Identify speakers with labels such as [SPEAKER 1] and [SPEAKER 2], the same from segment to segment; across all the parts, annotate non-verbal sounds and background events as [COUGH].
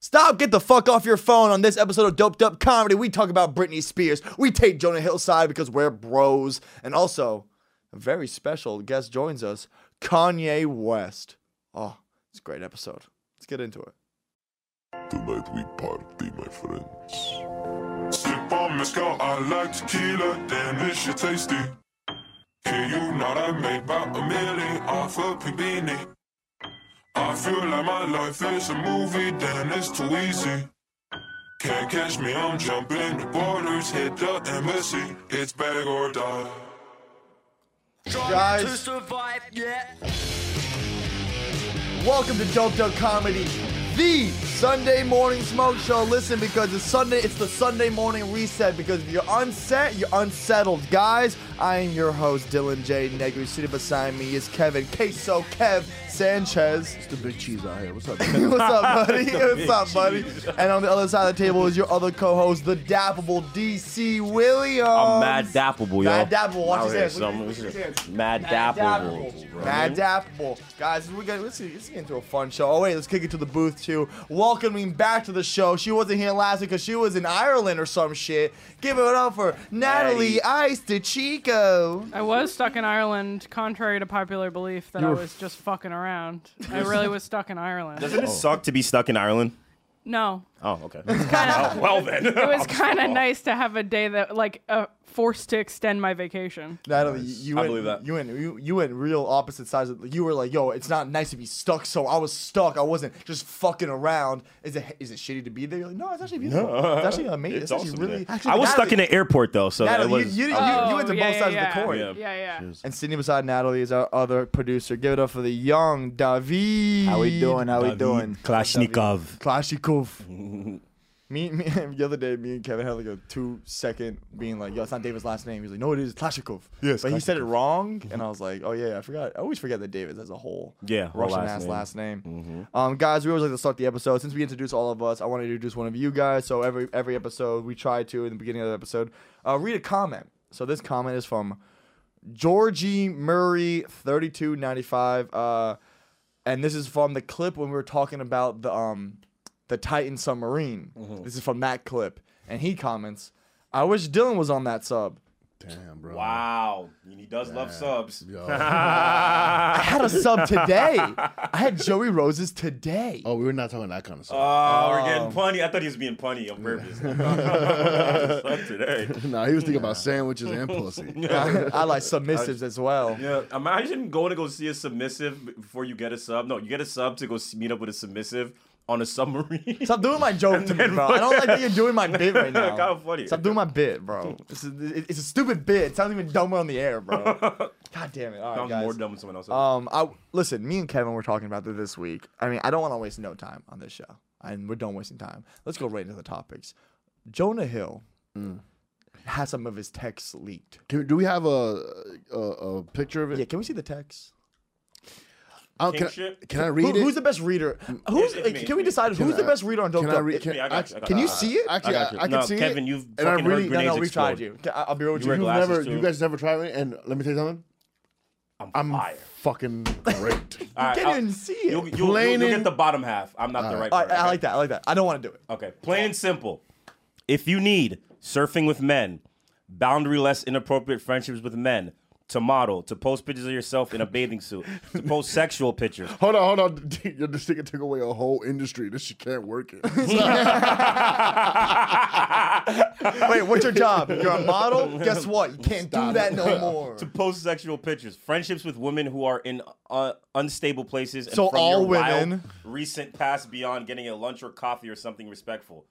[SPEAKER 1] Stop, get the fuck off your phone. On this episode of Doped Up Comedy, we talk about Britney Spears. We take Jonah Hill's side because we're bros. And also, a very special guest joins us, Kanye West. Oh, it's a great episode. Let's get into it.
[SPEAKER 2] Tonight we party, my friends. Sip on mezcal, I like tequila, damn it's shit tasty. Hear you not, I made about a million off a pink beanie. I feel like my life is a movie, damn it's too easy. Can't catch me, I'm jumping the borders, hit the embassy. It's bag or die.
[SPEAKER 1] Guys. Welcome to Doped Up Comedy, the Sunday morning smoke show. Listen, because it's Sunday, it's the Sunday morning reset. Because if you're unset, you're unsettled, guys. I am your host, Dylan J. Negri. Sitting beside me is Kevin Queso Kev Sanchez.
[SPEAKER 3] The big cheese out here.
[SPEAKER 1] [LAUGHS]
[SPEAKER 3] What's up?
[SPEAKER 1] What's
[SPEAKER 3] [LAUGHS]
[SPEAKER 1] up, buddy? What's up, buddy? And on the other side of the table is your other co-host, the dappable DC Williams.
[SPEAKER 4] I'm mad dappable, yo.
[SPEAKER 1] Um, Mad dappable. Watch his
[SPEAKER 4] Out here,
[SPEAKER 1] hands. Look at-
[SPEAKER 4] son.
[SPEAKER 1] look at his hands.
[SPEAKER 4] Mad dappable. bro.
[SPEAKER 1] Mad dappable. Guys, we're gonna, let's, let's get into a fun show. Oh, wait, let's kick it to the booth, too. Welcoming back to the show. She wasn't here last week because she was in Ireland or some shit. Give it up for Natalie
[SPEAKER 4] Natty.
[SPEAKER 1] Ice de Chico.
[SPEAKER 5] I was stuck in Ireland, contrary to popular belief that I was just fucking around.
[SPEAKER 1] [LAUGHS]
[SPEAKER 5] I really was stuck in Ireland.
[SPEAKER 1] Oh.
[SPEAKER 4] Doesn't it suck to be stuck in Ireland?
[SPEAKER 5] [LAUGHS] No,
[SPEAKER 4] Oh,
[SPEAKER 1] [LAUGHS]
[SPEAKER 4] okay. Oh, well then. [LAUGHS]
[SPEAKER 5] it was kind of nice to have a day that, like, uh, forced to extend my vacation.
[SPEAKER 1] Natalie, you
[SPEAKER 4] I
[SPEAKER 1] went,
[SPEAKER 4] believe that.
[SPEAKER 1] you went, you, you went real opposite sides. Of, you were like, "Yo, it's not nice to be stuck." So I was stuck. I wasn't just fucking around. Is it is it shitty to be there? You're like, no, it's actually beautiful. It's actually amazing. It's, actually really. Actually,
[SPEAKER 4] I was stuck in
[SPEAKER 1] Natalie-
[SPEAKER 4] the airport though, so that
[SPEAKER 1] Natalie,
[SPEAKER 4] was.
[SPEAKER 1] you, you,
[SPEAKER 4] I
[SPEAKER 1] Oh, you,
[SPEAKER 4] was-
[SPEAKER 1] you went to
[SPEAKER 5] Oh, yeah,
[SPEAKER 1] both
[SPEAKER 5] yeah,
[SPEAKER 1] sides
[SPEAKER 5] yeah.
[SPEAKER 1] of the court.
[SPEAKER 4] Yeah.
[SPEAKER 5] Yeah, yeah.
[SPEAKER 1] And sitting beside Natalie is our other producer. Give it up for the young David.
[SPEAKER 3] How we doing? How we doing?
[SPEAKER 4] Kalashnikov.
[SPEAKER 1] Klashikov.
[SPEAKER 3] [LAUGHS]
[SPEAKER 1] me, [LAUGHS] me, the other day, me and Kevin had like a two second being like, yo, it's not David's last name. He's like, no, it is Klashikov.
[SPEAKER 3] Yes, Mm-hmm.
[SPEAKER 1] But he said it wrong. And I was like, oh, yeah, I forgot. I always forget that David's as a whole
[SPEAKER 4] Yeah, whole
[SPEAKER 1] Russian
[SPEAKER 4] last
[SPEAKER 1] ass
[SPEAKER 4] name. Mm-hmm.
[SPEAKER 1] last name. Um, guys, we always like to start the episode. Since we introduce all of us, I want to introduce one of you guys. So every every episode, we try to, in the beginning of the episode, uh, read a comment. So this comment is from Georgie Murray, 3295. Uh, and this is from the clip when we were talking about the um the Titan submarine.
[SPEAKER 4] Mm-hmm.
[SPEAKER 1] This is from that clip, and he comments, "I wish Dylan was on that sub.
[SPEAKER 3] Damn, bro.
[SPEAKER 4] Wow. He does love subs.
[SPEAKER 3] Yo.
[SPEAKER 1] I had a sub
[SPEAKER 4] [LAUGHS]
[SPEAKER 1] today. I had Joey Rose's today.
[SPEAKER 3] Oh, we were not talking that kind of stuff.
[SPEAKER 4] Oh, we're getting punny. I thought he was being punny on
[SPEAKER 1] [LAUGHS]
[SPEAKER 4] purpose. [LAUGHS] Suck today.
[SPEAKER 3] nah, he was thinking about sandwiches and pussy.
[SPEAKER 4] [LAUGHS]
[SPEAKER 1] I like submissives as well.
[SPEAKER 4] Yeah, imagine going to go see a submissive b- before you get a sub. No, you get a sub to go s- meet up with a submissive on a submarine.
[SPEAKER 1] Stop doing my joke to me, bro. I don't like that you're
[SPEAKER 4] [LAUGHS]
[SPEAKER 1] doing my bit right now.
[SPEAKER 4] Kinda funny.
[SPEAKER 1] Stop doing my bit, bro.
[SPEAKER 4] [LAUGHS]
[SPEAKER 1] It's a, it- it's a stupid bit. It sounds even dumber on the air, bro. God damn it. All right,
[SPEAKER 4] I'm
[SPEAKER 1] guys.
[SPEAKER 4] more dumb than someone else.
[SPEAKER 1] Um, I listen. Me and Kevin were talking about this this week. I mean, I don't want to waste no time on this show, and we're done wasting time. Let's go right into the topics. Jonah Hill
[SPEAKER 3] Mm.
[SPEAKER 1] has some of his texts leaked.
[SPEAKER 3] Can, do we have a a, a picture of it?
[SPEAKER 1] Yeah, can we see the text?
[SPEAKER 3] I don't-
[SPEAKER 4] King
[SPEAKER 3] can, I,
[SPEAKER 4] shit?
[SPEAKER 3] can I read
[SPEAKER 1] Who,
[SPEAKER 3] it?
[SPEAKER 1] who's the best reader?
[SPEAKER 4] Mm.
[SPEAKER 1] Who's?
[SPEAKER 4] it's me,
[SPEAKER 1] can we
[SPEAKER 4] it's me.
[SPEAKER 1] decide who's the
[SPEAKER 3] I-
[SPEAKER 1] best reader on Dope?
[SPEAKER 3] can I
[SPEAKER 1] Dope?
[SPEAKER 3] read? Can,
[SPEAKER 4] me, I got
[SPEAKER 3] I-
[SPEAKER 4] you, I got
[SPEAKER 1] can you see it?
[SPEAKER 3] Actually,
[SPEAKER 4] I
[SPEAKER 3] I,
[SPEAKER 4] got you.
[SPEAKER 3] I can
[SPEAKER 4] No,
[SPEAKER 3] see it.
[SPEAKER 4] Kevin, you've
[SPEAKER 3] and I
[SPEAKER 4] fucking heard
[SPEAKER 3] really,
[SPEAKER 1] no,
[SPEAKER 4] grenades
[SPEAKER 1] no, we
[SPEAKER 4] explode.
[SPEAKER 1] tried you. I- I'll be real with
[SPEAKER 4] You
[SPEAKER 1] you.
[SPEAKER 4] were
[SPEAKER 3] you've
[SPEAKER 4] glasses
[SPEAKER 3] never,
[SPEAKER 4] too.
[SPEAKER 3] you guys never tried it. And let me tell you something.
[SPEAKER 4] I'm,
[SPEAKER 3] I'm
[SPEAKER 4] fire. [LAUGHS]
[SPEAKER 3] fucking great.
[SPEAKER 4] All right,
[SPEAKER 1] can't
[SPEAKER 4] I'll-
[SPEAKER 1] even see it.
[SPEAKER 4] You'll, you'll, you'll, you'll
[SPEAKER 3] Plain
[SPEAKER 4] get
[SPEAKER 3] and-
[SPEAKER 4] the bottom half. I'm not the right.
[SPEAKER 1] All
[SPEAKER 4] part.
[SPEAKER 1] right, I like Oh. that. I like that. I don't want to do it.
[SPEAKER 4] Okay, plain and simple. If you need surfing with men, boundaryless, inappropriate friendships with men, to model, to post pictures of yourself in a bathing suit, to
[SPEAKER 1] [LAUGHS]
[SPEAKER 4] post sexual pictures,
[SPEAKER 3] Hold on, hold on. [LAUGHS] You're just taking took away a whole industry. This shit can't
[SPEAKER 4] [LAUGHS]
[SPEAKER 3] work it.
[SPEAKER 1] Wait, what's your
[SPEAKER 4] [LAUGHS]
[SPEAKER 1] job? You're a model. Guess what? You can't do that no more.
[SPEAKER 4] to post sexual pictures, friendships with women who are in uh, unstable places, and
[SPEAKER 1] So
[SPEAKER 4] from
[SPEAKER 1] all
[SPEAKER 4] your wild
[SPEAKER 1] women-
[SPEAKER 4] recent past beyond getting a lunch or coffee or something respectful.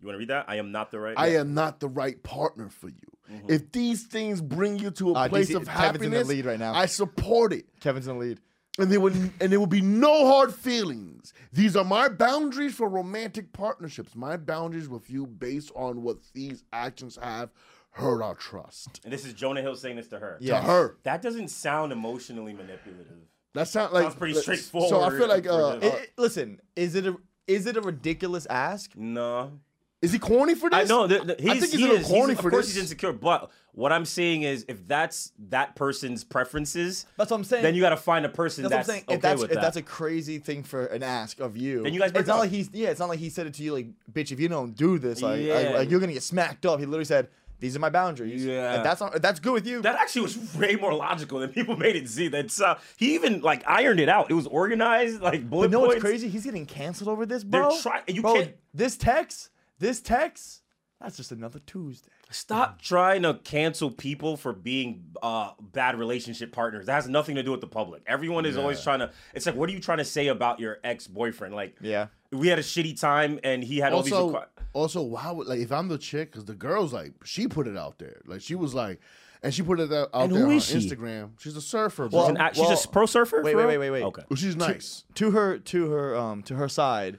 [SPEAKER 4] You want to read that? I am not the right.
[SPEAKER 3] I am not the right partner for you.
[SPEAKER 4] Mm-hmm.
[SPEAKER 3] If these things bring you to a
[SPEAKER 1] Uh,
[SPEAKER 3] place
[SPEAKER 1] DC
[SPEAKER 3] of
[SPEAKER 1] Kevin's in the
[SPEAKER 3] happiness,
[SPEAKER 1] lead right now.
[SPEAKER 3] I support it.
[SPEAKER 1] Kevin's in the lead.
[SPEAKER 3] and there would and there will be no hard feelings. These are my boundaries for romantic partnerships. My boundaries with you based on what these actions have hurt our trust. Uh,
[SPEAKER 4] And this is Jonah Hill saying this to her.
[SPEAKER 1] Yeah. Yes.
[SPEAKER 3] To her,
[SPEAKER 4] That doesn't sound emotionally manipulative.
[SPEAKER 3] that sounds like
[SPEAKER 4] Sounds pretty
[SPEAKER 3] like-
[SPEAKER 4] straightforward
[SPEAKER 3] So I feel like
[SPEAKER 4] for
[SPEAKER 3] uh,
[SPEAKER 4] them.
[SPEAKER 3] uh,
[SPEAKER 1] It- it- listen, is it a is it a ridiculous ask?
[SPEAKER 4] No.
[SPEAKER 3] Is he corny for this?
[SPEAKER 4] I know. Th- th- he's,
[SPEAKER 3] I think he's
[SPEAKER 4] he
[SPEAKER 3] a little
[SPEAKER 4] is.
[SPEAKER 3] corny
[SPEAKER 4] he's,
[SPEAKER 3] for
[SPEAKER 4] Of course,
[SPEAKER 3] this.
[SPEAKER 4] he's insecure. But what I'm saying is, if that's that person's preferences,
[SPEAKER 1] That's what I'm saying.
[SPEAKER 4] Then you got to find a person
[SPEAKER 1] That's,
[SPEAKER 4] that's,
[SPEAKER 1] what I'm saying.
[SPEAKER 4] okay
[SPEAKER 1] if that's
[SPEAKER 4] with
[SPEAKER 1] if
[SPEAKER 4] that.
[SPEAKER 1] that's a crazy thing for an ask of you,
[SPEAKER 4] Then you guys break
[SPEAKER 1] it's not
[SPEAKER 4] up.
[SPEAKER 1] like he's yeah, it's not like he said it to you like, bitch, if you don't do this, like, like-
[SPEAKER 4] Yeah.
[SPEAKER 1] like, you're gonna get smacked up. He literally said, these are my boundaries.
[SPEAKER 4] Yeah.
[SPEAKER 1] and that's not, that's good with you.
[SPEAKER 4] that actually was way more logical than people made it seem. That's uh, he even like ironed it out. It was organized, like
[SPEAKER 1] but
[SPEAKER 4] bullet
[SPEAKER 1] no, it's
[SPEAKER 4] points.
[SPEAKER 1] crazy. He's getting canceled over this,
[SPEAKER 4] They're
[SPEAKER 1] bro.
[SPEAKER 4] try- you
[SPEAKER 1] Bro,
[SPEAKER 4] can't-
[SPEAKER 1] This text, this text, that's just another Tuesday.
[SPEAKER 4] Stop trying to cancel people for being uh, bad relationship partners. That has nothing to do with the public. Everyone is always trying to. It's like, what are you trying to say about your ex boyfriend? Like,
[SPEAKER 1] Yeah.
[SPEAKER 4] we had a shitty time, and he had all these.
[SPEAKER 3] also,
[SPEAKER 4] requi-
[SPEAKER 3] also, why would like if I'm the chick? Because the girl's like she put it out there, like she was like, and she put it out, out
[SPEAKER 4] And
[SPEAKER 3] there
[SPEAKER 4] who
[SPEAKER 3] on
[SPEAKER 4] is she?
[SPEAKER 3] Instagram. She's a surfer,
[SPEAKER 1] Well,
[SPEAKER 3] bro.
[SPEAKER 4] An act- she's
[SPEAKER 1] well,
[SPEAKER 4] a pro surfer.
[SPEAKER 1] wait,
[SPEAKER 4] for
[SPEAKER 1] wait,
[SPEAKER 4] real?
[SPEAKER 1] wait, wait, wait.
[SPEAKER 4] Okay.
[SPEAKER 3] she's nice.
[SPEAKER 1] to her to her um to her side,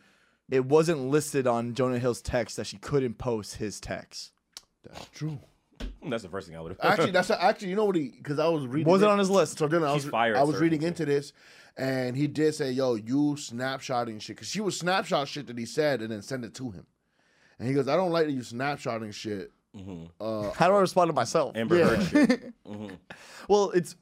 [SPEAKER 1] it wasn't listed on Jonah Hill's text that she couldn't post his text.
[SPEAKER 3] That's true.
[SPEAKER 4] Hmm, That's the first thing I would have. [LAUGHS]
[SPEAKER 3] Actually, that's actually you know what he because I was reading.
[SPEAKER 1] Was it
[SPEAKER 3] it-
[SPEAKER 1] on his list?
[SPEAKER 3] So then I
[SPEAKER 4] She's
[SPEAKER 3] was
[SPEAKER 4] fire
[SPEAKER 3] I
[SPEAKER 4] at
[SPEAKER 3] was reading
[SPEAKER 4] surfing,
[SPEAKER 3] into this, and he did say, "Yo, you snapshotting shit," because she was snapshot shit that he said, and then send it to him. And he goes, "I don't like that you snapshotting shit."
[SPEAKER 1] How do I respond to myself?
[SPEAKER 4] Amber Heard shit.
[SPEAKER 1] Well, it's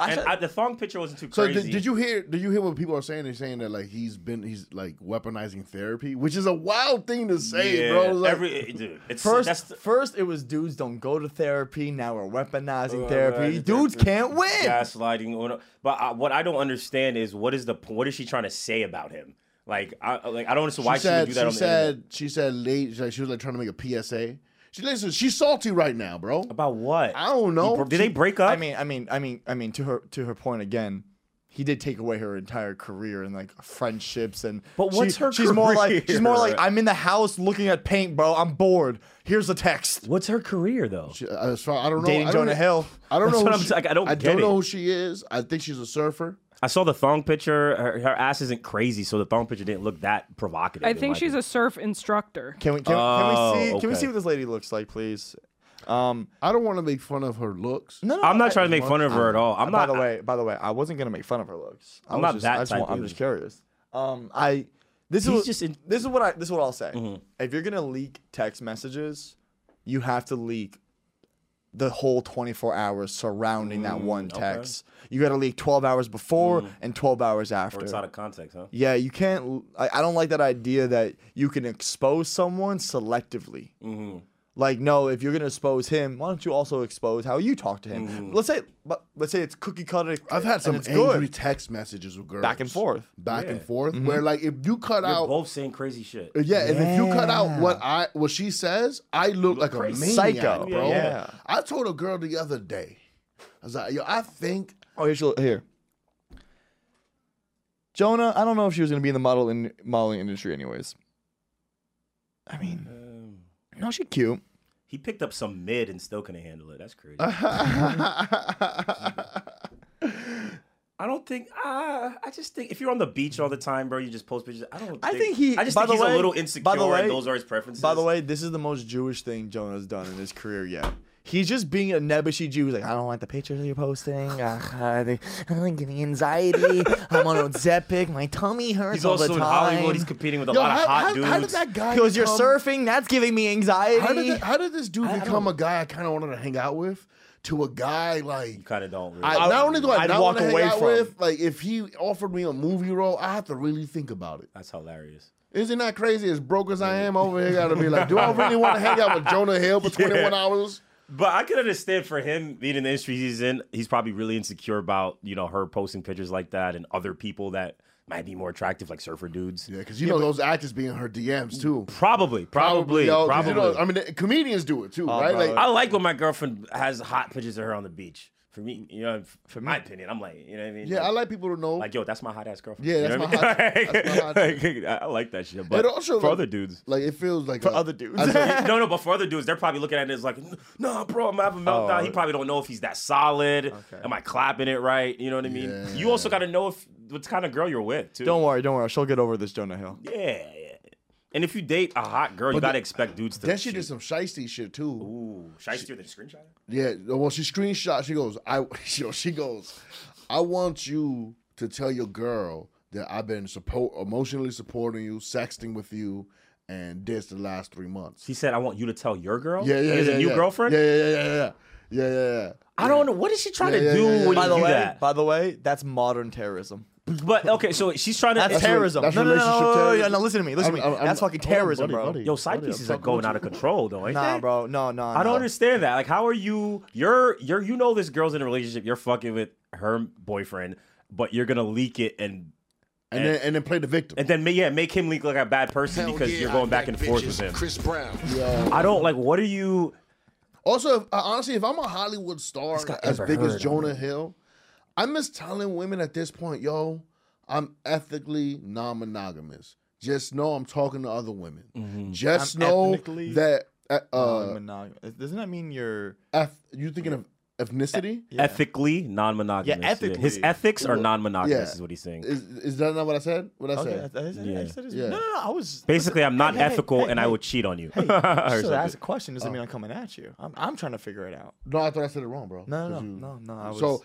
[SPEAKER 1] I
[SPEAKER 4] And
[SPEAKER 1] should-
[SPEAKER 4] I, the thong picture wasn't too
[SPEAKER 3] So
[SPEAKER 4] crazy.
[SPEAKER 3] did, did you hear? Did you hear what people are saying? They're saying that like he's been he's like weaponizing therapy, which is a wild thing to say,
[SPEAKER 4] Yeah,
[SPEAKER 3] bro. It's Like,
[SPEAKER 4] every, it- dude, it's
[SPEAKER 1] First,
[SPEAKER 4] that's the,
[SPEAKER 1] first it was dudes don't go to therapy. Now we're weaponizing
[SPEAKER 4] Uh,
[SPEAKER 1] therapy.
[SPEAKER 4] uh,
[SPEAKER 1] Dudes
[SPEAKER 4] therapy.
[SPEAKER 1] can't win.
[SPEAKER 4] gaslighting. or no- But I, what I don't understand is what is the po- what is she trying to say about him? Like, I like I don't understand why
[SPEAKER 3] she said,
[SPEAKER 4] she would do that. on
[SPEAKER 3] she
[SPEAKER 4] the internet.
[SPEAKER 3] said, she said, late. She, like, she was like trying to make a PSA. She listen, she's salty right now, bro.
[SPEAKER 4] about what?
[SPEAKER 3] I don't know.
[SPEAKER 4] Bro, Did they break up?
[SPEAKER 1] I mean, I mean, I mean, I mean. To her, to her point again, he did take away her entire career and like friendships and.
[SPEAKER 4] But
[SPEAKER 1] she-
[SPEAKER 4] what's her
[SPEAKER 1] She's more like she's more like
[SPEAKER 4] [LAUGHS] career?
[SPEAKER 1] I'm in the house looking at paint, bro. I'm bored. Here's a text.
[SPEAKER 4] What's her career though?
[SPEAKER 3] She- uh, as far- I don't know.
[SPEAKER 1] Dating
[SPEAKER 3] I don't
[SPEAKER 1] Jonah
[SPEAKER 3] know-
[SPEAKER 1] Hill.
[SPEAKER 3] I don't
[SPEAKER 4] That's
[SPEAKER 3] know.
[SPEAKER 4] what
[SPEAKER 3] who
[SPEAKER 4] I'm
[SPEAKER 3] she-
[SPEAKER 4] saying, I don't
[SPEAKER 3] I
[SPEAKER 4] get
[SPEAKER 3] don't
[SPEAKER 4] it.
[SPEAKER 3] know who she is. I think she's a surfer.
[SPEAKER 4] I saw the thong picture. Her, her ass isn't crazy, so the thong picture didn't look that provocative.
[SPEAKER 5] I
[SPEAKER 4] in
[SPEAKER 5] think
[SPEAKER 4] my
[SPEAKER 5] she's
[SPEAKER 4] opinion.
[SPEAKER 5] a surf instructor.
[SPEAKER 1] Can we can,
[SPEAKER 4] Oh,
[SPEAKER 1] we, can we see can we
[SPEAKER 4] okay.
[SPEAKER 1] see what this lady looks like, please? Um,
[SPEAKER 3] I don't want to make fun of her looks.
[SPEAKER 1] no, no.
[SPEAKER 4] I'm
[SPEAKER 1] I-
[SPEAKER 4] not trying to make fun of her at all. I'm
[SPEAKER 1] by
[SPEAKER 4] not.
[SPEAKER 1] the way, by the way, I wasn't gonna make fun of her looks. I
[SPEAKER 4] I'm
[SPEAKER 1] was
[SPEAKER 4] not
[SPEAKER 1] just,
[SPEAKER 4] that
[SPEAKER 1] I just
[SPEAKER 4] type
[SPEAKER 1] want- I'm
[SPEAKER 4] dude.
[SPEAKER 1] just curious. Um, I this
[SPEAKER 4] He's
[SPEAKER 1] is what-
[SPEAKER 4] just in- Mm-hmm.
[SPEAKER 1] this is what I this is what I'll say. If you're gonna leak text messages, you have to leak the whole 24 hours surrounding
[SPEAKER 4] Mm,
[SPEAKER 1] that one text. You got to leak 12 hours before and 12 hours after.
[SPEAKER 4] or it's out of context, huh?
[SPEAKER 1] Yeah, you can't. l- I, I don't like that idea that you can expose someone selectively. Like, no, if you're gonna expose him, why don't you also expose how you talk to him? Let's say, but let's say it's cookie cutter.
[SPEAKER 3] I've had
[SPEAKER 1] and
[SPEAKER 3] some
[SPEAKER 1] it's
[SPEAKER 3] angry
[SPEAKER 1] good.
[SPEAKER 3] text messages with girls
[SPEAKER 1] back and forth.
[SPEAKER 3] back and forth, where like if you cut
[SPEAKER 4] They're
[SPEAKER 3] out,
[SPEAKER 4] Mm-hmm.
[SPEAKER 3] Uh,
[SPEAKER 4] both saying crazy shit.
[SPEAKER 1] Uh,
[SPEAKER 3] yeah, and if you cut out what I what she says, I look like a maniac,
[SPEAKER 1] crazy. Psycho.
[SPEAKER 3] bro.
[SPEAKER 1] Yeah.
[SPEAKER 3] I told a girl the other day, I was like, yo, I think
[SPEAKER 1] Oh, here's your, here. Jonah, I don't know if she was gonna be in the model in modeling industry, anyways. I mean, no, she cute.
[SPEAKER 4] He picked up some mid and still couldn't handle it.
[SPEAKER 1] [LAUGHS]
[SPEAKER 4] That's crazy. I don't think. Uh, I just think if you're on the beach all the time, bro, you just post pictures. I don't.
[SPEAKER 1] I think he-
[SPEAKER 4] I just
[SPEAKER 1] by
[SPEAKER 4] think
[SPEAKER 1] the
[SPEAKER 4] he's
[SPEAKER 1] way-
[SPEAKER 4] a little insecure,
[SPEAKER 1] by the way-
[SPEAKER 4] and those are his preferences.
[SPEAKER 1] By the way, this is the most Jewish thing Jonah's done in his career yet. He's just being a nebbishy Jew. He's like, I don't like the pictures you're posting. Uh, I think I'm getting anxiety. I'm on Ozempic. My tummy hurts
[SPEAKER 4] he's
[SPEAKER 1] all
[SPEAKER 4] also
[SPEAKER 1] the
[SPEAKER 4] in
[SPEAKER 1] time.
[SPEAKER 4] Hollywood. He's competing with a
[SPEAKER 3] yo,
[SPEAKER 4] lot
[SPEAKER 3] how,
[SPEAKER 4] of hot
[SPEAKER 3] how,
[SPEAKER 4] dudes.
[SPEAKER 3] how did that guy?
[SPEAKER 1] because you're
[SPEAKER 3] become-
[SPEAKER 1] surfing, that's giving me anxiety.
[SPEAKER 3] How did, that- how did this dude become a guy I kind of wanted to hang out with to a guy like?
[SPEAKER 4] you kind of don't. Really.
[SPEAKER 3] I, not only do I
[SPEAKER 1] I'd
[SPEAKER 3] not
[SPEAKER 1] walk
[SPEAKER 3] want to hang
[SPEAKER 1] away
[SPEAKER 3] out
[SPEAKER 1] from.
[SPEAKER 3] with, like if he offered me a movie role, I have to really think about it.
[SPEAKER 4] That's hilarious.
[SPEAKER 3] Isn't that crazy? As broke as I am over here, gotta be like, do [LAUGHS] I really want to hang out with Jonah Hill [LAUGHS] for 21 hours?
[SPEAKER 4] But I could understand for him being in the industry he's in, he's probably really insecure about you know her posting pictures like that and other people that might be more attractive, like surfer dudes.
[SPEAKER 3] Yeah, because you know those actors be in her DMs too.
[SPEAKER 4] Probably, probably, Oh, probably.
[SPEAKER 3] yo, 'cause you know, I mean, the- comedians do it too, right?
[SPEAKER 1] bro.
[SPEAKER 3] Like,
[SPEAKER 4] I like when my girlfriend has hot pictures of her on the beach. For me, you know, for my opinion, I'm like, you know what I mean?
[SPEAKER 3] yeah, I like people to know.
[SPEAKER 4] Like, yo, that's my hot ass girlfriend.
[SPEAKER 3] Yeah,
[SPEAKER 4] You
[SPEAKER 3] that's
[SPEAKER 4] know
[SPEAKER 3] my
[SPEAKER 4] what I
[SPEAKER 3] hot-
[SPEAKER 4] mean? [LAUGHS]
[SPEAKER 3] that's my hot
[SPEAKER 4] I I like that shit. But
[SPEAKER 3] it also
[SPEAKER 4] for
[SPEAKER 3] like,
[SPEAKER 4] other dudes.
[SPEAKER 3] like it feels like
[SPEAKER 1] For [LAUGHS] other dudes.
[SPEAKER 4] no, no, but for other dudes, they're probably looking at it as like, no, bro, I'm having a
[SPEAKER 3] Oh.
[SPEAKER 4] meltdown. He probably don't know if he's that solid. Am I clapping it right? You know what I mean?
[SPEAKER 3] Yeah.
[SPEAKER 4] You also got to know if what kind of girl you're with,
[SPEAKER 1] [LAUGHS]
[SPEAKER 4] too.
[SPEAKER 1] don't worry, don't worry. She'll get over this, Jonah Hill.
[SPEAKER 4] Yeah, yeah. And if you date a hot girl, you
[SPEAKER 3] But
[SPEAKER 4] got to
[SPEAKER 3] the-
[SPEAKER 4] expect dudes to.
[SPEAKER 3] Then she did
[SPEAKER 4] shoot.
[SPEAKER 3] some shisty shit too.
[SPEAKER 4] Ooh, should I steer the screenshot?
[SPEAKER 3] Yeah, well, she screenshot. She goes, I, [LAUGHS] you know, she goes, I want you to tell your girl that I've been support emotionally supporting you, sexting with you, and this the last three months.
[SPEAKER 4] He said, "I want you to tell your girl."
[SPEAKER 3] Yeah, yeah,
[SPEAKER 4] He has
[SPEAKER 3] yeah,
[SPEAKER 4] a new
[SPEAKER 3] yeah.
[SPEAKER 4] girlfriend.
[SPEAKER 3] Yeah, yeah, yeah, yeah, yeah, yeah, yeah. yeah.
[SPEAKER 4] I don't know what is she trying
[SPEAKER 3] Yeah,
[SPEAKER 4] to
[SPEAKER 3] yeah,
[SPEAKER 4] do
[SPEAKER 3] yeah, yeah.
[SPEAKER 4] when
[SPEAKER 1] By
[SPEAKER 4] you
[SPEAKER 1] the
[SPEAKER 4] do
[SPEAKER 1] way,
[SPEAKER 4] that.
[SPEAKER 1] by the way, that's modern terrorism.
[SPEAKER 4] But okay, so she's trying to.
[SPEAKER 1] That's
[SPEAKER 4] it's-
[SPEAKER 1] terrorism.
[SPEAKER 3] that's
[SPEAKER 1] no, no, no, no,
[SPEAKER 3] relationship
[SPEAKER 1] no, no, no,
[SPEAKER 3] terrorism.
[SPEAKER 1] no, listen to me. Listen to me.
[SPEAKER 3] I'm- I'm-
[SPEAKER 1] that's
[SPEAKER 3] I'm-
[SPEAKER 1] fucking
[SPEAKER 3] hold on,
[SPEAKER 1] terrorism,
[SPEAKER 3] buddy,
[SPEAKER 1] bro.
[SPEAKER 3] buddy.
[SPEAKER 4] Yo, side
[SPEAKER 3] Buddy,
[SPEAKER 4] pieces
[SPEAKER 3] I'm
[SPEAKER 4] are going
[SPEAKER 3] talking
[SPEAKER 4] out of control, though, ain't
[SPEAKER 1] Nah,
[SPEAKER 4] they?
[SPEAKER 1] bro. No, no.
[SPEAKER 4] I don't
[SPEAKER 6] Uh-huh.
[SPEAKER 1] no.
[SPEAKER 4] understand that. Like, how are you? You're you're you know this girl's in a relationship. You're fucking with her boyfriend, but you're gonna leak it and
[SPEAKER 3] And then and then play the victim.
[SPEAKER 4] and then ma- yeah, make him leak like a bad person
[SPEAKER 6] Hell
[SPEAKER 4] because
[SPEAKER 6] yeah,
[SPEAKER 4] you're
[SPEAKER 6] I
[SPEAKER 4] going back
[SPEAKER 6] like
[SPEAKER 4] and forth with
[SPEAKER 6] bitches.
[SPEAKER 4] him.
[SPEAKER 6] Chris Brown.
[SPEAKER 4] I don't like. What are you?
[SPEAKER 3] Also, if, uh, honestly, if I'm a Hollywood star
[SPEAKER 4] got
[SPEAKER 3] as
[SPEAKER 4] Amber
[SPEAKER 3] big as
[SPEAKER 4] Heard on
[SPEAKER 3] Jonah Hill, I'm just telling women at this point, yo, I'm ethically non-monogamous. Just know I'm talking to other women.
[SPEAKER 6] Mm-hmm.
[SPEAKER 4] Mm.
[SPEAKER 3] Just
[SPEAKER 1] I'm
[SPEAKER 3] know
[SPEAKER 1] ethnically
[SPEAKER 3] that uh,
[SPEAKER 1] Uh,
[SPEAKER 3] uh,
[SPEAKER 1] monog- Doesn't that mean you're?
[SPEAKER 3] eth- you thinking of ethnicity?
[SPEAKER 1] Yeah.
[SPEAKER 4] Ethically non-monogamous.
[SPEAKER 1] Yeah, ethically.
[SPEAKER 4] His ethics are
[SPEAKER 3] Yeah.
[SPEAKER 4] non-monogamous,
[SPEAKER 3] Yeah.
[SPEAKER 4] is what he's saying.
[SPEAKER 3] Is, is that not what I said? What I
[SPEAKER 1] Okay,
[SPEAKER 3] said?
[SPEAKER 1] I- I- I- I
[SPEAKER 4] Yeah.
[SPEAKER 1] said it's-
[SPEAKER 3] Yeah.
[SPEAKER 1] No, no, no. I was
[SPEAKER 4] [LAUGHS] Basically, I'm not
[SPEAKER 1] Hey, hey, hey,
[SPEAKER 4] ethical,
[SPEAKER 1] hey,
[SPEAKER 4] and I
[SPEAKER 1] hey.
[SPEAKER 4] would cheat on you. [LAUGHS]
[SPEAKER 1] Hey,
[SPEAKER 4] Or
[SPEAKER 1] you should
[SPEAKER 4] something.
[SPEAKER 1] ask a question.
[SPEAKER 3] Oh.
[SPEAKER 1] Doesn't mean I'm coming at you. I'm, I'm trying to figure it out.
[SPEAKER 3] No, I thought I said it wrong, bro.
[SPEAKER 1] No, no,
[SPEAKER 3] 'Cause you-
[SPEAKER 1] no, no. no I was,
[SPEAKER 3] So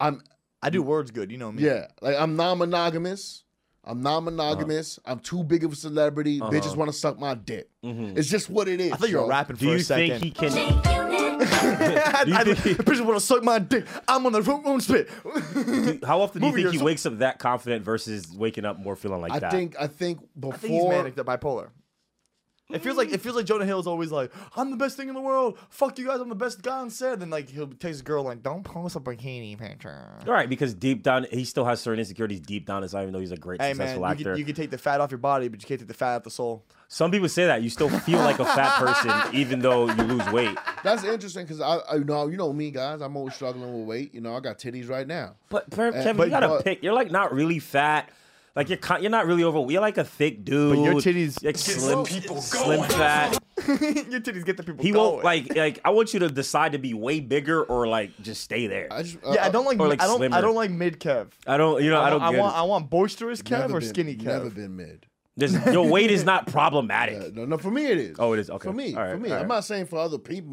[SPEAKER 3] I'm
[SPEAKER 1] I do words good. You know me.
[SPEAKER 3] yeah, like I'm non-monogamous. I'm non-monogamous. I'm too big of a celebrity. Bitches want to suck my dick. It's just what it is.
[SPEAKER 1] I thought you were
[SPEAKER 3] yo.
[SPEAKER 1] rapping for
[SPEAKER 4] Do you
[SPEAKER 1] a second. [LAUGHS]
[SPEAKER 4] think he can?
[SPEAKER 7] Shake
[SPEAKER 1] I,
[SPEAKER 4] Do
[SPEAKER 1] [LAUGHS]
[SPEAKER 4] you think-
[SPEAKER 1] bitches want to suck my dick. I'm on the room, room
[SPEAKER 3] [LAUGHS]
[SPEAKER 1] spit.
[SPEAKER 4] How often do you
[SPEAKER 1] Movie
[SPEAKER 4] think
[SPEAKER 1] or
[SPEAKER 4] he
[SPEAKER 1] some-
[SPEAKER 4] wakes up that confident versus waking up more feeling like
[SPEAKER 3] I
[SPEAKER 4] that?
[SPEAKER 3] think I think before
[SPEAKER 1] I think he's manic, that bipolar. It feels like it feels like Jonah Hill is always like, "I'm the best thing in the world. Fuck you guys, I'm the best guy on set." And then like he'll text his girl like, "Don't post a bikini picture."
[SPEAKER 4] All right, because deep down he still has certain insecurities deep down inside, even though he's a great
[SPEAKER 1] Hey man,
[SPEAKER 4] successful
[SPEAKER 1] you
[SPEAKER 4] actor.
[SPEAKER 1] can, you can take the fat off your body, but you can't take the fat off the soul. [LAUGHS]
[SPEAKER 4] Some people say that you still feel like a fat person, even though you lose weight.
[SPEAKER 3] that's interesting because I, I you know you know me guys. I'm always struggling with weight. You know I got titties right now.
[SPEAKER 4] But
[SPEAKER 1] Eh,
[SPEAKER 4] per- Kevin,
[SPEAKER 3] but-
[SPEAKER 4] you gotta
[SPEAKER 3] but-
[SPEAKER 4] pick. You're like not really fat. Like you're con- you're not really overweight. You're like a thick dude.
[SPEAKER 1] your titties-
[SPEAKER 4] like slim,
[SPEAKER 6] people
[SPEAKER 4] slim
[SPEAKER 6] going.
[SPEAKER 4] fat.
[SPEAKER 1] your titties get the people.
[SPEAKER 4] He
[SPEAKER 1] going.
[SPEAKER 4] won't like like. I want you to decide to be way bigger or like just stay there.
[SPEAKER 3] I
[SPEAKER 4] I,
[SPEAKER 3] just uh,
[SPEAKER 1] Yeah, I don't like.
[SPEAKER 4] Uh, or, like,
[SPEAKER 1] I don't. I
[SPEAKER 4] slimmer.
[SPEAKER 1] don't like mid Kev.
[SPEAKER 4] don't. You know. I,
[SPEAKER 1] I,
[SPEAKER 4] don't.
[SPEAKER 1] I
[SPEAKER 4] get
[SPEAKER 1] want.
[SPEAKER 4] it.
[SPEAKER 1] I want boisterous
[SPEAKER 3] never
[SPEAKER 1] Kev or
[SPEAKER 3] been-
[SPEAKER 1] skinny Kev.
[SPEAKER 3] Never been mid.
[SPEAKER 4] There's- your weight
[SPEAKER 1] [LAUGHS]
[SPEAKER 4] is not problematic.
[SPEAKER 3] Yeah, no, no, for me it is.
[SPEAKER 4] Oh, it is, okay.
[SPEAKER 3] For me,
[SPEAKER 4] All right,
[SPEAKER 3] for me.
[SPEAKER 4] all
[SPEAKER 3] I'm
[SPEAKER 4] right. Mm-hmm.
[SPEAKER 3] not saying for other people,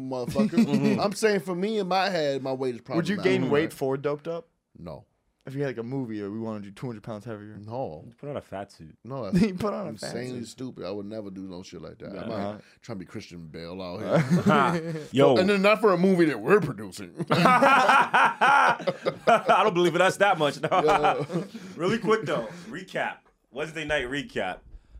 [SPEAKER 4] [LAUGHS]
[SPEAKER 3] motherfucker. I'm saying for me in my head, my weight is probably. Mm-hmm.
[SPEAKER 1] Would you gain weight for doped up?
[SPEAKER 3] No,
[SPEAKER 1] If you had like a movie or we wanted you 200 pounds heavier.
[SPEAKER 3] no,
[SPEAKER 4] Put on a
[SPEAKER 1] [LAUGHS]
[SPEAKER 4] fat suit.
[SPEAKER 3] no.
[SPEAKER 1] you
[SPEAKER 4] [LAUGHS]
[SPEAKER 3] That's
[SPEAKER 1] put on a fat
[SPEAKER 3] insanely
[SPEAKER 1] suit.
[SPEAKER 3] stupid. I would never do no shit like that. I'm
[SPEAKER 1] Nah.
[SPEAKER 3] not trying to be Christian Bale out here,
[SPEAKER 4] [LAUGHS]
[SPEAKER 3] [LAUGHS]
[SPEAKER 4] Ha. Yo,
[SPEAKER 3] and then not for a movie that
[SPEAKER 4] [LAUGHS]
[SPEAKER 3] we're producing. [LAUGHS]
[SPEAKER 4] I don't believe in us that much. No. [LAUGHS] really quick though, recap Wednesday night recap.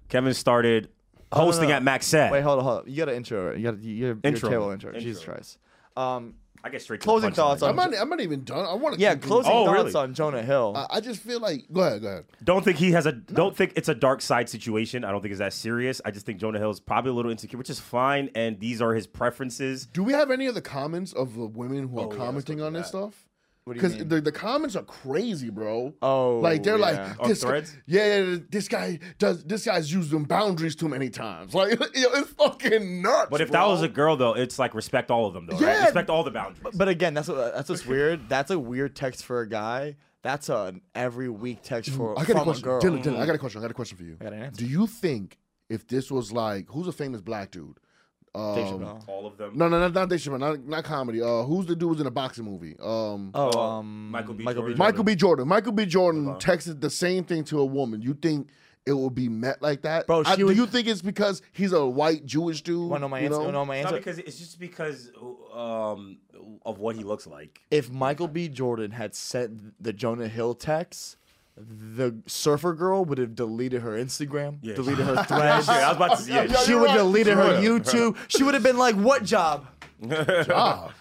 [SPEAKER 4] Kevin started hosting
[SPEAKER 1] no.
[SPEAKER 4] at Max Set.
[SPEAKER 1] Wait, hold on, hold on. You got an intro. right? You got your
[SPEAKER 4] Intro.
[SPEAKER 1] intro. Your table intro.
[SPEAKER 4] Intro.
[SPEAKER 1] Jesus Christ. Um,
[SPEAKER 4] I get straight to
[SPEAKER 1] Closing
[SPEAKER 4] the punchline.
[SPEAKER 1] thoughts on-
[SPEAKER 3] I'm not. I'm not even done. I want to.
[SPEAKER 1] yeah, closing
[SPEAKER 4] Oh,
[SPEAKER 1] thoughts
[SPEAKER 4] really?
[SPEAKER 1] on Jonah Hill.
[SPEAKER 3] I, I just feel like. Go ahead. Go ahead.
[SPEAKER 4] Don't think he has a. Don't think it's a dark side situation. I don't think it's that serious. I just think Jonah Hill is probably a little insecure, which is fine. And these are his preferences.
[SPEAKER 3] Do we have any of the comments of the women
[SPEAKER 1] Oh,
[SPEAKER 3] who are commenting on this stuff?
[SPEAKER 1] do you
[SPEAKER 3] Because
[SPEAKER 1] mean?
[SPEAKER 3] the, the comments are crazy, bro.
[SPEAKER 1] Oh,
[SPEAKER 3] like they're
[SPEAKER 1] yeah.
[SPEAKER 3] like
[SPEAKER 4] On
[SPEAKER 3] this guy-
[SPEAKER 4] Threads?
[SPEAKER 3] yeah, yeah, this guy does. This guy's used them boundaries too many times. [LAUGHS] Like yo, it's fucking nuts.
[SPEAKER 4] But if
[SPEAKER 3] bro.
[SPEAKER 4] that was a girl though, it's like respect all of them though. Right?
[SPEAKER 3] Yeah.
[SPEAKER 4] Respect all the boundaries.
[SPEAKER 1] but again, that's what, that's
[SPEAKER 3] [LAUGHS]
[SPEAKER 1] what's weird. That's a weird text for a guy. That's an every week text for
[SPEAKER 3] Mm, I got a
[SPEAKER 1] from a
[SPEAKER 3] question,
[SPEAKER 1] girl. mm.
[SPEAKER 3] Dylan, Dylan, I got a question. I got a question for you.
[SPEAKER 1] got an answer.
[SPEAKER 3] Do you think if this was like who's a famous black dude?
[SPEAKER 1] Dave
[SPEAKER 3] Um,
[SPEAKER 1] Chappelle.
[SPEAKER 4] All of them.
[SPEAKER 3] no, no, no, not Dave Chappelle, not, not comedy. Uh, who's the dude who's in a boxing movie? Um,
[SPEAKER 1] Oh, um,
[SPEAKER 4] Michael B.
[SPEAKER 1] Michael B.
[SPEAKER 4] Jordan.
[SPEAKER 3] Michael B. Jordan. Michael B. Jordan texted the same thing to a woman. You think it will be met like that,
[SPEAKER 1] Bro,
[SPEAKER 3] I,
[SPEAKER 1] she
[SPEAKER 3] do
[SPEAKER 1] was-
[SPEAKER 3] you think it's because he's a white Jewish dude?
[SPEAKER 1] Wanna know my
[SPEAKER 3] you
[SPEAKER 1] answer?
[SPEAKER 3] know?
[SPEAKER 1] Wanna
[SPEAKER 3] [LAUGHS]
[SPEAKER 1] know my
[SPEAKER 4] It's not
[SPEAKER 1] answer?
[SPEAKER 4] because it's just because um, of what he looks like.
[SPEAKER 1] if Michael B. Jordan had sent the Jonah Hill text, the surfer girl would have deleted her Instagram,
[SPEAKER 4] Yeah.
[SPEAKER 1] deleted [LAUGHS]
[SPEAKER 4] [LAUGHS]
[SPEAKER 1] her
[SPEAKER 4] Yeah,
[SPEAKER 1] threads.
[SPEAKER 4] sure, I was about to
[SPEAKER 3] [LAUGHS]
[SPEAKER 4] say. Yeah,
[SPEAKER 1] she
[SPEAKER 4] sure.
[SPEAKER 1] would have deleted her [LAUGHS]
[SPEAKER 4] Yeah.
[SPEAKER 1] YouTube. She would have been like, "What job?"
[SPEAKER 3] Ah,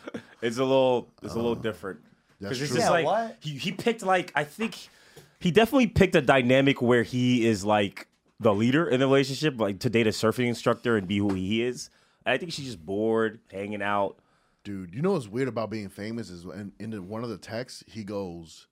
[SPEAKER 4] It's a little it's a little different.
[SPEAKER 3] Um, that's
[SPEAKER 4] Because it's
[SPEAKER 3] true.
[SPEAKER 4] just
[SPEAKER 1] Yeah,
[SPEAKER 4] like
[SPEAKER 1] what?
[SPEAKER 4] he he picked like I think he definitely picked a dynamic where he is like the leader in the relationship, like to date a surfing instructor and be who he is. And I think she's just bored, hanging out.
[SPEAKER 3] dude. You know what's weird about being famous is in, in the, one of the texts he goes,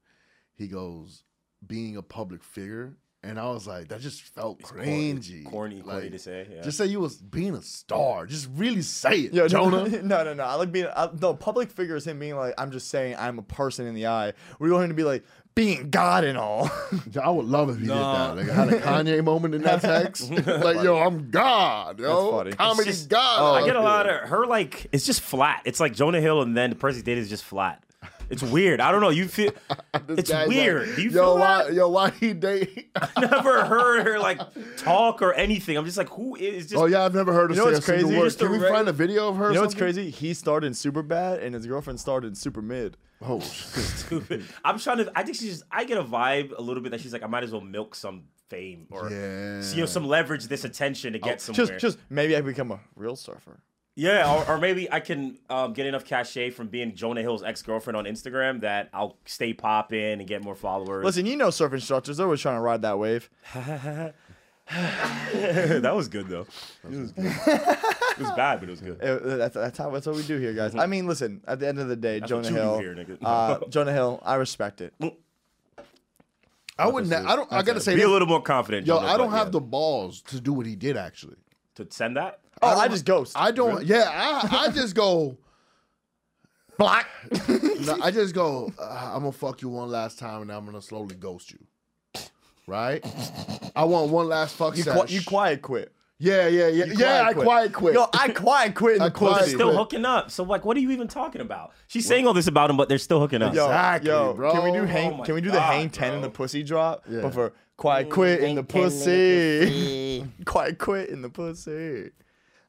[SPEAKER 3] he goes, being a public figure, and I was like, that just felt
[SPEAKER 4] corny-
[SPEAKER 3] cringy,
[SPEAKER 4] corny- corny
[SPEAKER 3] Like,
[SPEAKER 4] to say, yeah.
[SPEAKER 3] Just say you was being a star. Just really say it,
[SPEAKER 1] Yeah,
[SPEAKER 3] Jonah.
[SPEAKER 1] [LAUGHS] No, no, no. I like being I, no public figure is him being like, "I'm just saying I'm a person in the eye." We want him to be like being God and all. [LAUGHS]
[SPEAKER 3] I would love if you did that. Like, I had a Kanye moment in that
[SPEAKER 4] [LAUGHS]
[SPEAKER 3] text. like, yo, I'm God, yo.
[SPEAKER 1] funny.
[SPEAKER 3] Comedy
[SPEAKER 4] It's just-
[SPEAKER 3] God.
[SPEAKER 1] oh,
[SPEAKER 3] out
[SPEAKER 4] I get a
[SPEAKER 3] here.
[SPEAKER 4] lot of her like it's just flat. It's like Jonah Hill and then the person he dated is just flat. It's weird. I don't know. You feel
[SPEAKER 3] [LAUGHS] This
[SPEAKER 4] it's
[SPEAKER 3] guy's like,
[SPEAKER 4] weird. Do you
[SPEAKER 3] yo,
[SPEAKER 4] feel
[SPEAKER 3] why,
[SPEAKER 4] that?
[SPEAKER 3] yo, why he date?
[SPEAKER 4] never heard her like talk or anything. I'm just like, who is just
[SPEAKER 3] oh yeah, I've never heard her
[SPEAKER 1] You know
[SPEAKER 3] say a
[SPEAKER 1] what's
[SPEAKER 3] single
[SPEAKER 1] crazy?
[SPEAKER 3] word.
[SPEAKER 1] Just
[SPEAKER 3] Can
[SPEAKER 4] the
[SPEAKER 3] we
[SPEAKER 4] reg-
[SPEAKER 3] find a video of her?
[SPEAKER 1] You know
[SPEAKER 3] or
[SPEAKER 1] what's
[SPEAKER 3] something?
[SPEAKER 1] crazy? He starred in Super Bad and his girlfriend starred in Super Mid.
[SPEAKER 3] Oh, shit.
[SPEAKER 4] stupid? I'm trying to. I think she's just. I get a vibe a little bit that she's like, I might as well milk some fame or
[SPEAKER 3] yeah.
[SPEAKER 4] you know some leverage this attention to get somewhere.
[SPEAKER 1] Oh, Just, just maybe I become a real surfer.
[SPEAKER 4] yeah, or, or maybe I can um, get enough cachet from being Jonah Hill's ex girlfriend on Instagram that I'll stay popping and get more followers.
[SPEAKER 1] Listen, you know surf instructors, they're always trying to ride that wave.
[SPEAKER 4] [LAUGHS] that was good though. It was, good. it was bad, but it was good.
[SPEAKER 1] Uh, that's, that's how that's what we do here, guys. I mean, listen. At the end of the day,
[SPEAKER 4] what
[SPEAKER 1] Jonah
[SPEAKER 4] you do
[SPEAKER 1] Hill.
[SPEAKER 4] here, nigga.
[SPEAKER 1] uh,
[SPEAKER 4] [LAUGHS]
[SPEAKER 1] Jonah Hill. I respect it.
[SPEAKER 3] I wouldn't. I don't. I gotta say,
[SPEAKER 4] Be a
[SPEAKER 3] this.
[SPEAKER 4] little more confident.
[SPEAKER 3] yo,
[SPEAKER 4] Jonah,
[SPEAKER 3] I don't
[SPEAKER 4] but
[SPEAKER 3] have
[SPEAKER 4] yeah.
[SPEAKER 3] the balls to do what he did. Actually,
[SPEAKER 4] to send that.
[SPEAKER 1] Oh, I,
[SPEAKER 3] don't-
[SPEAKER 1] just ghost.
[SPEAKER 3] I don't. Yeah, I, I just go. [LAUGHS] Black. No, I just go. Uh, I'm gonna fuck you one last time, and I'm gonna slowly ghost you. Right. I want one last fuck
[SPEAKER 1] you,
[SPEAKER 3] sesh.
[SPEAKER 1] qui- you quiet quit.
[SPEAKER 3] yeah, yeah, yeah,
[SPEAKER 1] You
[SPEAKER 3] yeah. I quiet quit.
[SPEAKER 1] Yo, I quiet quit. In
[SPEAKER 3] I
[SPEAKER 1] the
[SPEAKER 3] quiet
[SPEAKER 1] pussy.
[SPEAKER 4] still
[SPEAKER 3] But-
[SPEAKER 4] hooking up. So like, what are you even talking about? She's saying all this about him, but they're still hooking up.
[SPEAKER 1] Yo,
[SPEAKER 3] Exactly,
[SPEAKER 1] yo,
[SPEAKER 3] bro.
[SPEAKER 1] Can we do hang?
[SPEAKER 4] Oh my
[SPEAKER 1] can we do the
[SPEAKER 4] God,
[SPEAKER 1] hang ten in
[SPEAKER 4] bro.
[SPEAKER 1] the pussy drop?
[SPEAKER 3] Yeah.
[SPEAKER 1] But for quiet quit in the pussy. [LAUGHS] quiet quit in the pussy.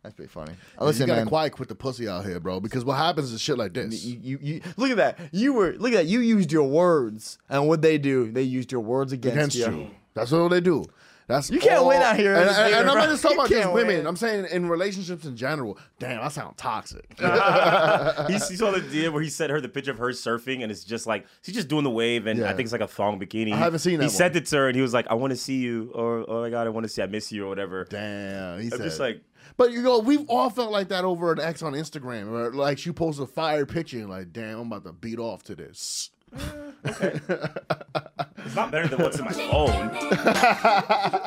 [SPEAKER 1] That's pretty funny. Uh,
[SPEAKER 3] Listen,
[SPEAKER 1] Listen,
[SPEAKER 3] you gotta
[SPEAKER 1] man.
[SPEAKER 3] quiet quit the pussy out here, bro. Because what happens is shit like this.
[SPEAKER 1] You, you, you, look at that. You were look at that. You used your words, and what they do, they used your words against,
[SPEAKER 3] against
[SPEAKER 1] you.
[SPEAKER 3] you. That's what they do. That's
[SPEAKER 1] You can't
[SPEAKER 3] all-
[SPEAKER 1] win out here in
[SPEAKER 3] And,
[SPEAKER 1] this
[SPEAKER 3] and-
[SPEAKER 1] nigga,
[SPEAKER 3] and I'm
[SPEAKER 1] bro.
[SPEAKER 3] not just talking
[SPEAKER 1] You
[SPEAKER 3] about just
[SPEAKER 1] can't
[SPEAKER 3] women.
[SPEAKER 1] win.
[SPEAKER 3] I'm saying in relationships in general. Damn, I sound toxic.
[SPEAKER 4] he, he saw the DM where he sent her the picture of her surfing, and it's just like she's just doing the wave, and I
[SPEAKER 3] Yeah.
[SPEAKER 4] think it's like a thong bikini.
[SPEAKER 3] I haven't seen that
[SPEAKER 4] He
[SPEAKER 3] one.
[SPEAKER 4] sent it to her, and he was like, "I want to see you," or "Oh my god, I want to see, I miss you," or whatever.
[SPEAKER 3] Damn, he
[SPEAKER 4] I'm
[SPEAKER 3] said.
[SPEAKER 4] just like,
[SPEAKER 3] but you know, we've all felt like that over an ex on Instagram, where like she posts a fire picture and like, damn, I'm about to beat off to this.
[SPEAKER 4] it's not better than what's in my phone.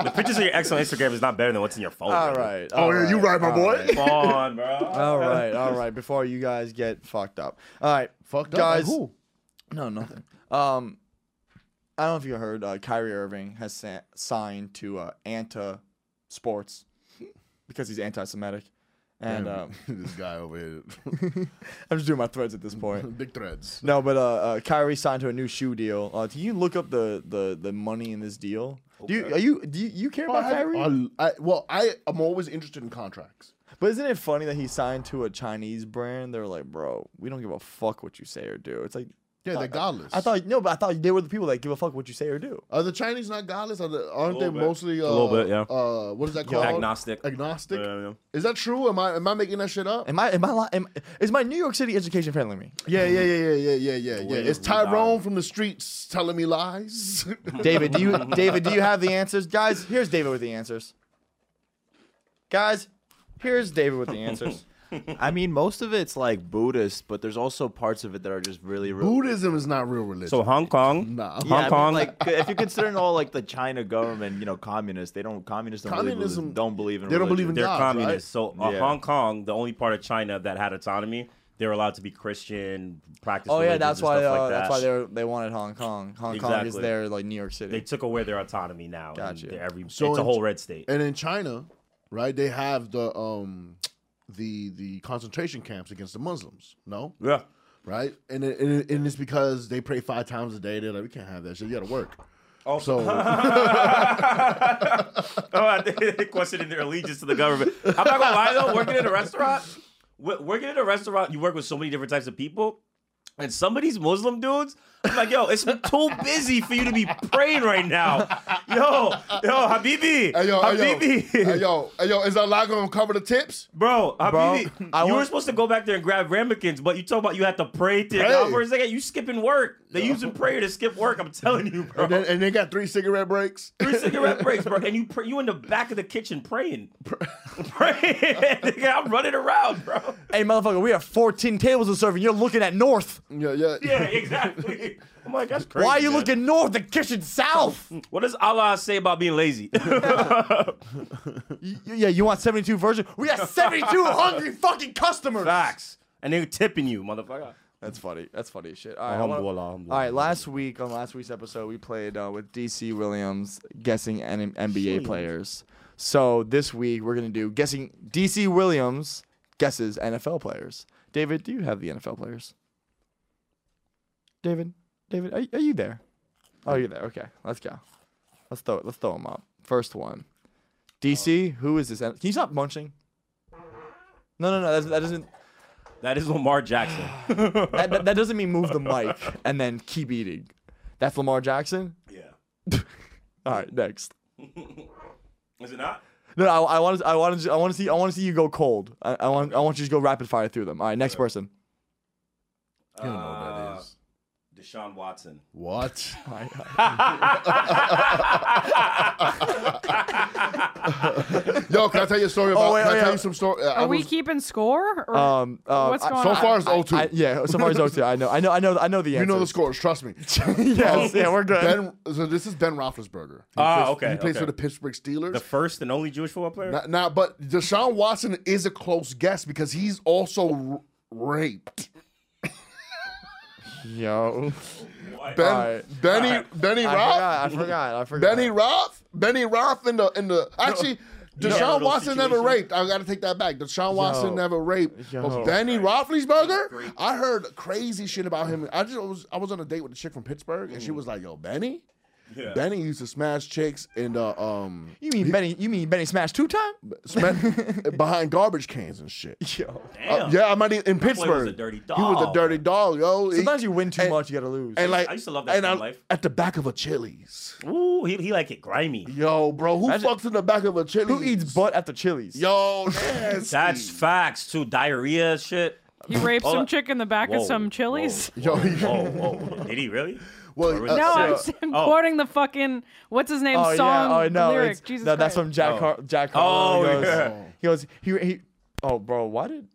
[SPEAKER 4] the pictures of your ex on Instagram is not better than what's in your phone.
[SPEAKER 1] All
[SPEAKER 4] bro.
[SPEAKER 1] right.
[SPEAKER 3] Oh
[SPEAKER 1] all
[SPEAKER 3] yeah, you right, my boy.
[SPEAKER 4] Come on, bro.
[SPEAKER 3] [LAUGHS]
[SPEAKER 1] All right, all right. Before you guys get fucked up. All right,
[SPEAKER 3] Fucked up.
[SPEAKER 1] guys.
[SPEAKER 3] Like, who?
[SPEAKER 1] No, nothing. Um, I don't know if you heard. Uh, Kyrie Irving has sa- signed to uh, Anta Sports because he's anti-Semitic, and um,
[SPEAKER 3] [LAUGHS] this guy over here,
[SPEAKER 1] [LAUGHS] I'm just doing my threads at this point.
[SPEAKER 3] [LAUGHS] big threads.
[SPEAKER 1] No, but uh, uh, Kyrie signed to a new shoe deal. Uh, can you look up the, the, the money in this deal? Do you are you do you, you care about Kyrie?
[SPEAKER 3] I, well, I am always interested in contracts.
[SPEAKER 1] But isn't it funny that he signed to a Chinese brand? They're like, bro, we don't give a fuck what you say or do. It's like,
[SPEAKER 3] Yeah, they're godless.
[SPEAKER 1] I thought no, but I thought they were the people that give a fuck what you say or do.
[SPEAKER 3] Are the Chinese not godless? Are the, aren't they
[SPEAKER 4] little bit.
[SPEAKER 3] mostly
[SPEAKER 4] A
[SPEAKER 3] uh,
[SPEAKER 4] little bit, yeah.
[SPEAKER 3] Uh, what is that
[SPEAKER 4] Yo.
[SPEAKER 3] called?
[SPEAKER 4] Agnostic.
[SPEAKER 3] Agnostic.
[SPEAKER 4] Yeah, yeah.
[SPEAKER 3] Is that true? Am I am I making that shit up?
[SPEAKER 1] Am I am I li- am, is my New York City education failing me?
[SPEAKER 3] Yeah, yeah, yeah, yeah, yeah, yeah, yeah, yeah.
[SPEAKER 4] way
[SPEAKER 3] Is
[SPEAKER 4] to
[SPEAKER 3] Tyrone
[SPEAKER 4] rebound.
[SPEAKER 3] from the streets telling me lies?
[SPEAKER 1] [LAUGHS]
[SPEAKER 3] [LAUGHS]
[SPEAKER 1] David, do you David, do you have the answers? Guys, here's David with the answers. Guys, here's David with the answers.
[SPEAKER 6] I mean, most of it's like Buddhist, but there's also parts of it that are just really real.
[SPEAKER 3] Buddhism is not real religion.
[SPEAKER 4] So Hong Kong,
[SPEAKER 3] Nah.
[SPEAKER 6] Yeah, I
[SPEAKER 4] Hong
[SPEAKER 6] mean,
[SPEAKER 4] Kong,
[SPEAKER 6] like if you're considering all like the China government, you know, communist, they don't communists don't
[SPEAKER 3] Communism-
[SPEAKER 6] believe, don't believe in
[SPEAKER 3] they don't believe
[SPEAKER 6] religion.
[SPEAKER 3] in
[SPEAKER 4] they're
[SPEAKER 3] gods, right?
[SPEAKER 4] communists. So uh,
[SPEAKER 6] Yeah.
[SPEAKER 4] Hong Kong, the only part of China that had autonomy, they were allowed to be Christian, practice.
[SPEAKER 1] [LAUGHS] oh yeah,
[SPEAKER 4] religions
[SPEAKER 1] that's
[SPEAKER 4] and
[SPEAKER 1] why
[SPEAKER 4] stuff
[SPEAKER 1] uh,
[SPEAKER 4] like
[SPEAKER 1] that's
[SPEAKER 4] that.
[SPEAKER 1] why they they wanted Hong Kong. Hong Kong is
[SPEAKER 4] Exactly.
[SPEAKER 1] their like New York City.
[SPEAKER 4] they took away their autonomy now. and
[SPEAKER 1] Gotcha.
[SPEAKER 4] they're Every,
[SPEAKER 3] So
[SPEAKER 4] it's a
[SPEAKER 3] in-
[SPEAKER 4] whole red state.
[SPEAKER 3] and in China, right? They have the um, the the concentration camps against the Muslims. No,
[SPEAKER 4] yeah.
[SPEAKER 3] right? And it, and, it, and it's because they pray five times a day. They're like, we can't have that shit. You got to work.
[SPEAKER 4] Oh,
[SPEAKER 3] So
[SPEAKER 4] [LAUGHS] oh, they questioning their allegiance to the government. I'm not gonna lie though, working in a restaurant, wo- working in a restaurant, you work with so many different types of people, and some of these Muslim dudes, I'm like, yo, it's too busy for you to be praying right now, yo, yo, Habibi,
[SPEAKER 3] Hey, yo, hey,
[SPEAKER 4] Habibi.
[SPEAKER 3] yo, hey, yo, hey, yo, is that lot gonna cover the tips?
[SPEAKER 4] [LAUGHS] Bro, Habibi,
[SPEAKER 1] I
[SPEAKER 4] you were
[SPEAKER 1] want-
[SPEAKER 4] supposed to go back there and grab ramekins, but you talk about you had to pray to
[SPEAKER 3] Pray.
[SPEAKER 4] God for a second. You skipping work. They using prayer to skip work. I'm telling you, bro.
[SPEAKER 3] And then, and they got three cigarette breaks. [LAUGHS]
[SPEAKER 4] Three [LAUGHS] cigarette breaks, bro. And you pr- you in the back of the kitchen [LAUGHS] praying. praying. [LAUGHS] Nigga, I'm running around, bro.
[SPEAKER 1] hey motherfucker, we have 14 tables to serve, and you're looking at north.
[SPEAKER 3] Yeah, yeah.
[SPEAKER 4] [LAUGHS] Yeah, exactly. I'm like, that's crazy.
[SPEAKER 1] Why are you
[SPEAKER 4] man.
[SPEAKER 1] looking north? The kitchen south. Y-
[SPEAKER 4] What does Allah say about being [LAUGHS] lazy?
[SPEAKER 1] y- yeah, you want 72 version? We got 72 hungry fucking customers.
[SPEAKER 4] Facts. And they're tipping you, motherfucker.
[SPEAKER 1] That's funny. That's funny as shit. All right, I
[SPEAKER 4] Alhamdulillah,
[SPEAKER 1] wanna-
[SPEAKER 4] alhamdulillah.
[SPEAKER 1] all right. Last week on last week's episode, we played uh, with DC Williams guessing N- NBA players. So this week we're gonna do guessing DC Williams guesses NFL players. David, do you have the NFL players? David, David, are, are you there? Oh, you're there. Okay, let's go. Let's throw it. Let's throw them up. First one, DC. Who is this? Can you stop munching? No, no, no. That's, that doesn't.
[SPEAKER 4] That is Lamar Jackson.
[SPEAKER 1] That, that, that doesn't mean move the mic and then keep eating. That's Lamar Jackson.
[SPEAKER 4] [SIGHS] yeah.
[SPEAKER 1] All right, next.
[SPEAKER 4] Is it not?
[SPEAKER 1] No, no, I, I want to. I want to. I want to see. I want to see you go cold. I, I want. I want you to go rapid fire through them. All right, next person.
[SPEAKER 3] You don't know what that is.
[SPEAKER 4] Deshaun Watson.
[SPEAKER 3] What?
[SPEAKER 1] All right, all right.
[SPEAKER 3] Yo, can I tell you a story about?
[SPEAKER 1] wait,
[SPEAKER 3] can
[SPEAKER 1] wait,
[SPEAKER 3] I tell
[SPEAKER 1] wait.
[SPEAKER 3] you some story? uh, I
[SPEAKER 5] Are we
[SPEAKER 3] was-
[SPEAKER 5] keeping score? Or
[SPEAKER 1] Um, uh,
[SPEAKER 5] what's
[SPEAKER 1] I-
[SPEAKER 5] going
[SPEAKER 3] so
[SPEAKER 5] on?
[SPEAKER 3] far,
[SPEAKER 5] [LAUGHS]
[SPEAKER 3] it's 0-2.
[SPEAKER 1] I, yeah, so far as those two, I know, I know, I know, I know the answer.
[SPEAKER 3] you know the scores. Trust me.
[SPEAKER 1] [LAUGHS]
[SPEAKER 3] [LAUGHS]
[SPEAKER 1] yes, yeah, we're good.
[SPEAKER 3] Ben, so this is Ben Roethlisberger. He
[SPEAKER 4] Ah,
[SPEAKER 3] plays,
[SPEAKER 4] okay,
[SPEAKER 3] He plays
[SPEAKER 4] okay.
[SPEAKER 3] for the Pittsburgh Steelers.
[SPEAKER 4] The first and only Jewish football player?
[SPEAKER 3] Now, now, but Deshaun Watson is a close guess because he's also r- raped.
[SPEAKER 1] Yo,
[SPEAKER 3] Ben,
[SPEAKER 1] Alright.
[SPEAKER 3] Benny, Benny
[SPEAKER 1] I
[SPEAKER 3] Roth,
[SPEAKER 1] forgot, I forgot, I forgot.
[SPEAKER 3] Benny Roth, Benny Roth in the in the
[SPEAKER 1] [LAUGHS]
[SPEAKER 3] actually. Deshaun
[SPEAKER 4] Marital
[SPEAKER 3] Watson never
[SPEAKER 4] situation.
[SPEAKER 3] raped. I gotta take that back. Deshaun Watson never raped.
[SPEAKER 1] Yo.
[SPEAKER 3] But Benny Roethlisberger, I heard crazy shit about him. I just was I was on a date with a chick from Pittsburgh, and she was like, "Yo, Benny,
[SPEAKER 4] Yeah.
[SPEAKER 3] Benny used to smash chicks and uh, um
[SPEAKER 1] you mean Benny? You mean Benny Smash two time?
[SPEAKER 3] sma- behind garbage cans and shit."
[SPEAKER 1] Yo,
[SPEAKER 4] Damn.
[SPEAKER 3] Uh, yeah, I might in Pittsburgh.
[SPEAKER 4] a dirty
[SPEAKER 3] He was a
[SPEAKER 4] dog.
[SPEAKER 3] dirty dog, yo. He-
[SPEAKER 1] sometimes you win too
[SPEAKER 3] and-
[SPEAKER 1] much, you gotta lose.
[SPEAKER 3] and like
[SPEAKER 4] I used to love that
[SPEAKER 3] and
[SPEAKER 4] kind of
[SPEAKER 3] I-
[SPEAKER 4] life.
[SPEAKER 3] at the back of a Chili's.
[SPEAKER 4] Ooh, he, he like it grimy.
[SPEAKER 3] Yo, bro, who
[SPEAKER 1] Imagine-
[SPEAKER 3] fucks in the back of a Chili's?
[SPEAKER 1] Who eats butt at the Chili's?
[SPEAKER 3] Yo, nasty.
[SPEAKER 4] That's facts too. Diarrhea [LAUGHS] shit.
[SPEAKER 5] he raped
[SPEAKER 4] Hold
[SPEAKER 5] some
[SPEAKER 4] on.
[SPEAKER 5] chick in the back
[SPEAKER 4] Whoa,
[SPEAKER 5] of some Chili's.
[SPEAKER 4] Whoa,
[SPEAKER 3] yo.
[SPEAKER 4] whoa, whoa. Did he
[SPEAKER 3] [LAUGHS]
[SPEAKER 4] really?
[SPEAKER 3] Well,
[SPEAKER 4] No,
[SPEAKER 5] No,
[SPEAKER 4] So-
[SPEAKER 5] I'm,
[SPEAKER 3] uh,
[SPEAKER 5] s- I'm
[SPEAKER 4] oh.
[SPEAKER 5] quoting the fucking what's his name
[SPEAKER 1] Oh
[SPEAKER 5] song
[SPEAKER 1] yeah, oh no,
[SPEAKER 5] lyric.
[SPEAKER 1] it's-
[SPEAKER 5] Jesus
[SPEAKER 1] no, that's
[SPEAKER 5] Christ.
[SPEAKER 1] from Jack.
[SPEAKER 4] Oh.
[SPEAKER 1] Har- Jack.
[SPEAKER 4] Oh,
[SPEAKER 1] Harlow.
[SPEAKER 4] yeah.
[SPEAKER 1] He goes. He goes. He, he. Oh, bro, why did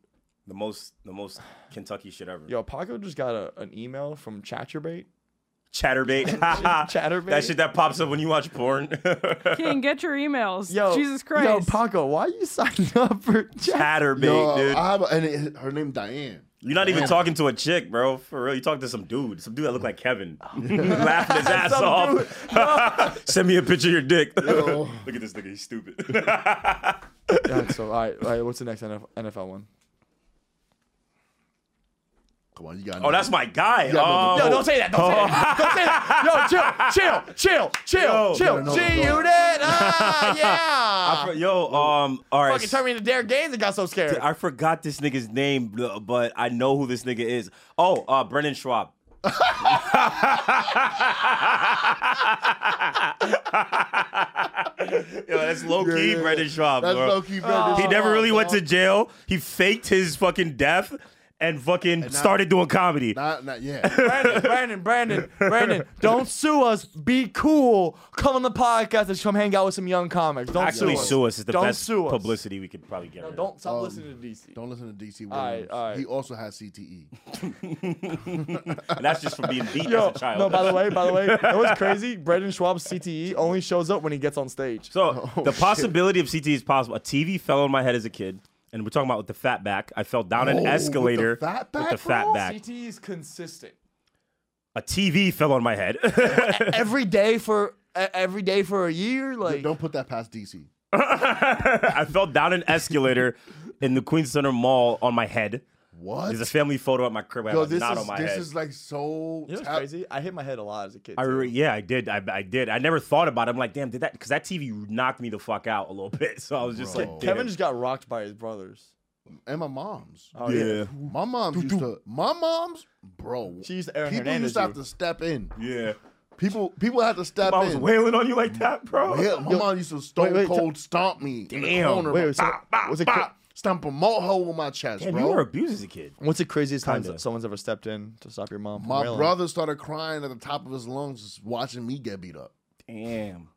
[SPEAKER 4] The most the most Kentucky shit ever.
[SPEAKER 1] yo Paco just got a, an email from Chatterbait?
[SPEAKER 4] Chatterbait.
[SPEAKER 1] [LAUGHS] Chatterbait?
[SPEAKER 4] That shit that pops up when you
[SPEAKER 1] [LAUGHS]
[SPEAKER 4] watch porn.
[SPEAKER 5] King, get your emails.
[SPEAKER 1] Yo,
[SPEAKER 5] Jesus
[SPEAKER 1] Yo,
[SPEAKER 5] Christ.
[SPEAKER 1] Paco, why you signed [LAUGHS] up for Chat?
[SPEAKER 4] Chatterbait,
[SPEAKER 3] yo,
[SPEAKER 4] dude.
[SPEAKER 3] I have a, and it, her name Diane.
[SPEAKER 4] You're not even talking to a chick, bro. For real, you talking to some dude. Some dude that looked
[SPEAKER 1] [LAUGHS]
[SPEAKER 4] like Kevin, laughing his ass
[SPEAKER 1] Some
[SPEAKER 4] off. [LAUGHS] Send me a picture of your dick. [LAUGHS]
[SPEAKER 3] Yo.
[SPEAKER 4] Look at this nigga, he's stupid.
[SPEAKER 1] Yeah, so, all right, all right, what's the next NF- NFL one?
[SPEAKER 3] Come on, you got.
[SPEAKER 4] [LAUGHS] oh, that's my guy.
[SPEAKER 3] no, no.
[SPEAKER 4] oh,
[SPEAKER 1] No, don't say that. Don't say that. Don't say that. Oh. Yo, chill, chill, chill,
[SPEAKER 4] Yo.
[SPEAKER 1] chill,
[SPEAKER 3] No, no,
[SPEAKER 1] chill.
[SPEAKER 3] no,
[SPEAKER 1] G
[SPEAKER 3] no.
[SPEAKER 1] Unit. [LAUGHS] Ah, yeah.
[SPEAKER 4] Yo, um, all right.
[SPEAKER 1] Fucking turned me into Derek Gaines and got so scared.
[SPEAKER 4] I forgot this nigga's name, bl- but I know who this nigga is. Oh, uh, Brendan Schwab. [LAUGHS] Yo, that's low key
[SPEAKER 3] yeah, yeah.
[SPEAKER 4] Brendan Schwab,
[SPEAKER 3] That's
[SPEAKER 4] bro. Oh.
[SPEAKER 3] low key.
[SPEAKER 4] He never really went to jail. He faked his fucking death and fucking
[SPEAKER 3] now-
[SPEAKER 4] started doing comedy.
[SPEAKER 3] Not, not
[SPEAKER 4] [LAUGHS]
[SPEAKER 3] yeah.
[SPEAKER 1] Brandon, Brandon, Brandon, Brandon, don't sue us. Be cool. Come on the podcast and come hang out with some young comics. Don't
[SPEAKER 4] Actually,
[SPEAKER 1] sue us.
[SPEAKER 4] sue us is the
[SPEAKER 1] don't
[SPEAKER 4] best
[SPEAKER 1] sue us.
[SPEAKER 4] publicity we could probably get. rid of.
[SPEAKER 1] Don't stop
[SPEAKER 3] Um,
[SPEAKER 1] listening to DC.
[SPEAKER 3] Don't listen to DC Williams.
[SPEAKER 1] right, all right.
[SPEAKER 3] He also has E. CTE.
[SPEAKER 4] And that's just from being beat
[SPEAKER 1] Yo,
[SPEAKER 4] as a child.
[SPEAKER 1] no, by the way, by the way, that
[SPEAKER 4] [LAUGHS]
[SPEAKER 1] was crazy. Brandon Schwab's CTE only shows up when he gets on stage.
[SPEAKER 4] So
[SPEAKER 3] [LAUGHS] Oh,
[SPEAKER 4] the possibility of CT is possible. A TV fell on my head as a kid, and we're talking about with the fat back. I fell down
[SPEAKER 3] Oh, with
[SPEAKER 4] an
[SPEAKER 3] the
[SPEAKER 4] escalator
[SPEAKER 3] fat
[SPEAKER 4] with
[SPEAKER 3] back,
[SPEAKER 4] the fat
[SPEAKER 3] bro?
[SPEAKER 4] back.
[SPEAKER 1] CTE E is consistent.
[SPEAKER 4] A TV fell on my head. [LAUGHS]
[SPEAKER 1] Every day for e- every day for a year, like
[SPEAKER 3] Don't put that past DC.
[SPEAKER 4] I fell down an escalator in the Queens Center Mall on my head.
[SPEAKER 3] What?
[SPEAKER 4] There's a family photo at my crib. I
[SPEAKER 3] Yo,
[SPEAKER 4] have a
[SPEAKER 3] this
[SPEAKER 4] knot
[SPEAKER 3] is
[SPEAKER 4] on my
[SPEAKER 3] this
[SPEAKER 4] head.
[SPEAKER 3] is like so.
[SPEAKER 1] You know what's
[SPEAKER 3] tap-
[SPEAKER 1] crazy? I hit my head a lot as a kid.
[SPEAKER 4] I
[SPEAKER 1] too.
[SPEAKER 4] re- yeah, I did. I, I did. I never thought about it. I'm like, damn, did that? Because that TV knocked me the fuck out a little [LAUGHS] bit. So I was just
[SPEAKER 3] Bro.
[SPEAKER 4] like, damn.
[SPEAKER 1] Kevin just got rocked by his brothers.
[SPEAKER 3] And my mom's.
[SPEAKER 1] Oh
[SPEAKER 4] yeah,
[SPEAKER 3] My mom's used to. My mom's, bro.
[SPEAKER 1] She used to Aaron
[SPEAKER 3] people
[SPEAKER 1] Hernandez
[SPEAKER 3] used to have
[SPEAKER 1] you.
[SPEAKER 3] to step in. [LAUGHS]
[SPEAKER 4] yeah.
[SPEAKER 3] People, people had to step
[SPEAKER 4] I was
[SPEAKER 3] in.
[SPEAKER 4] wailing on you like that, bro.
[SPEAKER 3] yeah, my mom used to stone
[SPEAKER 1] wait, wait,
[SPEAKER 3] cold stomp me in the
[SPEAKER 4] Damn.
[SPEAKER 3] corner.
[SPEAKER 1] Wait,
[SPEAKER 3] Wait,
[SPEAKER 1] wait, so- was
[SPEAKER 3] was
[SPEAKER 1] it
[SPEAKER 3] it
[SPEAKER 1] cra-
[SPEAKER 3] stomp a mohawk with my chest,
[SPEAKER 4] Damn,
[SPEAKER 3] bro.
[SPEAKER 4] you were abused as a kid.
[SPEAKER 1] What's the craziest time
[SPEAKER 4] Kinda.
[SPEAKER 1] that someone's ever stepped in to stop your mom? From
[SPEAKER 3] my
[SPEAKER 1] railing?
[SPEAKER 3] brother started crying at the top of his lungs just watching me get beat up.
[SPEAKER 4] Damn.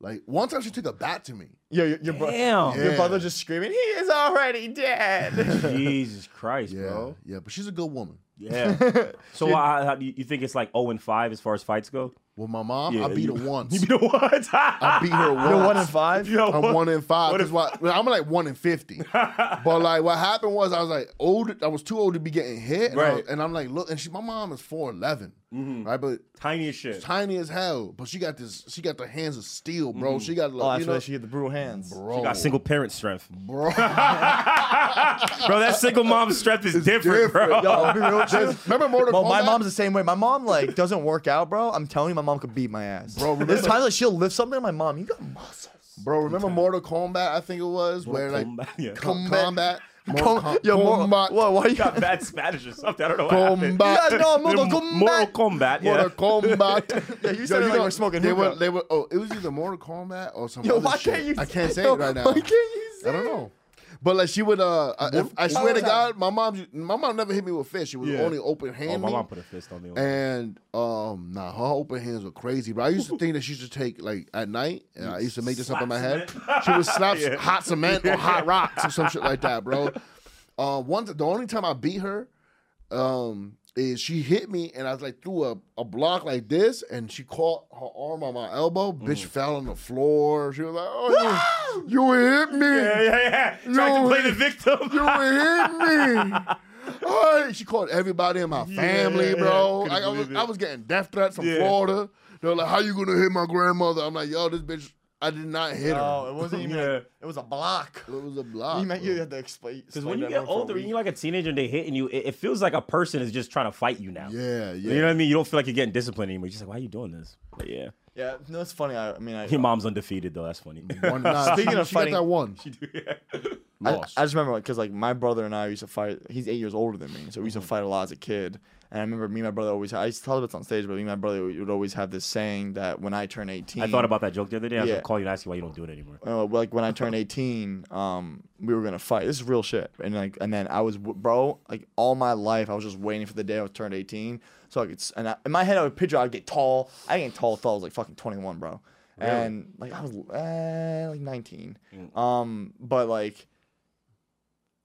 [SPEAKER 3] Like one time, she took a bat to me.
[SPEAKER 1] Yo, your, your, bro-
[SPEAKER 4] Damn.
[SPEAKER 1] your
[SPEAKER 3] Yeah.
[SPEAKER 1] brother just screaming, "He is already dead."
[SPEAKER 4] Jesus Christ,
[SPEAKER 3] Yeah,
[SPEAKER 4] bro.
[SPEAKER 3] yeah, but she's a good woman. [LAUGHS]
[SPEAKER 4] Yeah. So I, I, you you think it's like 0 and 5 as far as fights
[SPEAKER 3] [LAUGHS]
[SPEAKER 4] go?
[SPEAKER 3] Well, my mom, I
[SPEAKER 4] Yeah,
[SPEAKER 3] beat
[SPEAKER 4] you-
[SPEAKER 3] her once.
[SPEAKER 4] You be the [LAUGHS] ones.
[SPEAKER 3] I beat her once.
[SPEAKER 1] You're one in five.
[SPEAKER 4] Yo,
[SPEAKER 3] I'm one in five.
[SPEAKER 4] [LAUGHS] what
[SPEAKER 3] That's
[SPEAKER 4] if-
[SPEAKER 3] why
[SPEAKER 4] [LAUGHS]
[SPEAKER 3] well, I'm like one in fifty. but like what happened was I was like old. I was too old to be getting hit. And I
[SPEAKER 4] Right. Mm-hmm.
[SPEAKER 3] was- and I'm like, look, and she, my mom is four eleven. right? But
[SPEAKER 4] Tiny as shit.
[SPEAKER 3] tiny as hell, but she got this. She got the hands of steel, bro.
[SPEAKER 4] Mm-hmm.
[SPEAKER 3] She got
[SPEAKER 1] Oh,
[SPEAKER 3] like,
[SPEAKER 1] that's
[SPEAKER 3] you know,
[SPEAKER 1] why she had the brutal hands.
[SPEAKER 3] bro,
[SPEAKER 4] Got single parent strength, [LAUGHS]
[SPEAKER 3] bro.
[SPEAKER 4] bro. That single mom strength is different,
[SPEAKER 3] different,
[SPEAKER 4] bro.
[SPEAKER 1] Yo,
[SPEAKER 4] [LAUGHS]
[SPEAKER 1] I'll be
[SPEAKER 3] [LAUGHS]
[SPEAKER 1] real with you.
[SPEAKER 3] Remember Mortal
[SPEAKER 1] Well,
[SPEAKER 3] Kombat?
[SPEAKER 1] my mom's the same way. My mom like doesn't work out, bro. I'm telling you, my mom could beat my ass.
[SPEAKER 3] Bro, remember-
[SPEAKER 1] there's times like she'll lift something. and My mom, you got muscles.
[SPEAKER 3] bro.
[SPEAKER 1] [LAUGHS]
[SPEAKER 3] Remember Mortal Kombat? I think it was where like
[SPEAKER 4] Kombat, yeah.
[SPEAKER 3] com-
[SPEAKER 1] Kombat.
[SPEAKER 3] combat,
[SPEAKER 1] [LAUGHS] Come-
[SPEAKER 3] Mortal
[SPEAKER 1] yo, Mor-
[SPEAKER 3] Kombat,
[SPEAKER 1] what? Why you
[SPEAKER 4] Got
[SPEAKER 1] got?
[SPEAKER 4] bad Spanish or something. I don't know what happened.
[SPEAKER 3] combat.
[SPEAKER 1] Yeah, no, Mortal Kombat.
[SPEAKER 4] Mortal Kombat.
[SPEAKER 1] [LAUGHS]
[SPEAKER 4] Yeah.
[SPEAKER 3] Mortal Kombat.
[SPEAKER 1] Yeah, you said it like
[SPEAKER 3] know,
[SPEAKER 1] we're smoking
[SPEAKER 3] They
[SPEAKER 1] hookah.
[SPEAKER 3] were, they were. Oh, it was either Mortal Kombat or some.
[SPEAKER 1] Yo,
[SPEAKER 3] other
[SPEAKER 1] why
[SPEAKER 3] shit.
[SPEAKER 1] can't you?
[SPEAKER 3] I can't say
[SPEAKER 1] yo,
[SPEAKER 3] it right now.
[SPEAKER 1] [LAUGHS] Why can't you say?
[SPEAKER 3] I don't know. Mm. But like she would, uh, I, if, I swear to
[SPEAKER 1] Kombat.
[SPEAKER 3] God, my mom, my mom never hit me with fists. She was only open hand.
[SPEAKER 4] Oh, my
[SPEAKER 3] me.
[SPEAKER 4] mom put a fist on me.
[SPEAKER 3] And um, nah, her open hands were crazy. But
[SPEAKER 4] [LAUGHS]
[SPEAKER 3] I used to think that she should take like at night, and I used to make this up in my head. She would slap
[SPEAKER 4] [LAUGHS] Yeah.
[SPEAKER 3] hot cement
[SPEAKER 4] [LAUGHS]
[SPEAKER 3] or hot rocks or some shit like that, bro. Uh, one the only time I beat her, um, is she hit me and I was like threw a, a block like this, and she caught her arm on my elbow.
[SPEAKER 4] Mm.
[SPEAKER 3] Bitch fell on the floor. She was like, "Oh,
[SPEAKER 4] [LAUGHS]
[SPEAKER 3] you, you hit me."
[SPEAKER 4] yeah, yeah, yeah. Trying to
[SPEAKER 3] No,
[SPEAKER 4] play
[SPEAKER 3] he-
[SPEAKER 4] the victim.
[SPEAKER 3] You hit [LAUGHS] me. Oh, she called everybody in my family,
[SPEAKER 4] yeah,
[SPEAKER 3] bro.
[SPEAKER 4] couldn't
[SPEAKER 3] Like, I, was,
[SPEAKER 4] believe it.
[SPEAKER 3] I was getting death threats from
[SPEAKER 4] Yeah.
[SPEAKER 3] Florida. They're like, "How you gonna hit my grandmother?" I'm like, "Yo, this bitch, I did not hit
[SPEAKER 1] No,
[SPEAKER 4] Oh,
[SPEAKER 3] her.
[SPEAKER 1] it wasn't even.
[SPEAKER 4] Yeah.
[SPEAKER 1] [LAUGHS] It was a block.
[SPEAKER 3] It was a block."
[SPEAKER 1] You, meant,
[SPEAKER 3] bro.
[SPEAKER 1] you had to explain.
[SPEAKER 4] Because when you get older, and you're like a teenager and they hitting you, it, it feels like a person is just trying to fight you now.
[SPEAKER 3] yeah, yeah.
[SPEAKER 4] You know what I mean? You don't feel like you're getting disciplined anymore. You're just like, why are you doing this? But yeah.
[SPEAKER 1] yeah, no, it's funny. I, I mean, I,
[SPEAKER 4] Your mom's undefeated, though. That's funny.
[SPEAKER 3] One, nah,
[SPEAKER 1] [LAUGHS] Speaking
[SPEAKER 3] she,
[SPEAKER 1] of
[SPEAKER 3] she
[SPEAKER 1] fighting-
[SPEAKER 3] got that one.
[SPEAKER 1] I, I just remember because like my brother and I used to fight. He's eight years older than me, so we
[SPEAKER 4] Mm-hmm.
[SPEAKER 1] used to fight a lot as a kid. And I remember me and my brother always. I used to tell this on stage, but me and my brother would always have this saying that when I turn eighteen,
[SPEAKER 4] I thought about that joke the other day. I was
[SPEAKER 1] Yeah.
[SPEAKER 4] going to call you and ask you why you don't do it anymore.
[SPEAKER 1] uh, like when I turned 18, um, we were gonna fight. This is real shit. And like, and then I was, bro, like all my life, I was just waiting for the day I was turned 18, so I could. s- And I, in my head, I would picture I'd get tall. I ain't tall, tall. I was like fucking 21, bro. And like I was eh, like 19. Um, but like,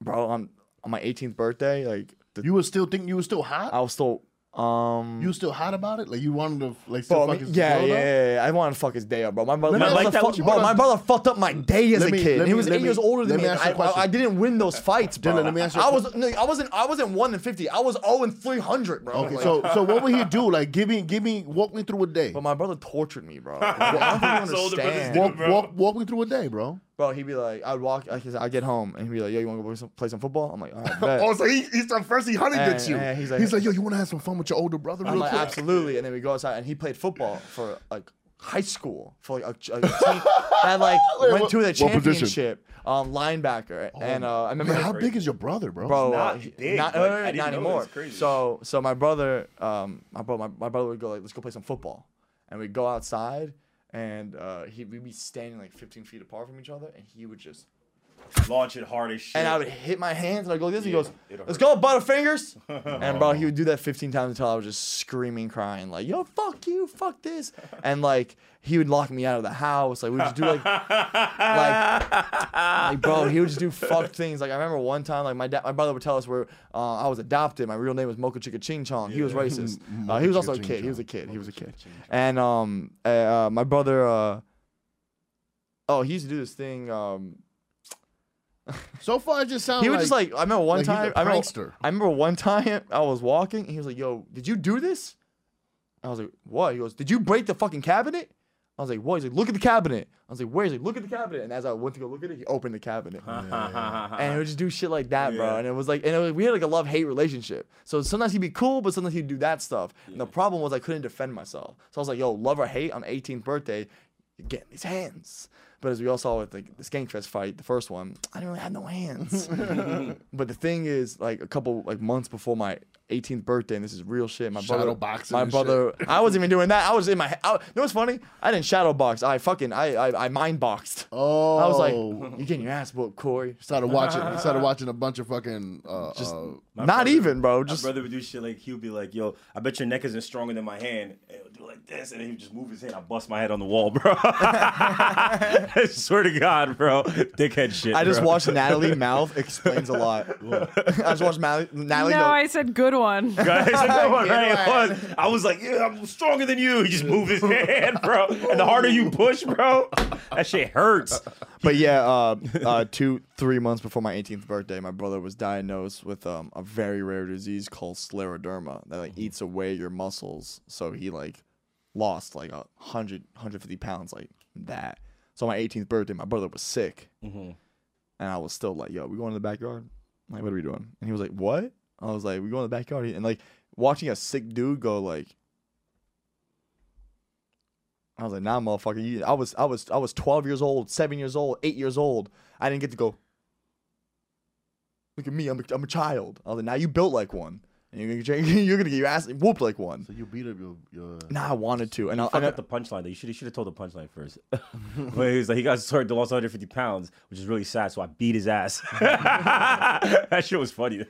[SPEAKER 1] bro, on on my 18th birthday, like the,
[SPEAKER 3] You were still thinking you were still hot.
[SPEAKER 1] I was still, um,
[SPEAKER 3] you were still hot about it. Like you wanted to like still
[SPEAKER 1] Bro, I mean,
[SPEAKER 3] fucking
[SPEAKER 1] yeah, yeah,
[SPEAKER 3] Zelda?
[SPEAKER 1] yeah, yeah. I want to fuck his day up, bro. My brother,
[SPEAKER 3] me
[SPEAKER 1] my
[SPEAKER 3] ask
[SPEAKER 1] brother
[SPEAKER 4] you-
[SPEAKER 1] fucked-
[SPEAKER 4] you
[SPEAKER 1] bro,
[SPEAKER 3] wanna-
[SPEAKER 1] my brother fucked up my day as
[SPEAKER 3] Let me-
[SPEAKER 1] a kid.
[SPEAKER 3] let
[SPEAKER 1] and he
[SPEAKER 3] me-
[SPEAKER 1] was
[SPEAKER 3] let
[SPEAKER 1] eight
[SPEAKER 3] me-
[SPEAKER 1] years older than
[SPEAKER 3] let
[SPEAKER 1] me.
[SPEAKER 3] me ask you a
[SPEAKER 1] and I, I,
[SPEAKER 3] question.
[SPEAKER 1] I didn't win those fights, bro.
[SPEAKER 3] Dylan, let me ask you a
[SPEAKER 1] I was no, I wasn't. I wasn't one in fifty. I was zero and three hundred, bro.
[SPEAKER 3] Okay,
[SPEAKER 1] Like,
[SPEAKER 3] so so what would he do? Like, give me, give me, walk me through a day.
[SPEAKER 1] but my brother tortured me,
[SPEAKER 3] [LAUGHS]
[SPEAKER 1] bro. Like, I don't
[SPEAKER 4] So older
[SPEAKER 1] think you
[SPEAKER 4] brothers
[SPEAKER 1] understand.
[SPEAKER 4] do.
[SPEAKER 3] Walk, walk, walk me through a day, bro.
[SPEAKER 1] bro, he'd be like, I'd walk, like, I'd get home, and he'd be like, Yo, you want to go play some, play some football? I'm like, All right,
[SPEAKER 3] [LAUGHS]
[SPEAKER 1] bet.
[SPEAKER 3] Oh, so he, he's the first he hunted
[SPEAKER 1] And-
[SPEAKER 3] at you.
[SPEAKER 1] and
[SPEAKER 3] he's,
[SPEAKER 1] he's
[SPEAKER 3] like,
[SPEAKER 1] like-
[SPEAKER 3] yo, you want to have some fun with your older brother?
[SPEAKER 1] I'm
[SPEAKER 3] real
[SPEAKER 1] like,
[SPEAKER 3] quick?
[SPEAKER 1] absolutely. And then we go outside, and he played football for like high school for like a, ch- a team [LAUGHS] that like went
[SPEAKER 3] what-
[SPEAKER 1] to the
[SPEAKER 3] what position? Oh,
[SPEAKER 1] championship um, linebacker. and uh, I remember
[SPEAKER 3] Man, how big is your brother, bro?
[SPEAKER 1] bro?
[SPEAKER 4] not
[SPEAKER 1] uh, he-
[SPEAKER 4] big,
[SPEAKER 1] not,
[SPEAKER 4] but
[SPEAKER 1] no, no, no,
[SPEAKER 4] I
[SPEAKER 1] not
[SPEAKER 4] didn't know it.
[SPEAKER 1] anymore.
[SPEAKER 4] It's crazy.
[SPEAKER 1] So so my brother, um, my bro, my, my brother would go like, let's go play some football, and we'd go outside, and uh, he we'd be standing like 15 feet apart from each other, and he would just
[SPEAKER 4] [LAUGHS] Launch it hard as shit.
[SPEAKER 1] and I would hit my hands and I'd go like this.
[SPEAKER 4] Yeah,
[SPEAKER 1] he goes,
[SPEAKER 4] it'll
[SPEAKER 1] Let's go, Butterfingers.
[SPEAKER 4] [LAUGHS]
[SPEAKER 1] and bro, he would do that 15 times until I was just screaming, crying, like, yo, fuck you, fuck this. And like, he would lock me out of the house. Like, we would just do like, like, like, bro, he would just do fucked things. Like, I remember one time, like, my dad, my brother would tell us where uh, I was adopted. My real name was Mocha Chicka Ching Chong. He was
[SPEAKER 4] [LAUGHS]
[SPEAKER 1] racist. Uh, he was also a kid. He was a kid. He was a kid. And um, uh, uh, my brother, uh, oh, he used to do this thing. Um,
[SPEAKER 3] So far, it just sounds.
[SPEAKER 1] he would just like I remember one
[SPEAKER 3] like he's a
[SPEAKER 1] time. I
[SPEAKER 3] prankster.
[SPEAKER 1] remember, I remember one time I was walking and he was like, "Yo, did you do this?" I was like, "What?" He goes, "Did you break the fucking cabinet?" I was like, "What?" He's like, "Look at the cabinet." I was like, "Where?" He's like, "Look at the cabinet." And as I went to go look at it, he opened the cabinet.
[SPEAKER 3] Uh-huh.
[SPEAKER 1] And he would just do shit like that, bro. And it was like, and it was, we had like a love hate relationship. So sometimes he'd be cool, but sometimes he'd do that stuff. And the problem was I couldn't defend myself. So I was like, yo, love or hate on 18th birthday, you're getting these hangs. But as we all saw with like the Skankfest fight, the first one, I didn't really have no
[SPEAKER 3] [LAUGHS]
[SPEAKER 1] hands. [LAUGHS] but the thing is, like a couple like months before my 18th birthday, and this is real shit. My
[SPEAKER 3] Shadow
[SPEAKER 1] brother,
[SPEAKER 3] boxing
[SPEAKER 1] my
[SPEAKER 3] and
[SPEAKER 1] brother, [LAUGHS] I wasn't even doing that. I was in my, I, you know what's funny? I didn't shadow box. I fucking, I, I, I mind boxed.
[SPEAKER 3] Oh,
[SPEAKER 1] I was like, you're getting your ass whooped, Corey.
[SPEAKER 3] started watching,
[SPEAKER 1] [LAUGHS]
[SPEAKER 3] started watching a bunch of fucking. Uh, uh,
[SPEAKER 1] Not
[SPEAKER 4] brother-
[SPEAKER 1] even, bro.
[SPEAKER 4] My
[SPEAKER 1] Just [LAUGHS]
[SPEAKER 4] brother would do shit like he would be like, "Yo, I bet your neck isn't stronger than my hand." And he'll do like this, and then he would just move his hand. I bust my head on the wall, bro. [LAUGHS] I swear to God, bro, dickhead shit.
[SPEAKER 1] I just [LAUGHS]
[SPEAKER 4] bro. [LAUGHS]
[SPEAKER 1] watched Natalie Mouth explains a lot. I just watched Mal- Natalie.
[SPEAKER 5] no,
[SPEAKER 1] no,
[SPEAKER 5] I said good one.
[SPEAKER 1] [LAUGHS]
[SPEAKER 4] Guys, [LAUGHS] I know what it was. I was like, yeah, I'm stronger than you. He just moved
[SPEAKER 1] [LAUGHS]
[SPEAKER 4] his hand, bro. And the harder you push, bro, that shit hurts.
[SPEAKER 1] But yeah, uh,
[SPEAKER 4] [LAUGHS]
[SPEAKER 1] uh, two, three months before my 18th birthday, my brother was diagnosed with um, a very rare disease called scleroderma that
[SPEAKER 4] Mm-hmm.
[SPEAKER 1] like eats away your muscles. So he like lost like a hundred, hundred fifty pounds like that. So my 18th birthday, my brother was sick,
[SPEAKER 4] Mm-hmm.
[SPEAKER 1] and I was still like, "Yo, we going to the backyard? I'm like, what are we doing?" And he was like, "What?" I was like, "We going to the backyard?" And like watching a sick dude go like. I was like, nah, motherfucker. You, I was, I was, I was 12 years old, seven years old, eight years old. I didn't get to go. Look at me, I'm a, I'm a child. I was like, now you built like one, and you're gonna, get- you're gonna get your [LAUGHS] ass whooped like one.
[SPEAKER 3] So you beat up your your.
[SPEAKER 1] Nah, I wanted to, and I,
[SPEAKER 4] Fuck
[SPEAKER 1] and I-
[SPEAKER 4] up the punchline though. You should have should have told the punchline first. [LAUGHS] but he was like, he got started lost 150 pounds, which is really sad. So I beat his ass. [LAUGHS] that shit was funny. [LAUGHS]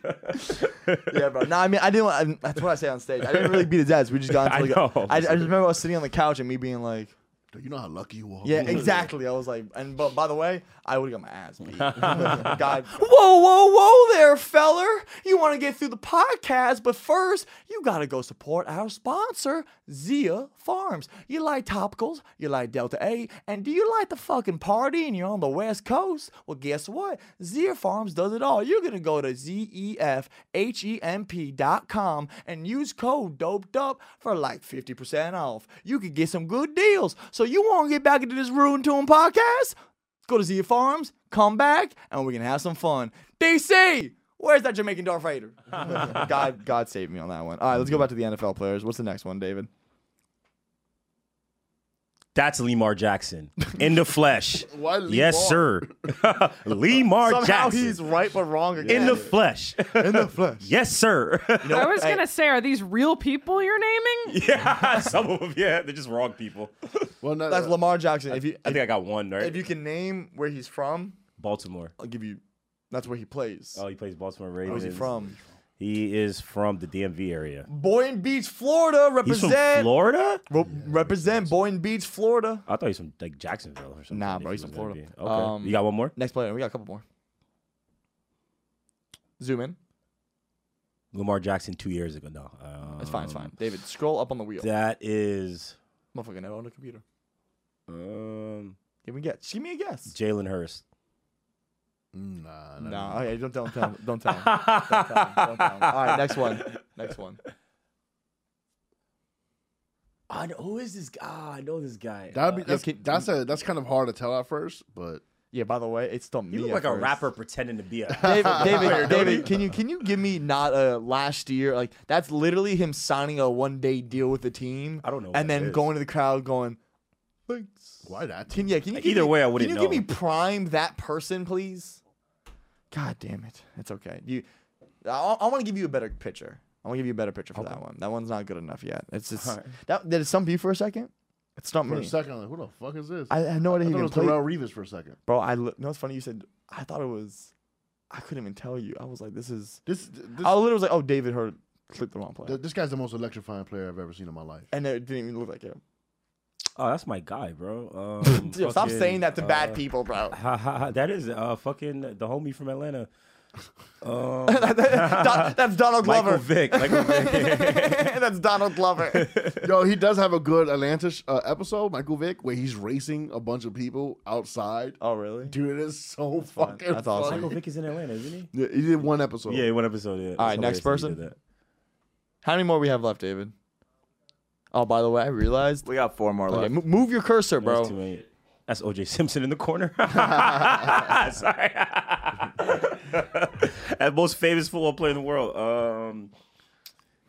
[SPEAKER 1] yeah, bro. Nah, I mean, I didn't. I, that's what I say on stage. I didn't really beat his ass. We just got
[SPEAKER 4] I
[SPEAKER 1] into like. a-
[SPEAKER 4] know.
[SPEAKER 1] I, I just remember I was sitting on the couch and me being like,
[SPEAKER 3] Do You know how lucky you are. [LAUGHS]
[SPEAKER 1] yeah, exactly. I was like, and but by the way, I would have got my ass beat. [LAUGHS] God.
[SPEAKER 6] Whoa, whoa, whoa there.
[SPEAKER 1] There, feller, you want to get through the podcast, but first, you got to go support our sponsor, Zia Farms. You like topicals, you like Delta 8, and do you like the fucking party and you're on the West Coast? Well, guess what? Zia Farms does it all. You're going to go to E zefhemp.com and use code doped up for like 50% off. You could get some good deals. So, you want to get back into this Ruin Tune podcast? go to Zia Farms, come back, and we can have some fun. DC, where's that Jamaican Darth [LAUGHS] Vader? God, God save me on that one. All right, let's go back to the NFL players. What's the next one, David?
[SPEAKER 4] That's Lamar Jackson in
[SPEAKER 1] [LAUGHS]
[SPEAKER 4] the flesh.
[SPEAKER 3] Why
[SPEAKER 4] Yes, sir. [LAUGHS] Lamar
[SPEAKER 1] Somehow
[SPEAKER 4] Jackson
[SPEAKER 1] he's right but wrong again.
[SPEAKER 4] in
[SPEAKER 1] [LAUGHS]
[SPEAKER 4] the flesh.
[SPEAKER 1] in the flesh.
[SPEAKER 4] yes, sir.
[SPEAKER 5] I was gonna say, are these real people you're naming?
[SPEAKER 4] [LAUGHS] yeah, some of them. Yeah, they're just wrong people.
[SPEAKER 3] Well, uh, not,
[SPEAKER 1] That's Lamar Jackson. If you
[SPEAKER 4] I think I got one right.
[SPEAKER 1] if you can name where he's from,
[SPEAKER 4] Baltimore.
[SPEAKER 1] I'll give you. That's where he plays.
[SPEAKER 4] Oh, he plays Baltimore Ravens.
[SPEAKER 1] Where's he from?
[SPEAKER 4] He is from the DMV area.
[SPEAKER 1] Boynton Beach, Florida.
[SPEAKER 4] He's
[SPEAKER 1] Represent.
[SPEAKER 4] from Florida.
[SPEAKER 1] Re- represent Boynton Beach, Florida.
[SPEAKER 4] I thought he's from like Jacksonville or something.
[SPEAKER 1] Nah,
[SPEAKER 4] if
[SPEAKER 1] bro, he's from
[SPEAKER 4] the
[SPEAKER 1] Florida.
[SPEAKER 4] NBA. Okay,
[SPEAKER 1] Um,
[SPEAKER 4] you got one more.
[SPEAKER 1] Next player. We got a couple more. Zoom in.
[SPEAKER 4] Lamar Jackson two years ago. No, um,
[SPEAKER 1] It's fine. It's fine. David, scroll up on the wheel.
[SPEAKER 4] That is
[SPEAKER 1] Motherfucker, never on the computer.
[SPEAKER 4] um,
[SPEAKER 1] Give me a guess. Give me a guess.
[SPEAKER 4] Jalen Hurst.
[SPEAKER 3] Nah,
[SPEAKER 1] No,
[SPEAKER 3] nah.
[SPEAKER 1] okay, don't tell him. Tell him. Don't tell
[SPEAKER 4] [LAUGHS]
[SPEAKER 1] him. don't tell him. Don't tell him. All right, next one. Next one.
[SPEAKER 4] I know, who is this guy? Ah, I know this guy.
[SPEAKER 3] That'd be
[SPEAKER 1] Yeah,
[SPEAKER 3] that's
[SPEAKER 1] can-
[SPEAKER 3] that's a that's kind of hard to tell at first, but
[SPEAKER 1] Yeah. By the way, it's still me.
[SPEAKER 4] you look
[SPEAKER 1] at
[SPEAKER 4] like a
[SPEAKER 1] first.
[SPEAKER 4] rapper pretending to be a.
[SPEAKER 1] David, David,
[SPEAKER 4] e-
[SPEAKER 1] David, can you can you give me not a last year like that's literally him signing a one day deal with the team.
[SPEAKER 4] I don't know what
[SPEAKER 1] And
[SPEAKER 4] that
[SPEAKER 1] then
[SPEAKER 4] is.
[SPEAKER 1] going to the crowd going, thanks.
[SPEAKER 3] why that?
[SPEAKER 1] Can yeah? Can you give
[SPEAKER 4] Either
[SPEAKER 1] me-
[SPEAKER 4] way, I wouldn't
[SPEAKER 1] Can you
[SPEAKER 4] know.
[SPEAKER 1] give me prime that person, please? God damn it! It's okay. You, I, I want to give you a better picture. I want to give you a better picture for that one. That one's not good enough yet. It's just that did it stump you for a second? It stumped
[SPEAKER 3] For
[SPEAKER 1] me.
[SPEAKER 3] a second, I'm like, who the fuck is this?
[SPEAKER 1] I have no
[SPEAKER 3] I
[SPEAKER 1] idea
[SPEAKER 3] thought
[SPEAKER 1] he
[SPEAKER 3] it
[SPEAKER 1] even
[SPEAKER 3] was
[SPEAKER 1] played.
[SPEAKER 3] Terrell Reeves for a second.
[SPEAKER 1] Bro, I look. No, it's funny you said. I thought it was. I couldn't even tell you. I was like, this is.
[SPEAKER 3] This this,
[SPEAKER 1] I literally was like, oh, David heard clicked the wrong play,
[SPEAKER 3] th- this guy's the most electrifying player I've ever seen in my life.
[SPEAKER 1] and it didn't even look like him.
[SPEAKER 4] [LAUGHS] oh, that's my guy, bro. [LAUGHS] Um,
[SPEAKER 1] Yo, stop
[SPEAKER 4] fucking,
[SPEAKER 1] saying that to bad
[SPEAKER 4] uh,
[SPEAKER 1] people,
[SPEAKER 4] [LAUGHS]
[SPEAKER 1] bro.
[SPEAKER 4] ha, ha, ha, that is uh, fucking the homie from Atlanta. Um,
[SPEAKER 1] Don- that's Donald
[SPEAKER 4] Michael
[SPEAKER 1] Glover.
[SPEAKER 4] Vick. Michael [LAUGHS] Vick.
[SPEAKER 1] [LAUGHS] that's Donald
[SPEAKER 4] [LAUGHS]
[SPEAKER 1] Glover.
[SPEAKER 3] [LAUGHS] Yo, he does have a good Atlanta sh- uh, episode, Michael Vick, where he's racing a bunch of people outside.
[SPEAKER 1] oh, really?
[SPEAKER 3] Dude, it is so fucking.
[SPEAKER 1] That's awesome.
[SPEAKER 3] funny.
[SPEAKER 4] Michael Vick is in Atlanta, isn't he?
[SPEAKER 3] Yeah, he did one episode.
[SPEAKER 4] Yeah, one episode. Yeah.
[SPEAKER 1] All right,
[SPEAKER 4] That's
[SPEAKER 1] next
[SPEAKER 4] hilarious that he
[SPEAKER 1] person.
[SPEAKER 4] did that.
[SPEAKER 1] How many more we have left, David? Oh, by the way, I realized.
[SPEAKER 6] We got four more
[SPEAKER 1] Okay,
[SPEAKER 6] left.
[SPEAKER 1] mo- move your cursor,
[SPEAKER 4] That's
[SPEAKER 1] bro.
[SPEAKER 4] too many. That's OJ Simpson in the corner. [LAUGHS] Sorry. [LAUGHS] and most famous football player in the world. Um,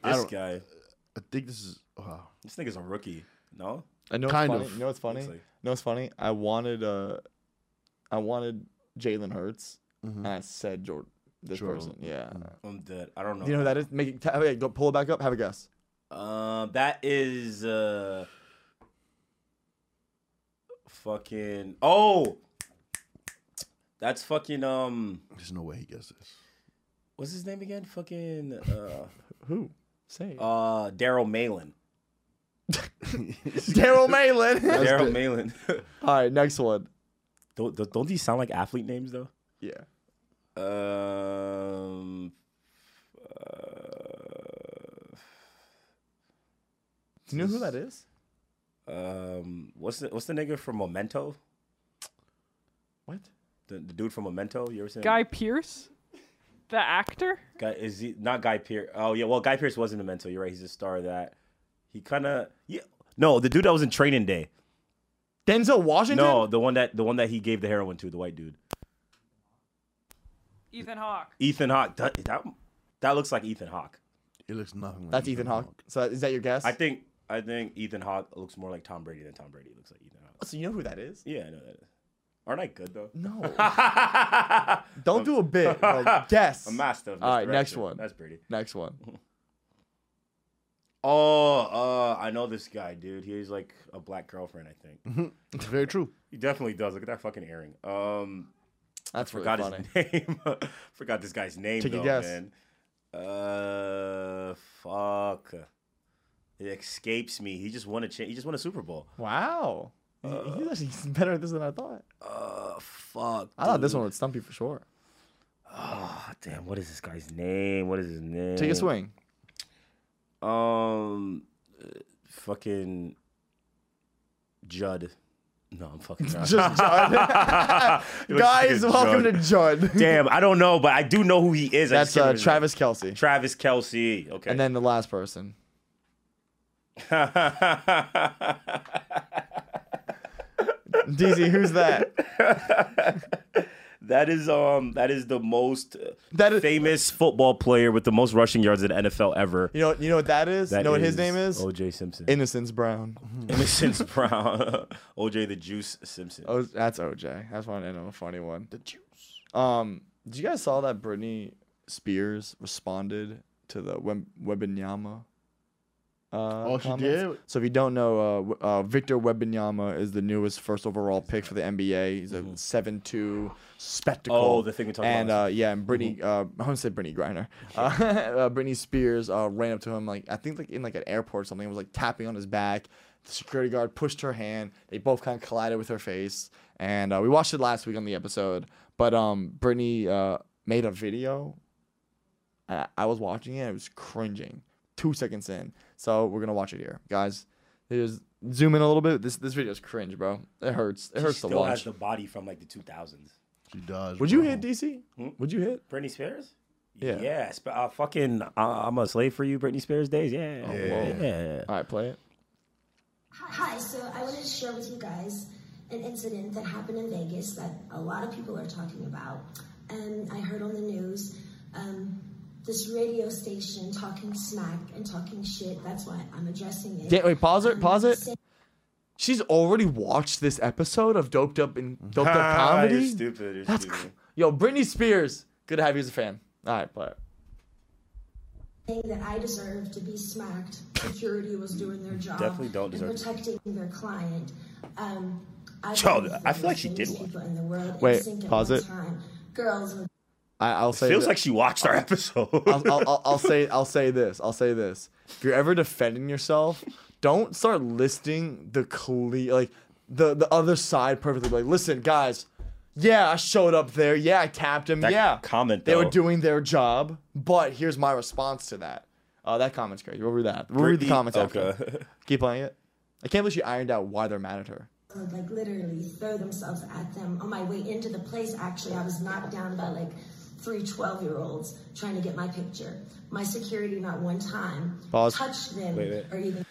[SPEAKER 4] this
[SPEAKER 3] don't-
[SPEAKER 4] guy.
[SPEAKER 3] I think this is. uh, Wow.
[SPEAKER 4] This nigga's a rookie. No?
[SPEAKER 1] I know.
[SPEAKER 3] Kind
[SPEAKER 1] it's funny.
[SPEAKER 3] of.
[SPEAKER 1] You know what's funny?
[SPEAKER 4] Looks
[SPEAKER 1] You
[SPEAKER 4] like-
[SPEAKER 1] know what's funny? I wanted, uh, I wanted Jalen Hurts,
[SPEAKER 4] Mm-hmm.
[SPEAKER 1] and I said Jordan. This
[SPEAKER 3] Jordan.
[SPEAKER 1] person, yeah.
[SPEAKER 4] I'm dead. I don't know.
[SPEAKER 1] Do you know who that is? Make it, t- okay, go pull it back up. Have a guess.
[SPEAKER 4] Um, that is uh, fucking. Oh, that's fucking. Um,
[SPEAKER 3] There's no way he gets this.
[SPEAKER 4] what's his name again? Fucking. Uh,
[SPEAKER 1] Who? Say. it.
[SPEAKER 4] uh Daryl Malin.
[SPEAKER 1] [LAUGHS] Daryl Malin.
[SPEAKER 4] Daryl Malin.
[SPEAKER 1] [LAUGHS]
[SPEAKER 4] [LAUGHS]
[SPEAKER 1] All right, next one.
[SPEAKER 4] don't, don't don't these sound like athlete names though?
[SPEAKER 1] Yeah.
[SPEAKER 4] Um, uh,
[SPEAKER 1] Do you know who that is?
[SPEAKER 4] Um, what's the what's the nigga from Memento?
[SPEAKER 1] What?
[SPEAKER 4] The, the dude from Memento. You ever seen him?
[SPEAKER 5] Guy Pierce, the actor.
[SPEAKER 4] Guy is he not Guy Pierce? Oh yeah, well Guy Pierce was in Memento. You're right. He's a star of that. He kind of yeah. No, the dude that was in Training Day.
[SPEAKER 1] Denzel Washington.
[SPEAKER 4] No, the one that the one that he gave the heroin to, the white dude,
[SPEAKER 5] Ethan Hawke.
[SPEAKER 4] Ethan Hawke. That that, that looks like Ethan Hawke.
[SPEAKER 3] It looks nothing like
[SPEAKER 1] That's Ethan Hawke. So is that your guess?
[SPEAKER 4] I think I think Ethan Hawke looks more like Tom Brady than Tom Brady looks like Ethan Hawke.
[SPEAKER 1] Oh, so you know who that is?
[SPEAKER 4] Yeah, I know that. Is. Aren't I good though? [LAUGHS]
[SPEAKER 1] No. Don't do a bit. Like, guess.
[SPEAKER 4] A master.
[SPEAKER 1] All right, next one.
[SPEAKER 4] That's pretty.
[SPEAKER 1] Next
[SPEAKER 4] [LAUGHS]
[SPEAKER 1] one.
[SPEAKER 4] Oh, uh, I know this guy, dude. He's like a black girlfriend, I think.
[SPEAKER 1] [LAUGHS]
[SPEAKER 3] It's very true.
[SPEAKER 4] He definitely does. Look at that fucking earring. Um,
[SPEAKER 1] That's really
[SPEAKER 4] forgot
[SPEAKER 1] funny.
[SPEAKER 4] his [LAUGHS] name. forgot this guy's name.
[SPEAKER 1] Take a
[SPEAKER 4] though,
[SPEAKER 1] guess.
[SPEAKER 4] Man. Uh, fuck. It escapes me. He just won a cha- he just won a Super Bowl.
[SPEAKER 1] Wow. He- He's actually [LAUGHS] better at this than I thought.
[SPEAKER 4] Uh, fuck.
[SPEAKER 1] I thought this one would stump you for sure.
[SPEAKER 4] Oh, damn. What is this guy's name? What is his name?
[SPEAKER 1] Take a swing.
[SPEAKER 4] Um, uh, fucking Judd. No,
[SPEAKER 1] [LAUGHS]
[SPEAKER 4] I'm fucking
[SPEAKER 1] [LAUGHS]
[SPEAKER 4] not.
[SPEAKER 1] Just
[SPEAKER 4] [LAUGHS]
[SPEAKER 1] Judd.
[SPEAKER 4] It was
[SPEAKER 1] Guys,
[SPEAKER 4] fucking
[SPEAKER 1] welcome
[SPEAKER 4] Judd.
[SPEAKER 1] to Judd.
[SPEAKER 4] [LAUGHS] Damn, I don't know, but I do know who he is. I
[SPEAKER 1] That's
[SPEAKER 4] just can't
[SPEAKER 1] uh,
[SPEAKER 4] remember his
[SPEAKER 1] Travis Kelsey.
[SPEAKER 4] name. Travis Kelsey. Okay.
[SPEAKER 1] And then the last person. DZ, who's
[SPEAKER 4] [LAUGHS]
[SPEAKER 1] that?
[SPEAKER 4] [LAUGHS] that is um that is the most uh,
[SPEAKER 1] That is
[SPEAKER 4] famous football player with the most rushing yards in NFL ever.
[SPEAKER 1] You know you know what that is?
[SPEAKER 4] That
[SPEAKER 1] you know what his name is?
[SPEAKER 4] OJ Simpson. [LAUGHS]
[SPEAKER 1] Innocence Brown.
[SPEAKER 4] Innocence Brown. [LAUGHS] OJ the Juice Simpson.
[SPEAKER 1] Oh, that's OJ. That's one and a funny one. The juice. Um, did you guys saw that Britney Spears responded to the Web- Webinyama? Uh,
[SPEAKER 3] Oh, she did?
[SPEAKER 1] So if you don't know, uh, W- uh, Victor Webinyama is the newest first overall pick for the NBA. He's a seven-two spectacle.
[SPEAKER 4] Oh, the thing we talked about
[SPEAKER 1] and,
[SPEAKER 4] last Mm-hmm.
[SPEAKER 1] uh, yeah, and Britney, uh, I want to say Britney Griner. Uh, [LAUGHS] uh, Britney Spears uh, ran up to him like I think like in like an airport or something. and was like tapping on his back. The security guard pushed her hand. They both kind of collided with her face. And uh, we watched it last week on the episode. But um, Britney uh, made a video. And I- I was watching it. I was cringing. Two seconds in. So we're gonna watch it here, guys. Just zoom in a little bit. This this video is cringe, bro. It hurts. It hurts to
[SPEAKER 4] Still has
[SPEAKER 1] watch.
[SPEAKER 4] the body from like the 2000s.
[SPEAKER 3] She does.
[SPEAKER 1] Would you
[SPEAKER 3] bro.
[SPEAKER 1] hit DC? Would you hit?
[SPEAKER 4] Britney Spears?
[SPEAKER 1] Yeah.
[SPEAKER 4] Yeah. Sp- uh, fucking, uh, I'm a slave for you, Britney Spears days. Yeah. yeah. yeah.
[SPEAKER 1] All right, play it.
[SPEAKER 7] Hi, so I wanted to share with you guys an incident that happened in Vegas that a lot of people are talking about. And I heard on the news um, this radio station talking smack and talking shit. That's why I'm addressing it.
[SPEAKER 1] Yeah, wait, pause it,
[SPEAKER 7] Um,
[SPEAKER 1] pause it.
[SPEAKER 7] saying
[SPEAKER 1] She's already watched this episode of Doped Up and Doped Up Uh, Comedy.
[SPEAKER 4] [LAUGHS] You're stupid. You're
[SPEAKER 1] That's
[SPEAKER 4] stupid.
[SPEAKER 1] cr- yo, Britney Spears. Good to have you as a fan. All right, play it.
[SPEAKER 7] that I deserve to be smacked. Security was doing their job.
[SPEAKER 4] Definitely don't deserve
[SPEAKER 7] and
[SPEAKER 4] to.
[SPEAKER 7] protecting their client. Um, I
[SPEAKER 4] Yo,
[SPEAKER 7] believe
[SPEAKER 4] I
[SPEAKER 7] the
[SPEAKER 4] feel like she
[SPEAKER 7] most
[SPEAKER 4] did
[SPEAKER 7] famous
[SPEAKER 4] watch
[SPEAKER 7] people in the world in
[SPEAKER 1] Wait,
[SPEAKER 7] sync at
[SPEAKER 1] pause
[SPEAKER 7] one
[SPEAKER 1] it.
[SPEAKER 7] time. Girls with
[SPEAKER 1] I, I'll say.
[SPEAKER 4] Feels
[SPEAKER 1] thi-
[SPEAKER 4] like she watched our episode.
[SPEAKER 1] I'll, I'll, I'll, I'll say. I'll say this. I'll say this. If you're ever defending yourself, don't start listing the cle- like the the other side perfectly. Like, listen, guys. Yeah, I showed up there. Yeah, I tapped him.
[SPEAKER 4] That
[SPEAKER 1] yeah,
[SPEAKER 4] comment,
[SPEAKER 1] They
[SPEAKER 4] though.
[SPEAKER 1] were doing their job, but here's my response to that. Uh, that comment's crazy. We'll read that. We'll read the
[SPEAKER 4] Britney-
[SPEAKER 1] comments after.
[SPEAKER 4] okay. [LAUGHS]
[SPEAKER 1] Keep playing it. I can't believe she ironed out why they're mad at her.
[SPEAKER 7] would, like literally throw themselves at them on my way into the place actually i was knocked down by like three 12 year olds trying to get my picture my security not one time
[SPEAKER 1] Pause.
[SPEAKER 7] touched them
[SPEAKER 4] wait.
[SPEAKER 7] or even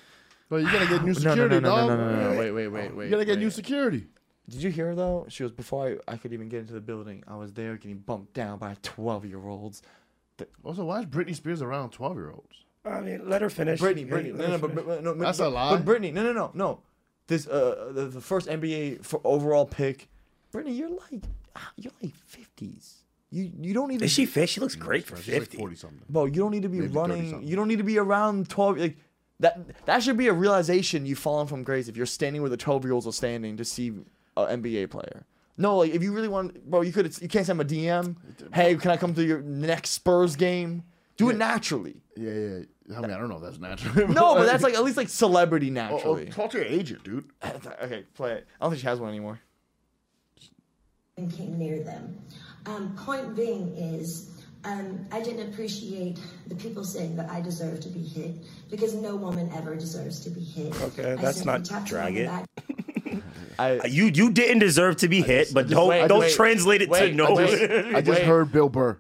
[SPEAKER 3] Well,
[SPEAKER 1] [LAUGHS]
[SPEAKER 3] you gotta get new
[SPEAKER 1] No, no, no,
[SPEAKER 3] security,
[SPEAKER 1] no,
[SPEAKER 3] dog.
[SPEAKER 1] no, no, no, no. Wait, wait, wait, wait.
[SPEAKER 3] You gotta get
[SPEAKER 1] wait.
[SPEAKER 3] new security.
[SPEAKER 1] Did you hear her, though? She was before I, I could even get into the building. I was there getting bumped down by twelve year olds.
[SPEAKER 3] Also, why is Britney Spears around twelve year olds?
[SPEAKER 4] I mean, let her finish.
[SPEAKER 1] Britney, Britney, no, no, but, but, no,
[SPEAKER 3] That's
[SPEAKER 1] but,
[SPEAKER 3] a lie.
[SPEAKER 1] But Britney, no, no, no, no. This uh, the, the first NBA for overall pick. Britney, you're like ah, you're like fifties. You you don't need to
[SPEAKER 4] Is she fit? She looks
[SPEAKER 1] Mm,
[SPEAKER 4] great for
[SPEAKER 3] She's like
[SPEAKER 4] 50.
[SPEAKER 3] forty something.
[SPEAKER 1] Bro, you don't need to be
[SPEAKER 3] 30
[SPEAKER 1] running.
[SPEAKER 3] something.
[SPEAKER 1] You don't need to be around twelve. Like that. That should be a realization you've fallen from grace if you're standing where the twelve-year-olds are standing to see an NBA player. No, like if you really want, bro, you could. You can't send him a DM. Hey, can I come to your next Spurs game? Do it
[SPEAKER 3] [LAUGHS]
[SPEAKER 1] naturally.
[SPEAKER 3] Yeah, yeah. yeah. I mean, I don't know. if That's natural.
[SPEAKER 1] No,
[SPEAKER 3] [LAUGHS]
[SPEAKER 1] but that's like at least like celebrity
[SPEAKER 3] Oh, oh,
[SPEAKER 1] naturally.
[SPEAKER 3] talk to your agent, dude.
[SPEAKER 1] [LAUGHS] Okay, play it. I don't think she has one anymore.
[SPEAKER 7] and came near them. Um, point being is, Um, I didn't appreciate the people saying that I deserve to be hit because no woman ever deserves to be hit.
[SPEAKER 4] Okay,
[SPEAKER 7] I
[SPEAKER 4] that's
[SPEAKER 7] simply
[SPEAKER 4] not
[SPEAKER 7] tapped her on
[SPEAKER 4] drag
[SPEAKER 7] the
[SPEAKER 4] it.
[SPEAKER 7] back.
[SPEAKER 1] I,
[SPEAKER 4] You you didn't deserve to be hit, but don't
[SPEAKER 1] wait,
[SPEAKER 4] don't
[SPEAKER 1] wait,
[SPEAKER 4] translate it
[SPEAKER 1] wait,
[SPEAKER 4] to no. [LAUGHS]
[SPEAKER 1] I just-
[SPEAKER 3] I just heard Bill Burr.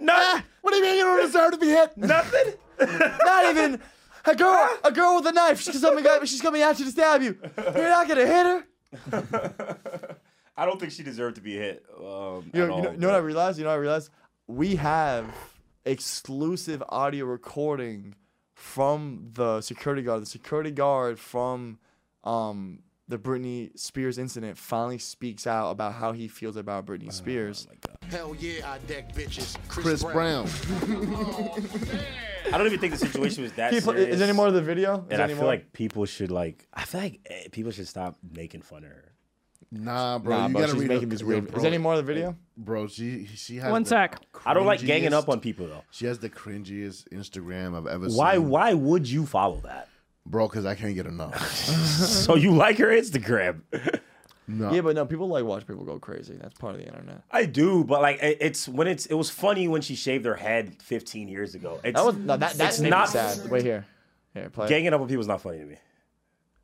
[SPEAKER 4] nah,
[SPEAKER 1] what do you mean you don't deserve to be [LAUGHS] hit?
[SPEAKER 4] nothing.
[SPEAKER 1] Not even a girl. A girl with a knife. She's coming. at- She's coming at you to stab you. You're not gonna hit her.
[SPEAKER 4] I don't think she deserved to be hit. Um,
[SPEAKER 1] You
[SPEAKER 4] at
[SPEAKER 1] know, you know,
[SPEAKER 4] all,
[SPEAKER 1] you know what I
[SPEAKER 4] but-
[SPEAKER 1] realized? You know what I realized? We have exclusive audio recording from the security guard. The security guard from um, the Britney Spears incident finally speaks out about how he feels about
[SPEAKER 4] Oh
[SPEAKER 1] Britney Spears.
[SPEAKER 8] Hell yeah, I deck bitches.
[SPEAKER 3] Chris Brown.
[SPEAKER 4] I don't even think the situation was that
[SPEAKER 1] He pl-
[SPEAKER 4] serious.
[SPEAKER 1] is there any more of the video? Is
[SPEAKER 4] And
[SPEAKER 1] there
[SPEAKER 4] I
[SPEAKER 1] any
[SPEAKER 4] feel
[SPEAKER 1] more?
[SPEAKER 4] like people should like. I feel like eh, people should stop making fun of her.
[SPEAKER 3] Nah, bro.
[SPEAKER 1] nah,
[SPEAKER 3] you
[SPEAKER 1] bro,
[SPEAKER 3] gotta
[SPEAKER 1] she's
[SPEAKER 3] read
[SPEAKER 1] making
[SPEAKER 3] the-
[SPEAKER 1] these
[SPEAKER 3] yo,
[SPEAKER 1] weird.
[SPEAKER 3] Bro,
[SPEAKER 1] Is there any more of the video?
[SPEAKER 3] Bro, she she has
[SPEAKER 5] One
[SPEAKER 3] the
[SPEAKER 5] sec.
[SPEAKER 4] I don't like ganging up
[SPEAKER 3] cringiest-
[SPEAKER 4] on people though.
[SPEAKER 3] She has the cringiest Instagram I've ever
[SPEAKER 4] Why?
[SPEAKER 3] seen.
[SPEAKER 4] Why would you follow
[SPEAKER 1] [LAUGHS]
[SPEAKER 4] that?
[SPEAKER 3] Bro, because I can't get enough.
[SPEAKER 4] So you like her Instagram?
[SPEAKER 3] No.
[SPEAKER 1] Yeah, but no, people like watch people go crazy. That's part of the internet.
[SPEAKER 4] I do, but like it- it's when it's it was funny when she shaved her head 15 years ago. It's,
[SPEAKER 1] That was no, that that's
[SPEAKER 4] it's not
[SPEAKER 1] sad. Wait here, here play. it.
[SPEAKER 4] ganging up on people is not funny to me.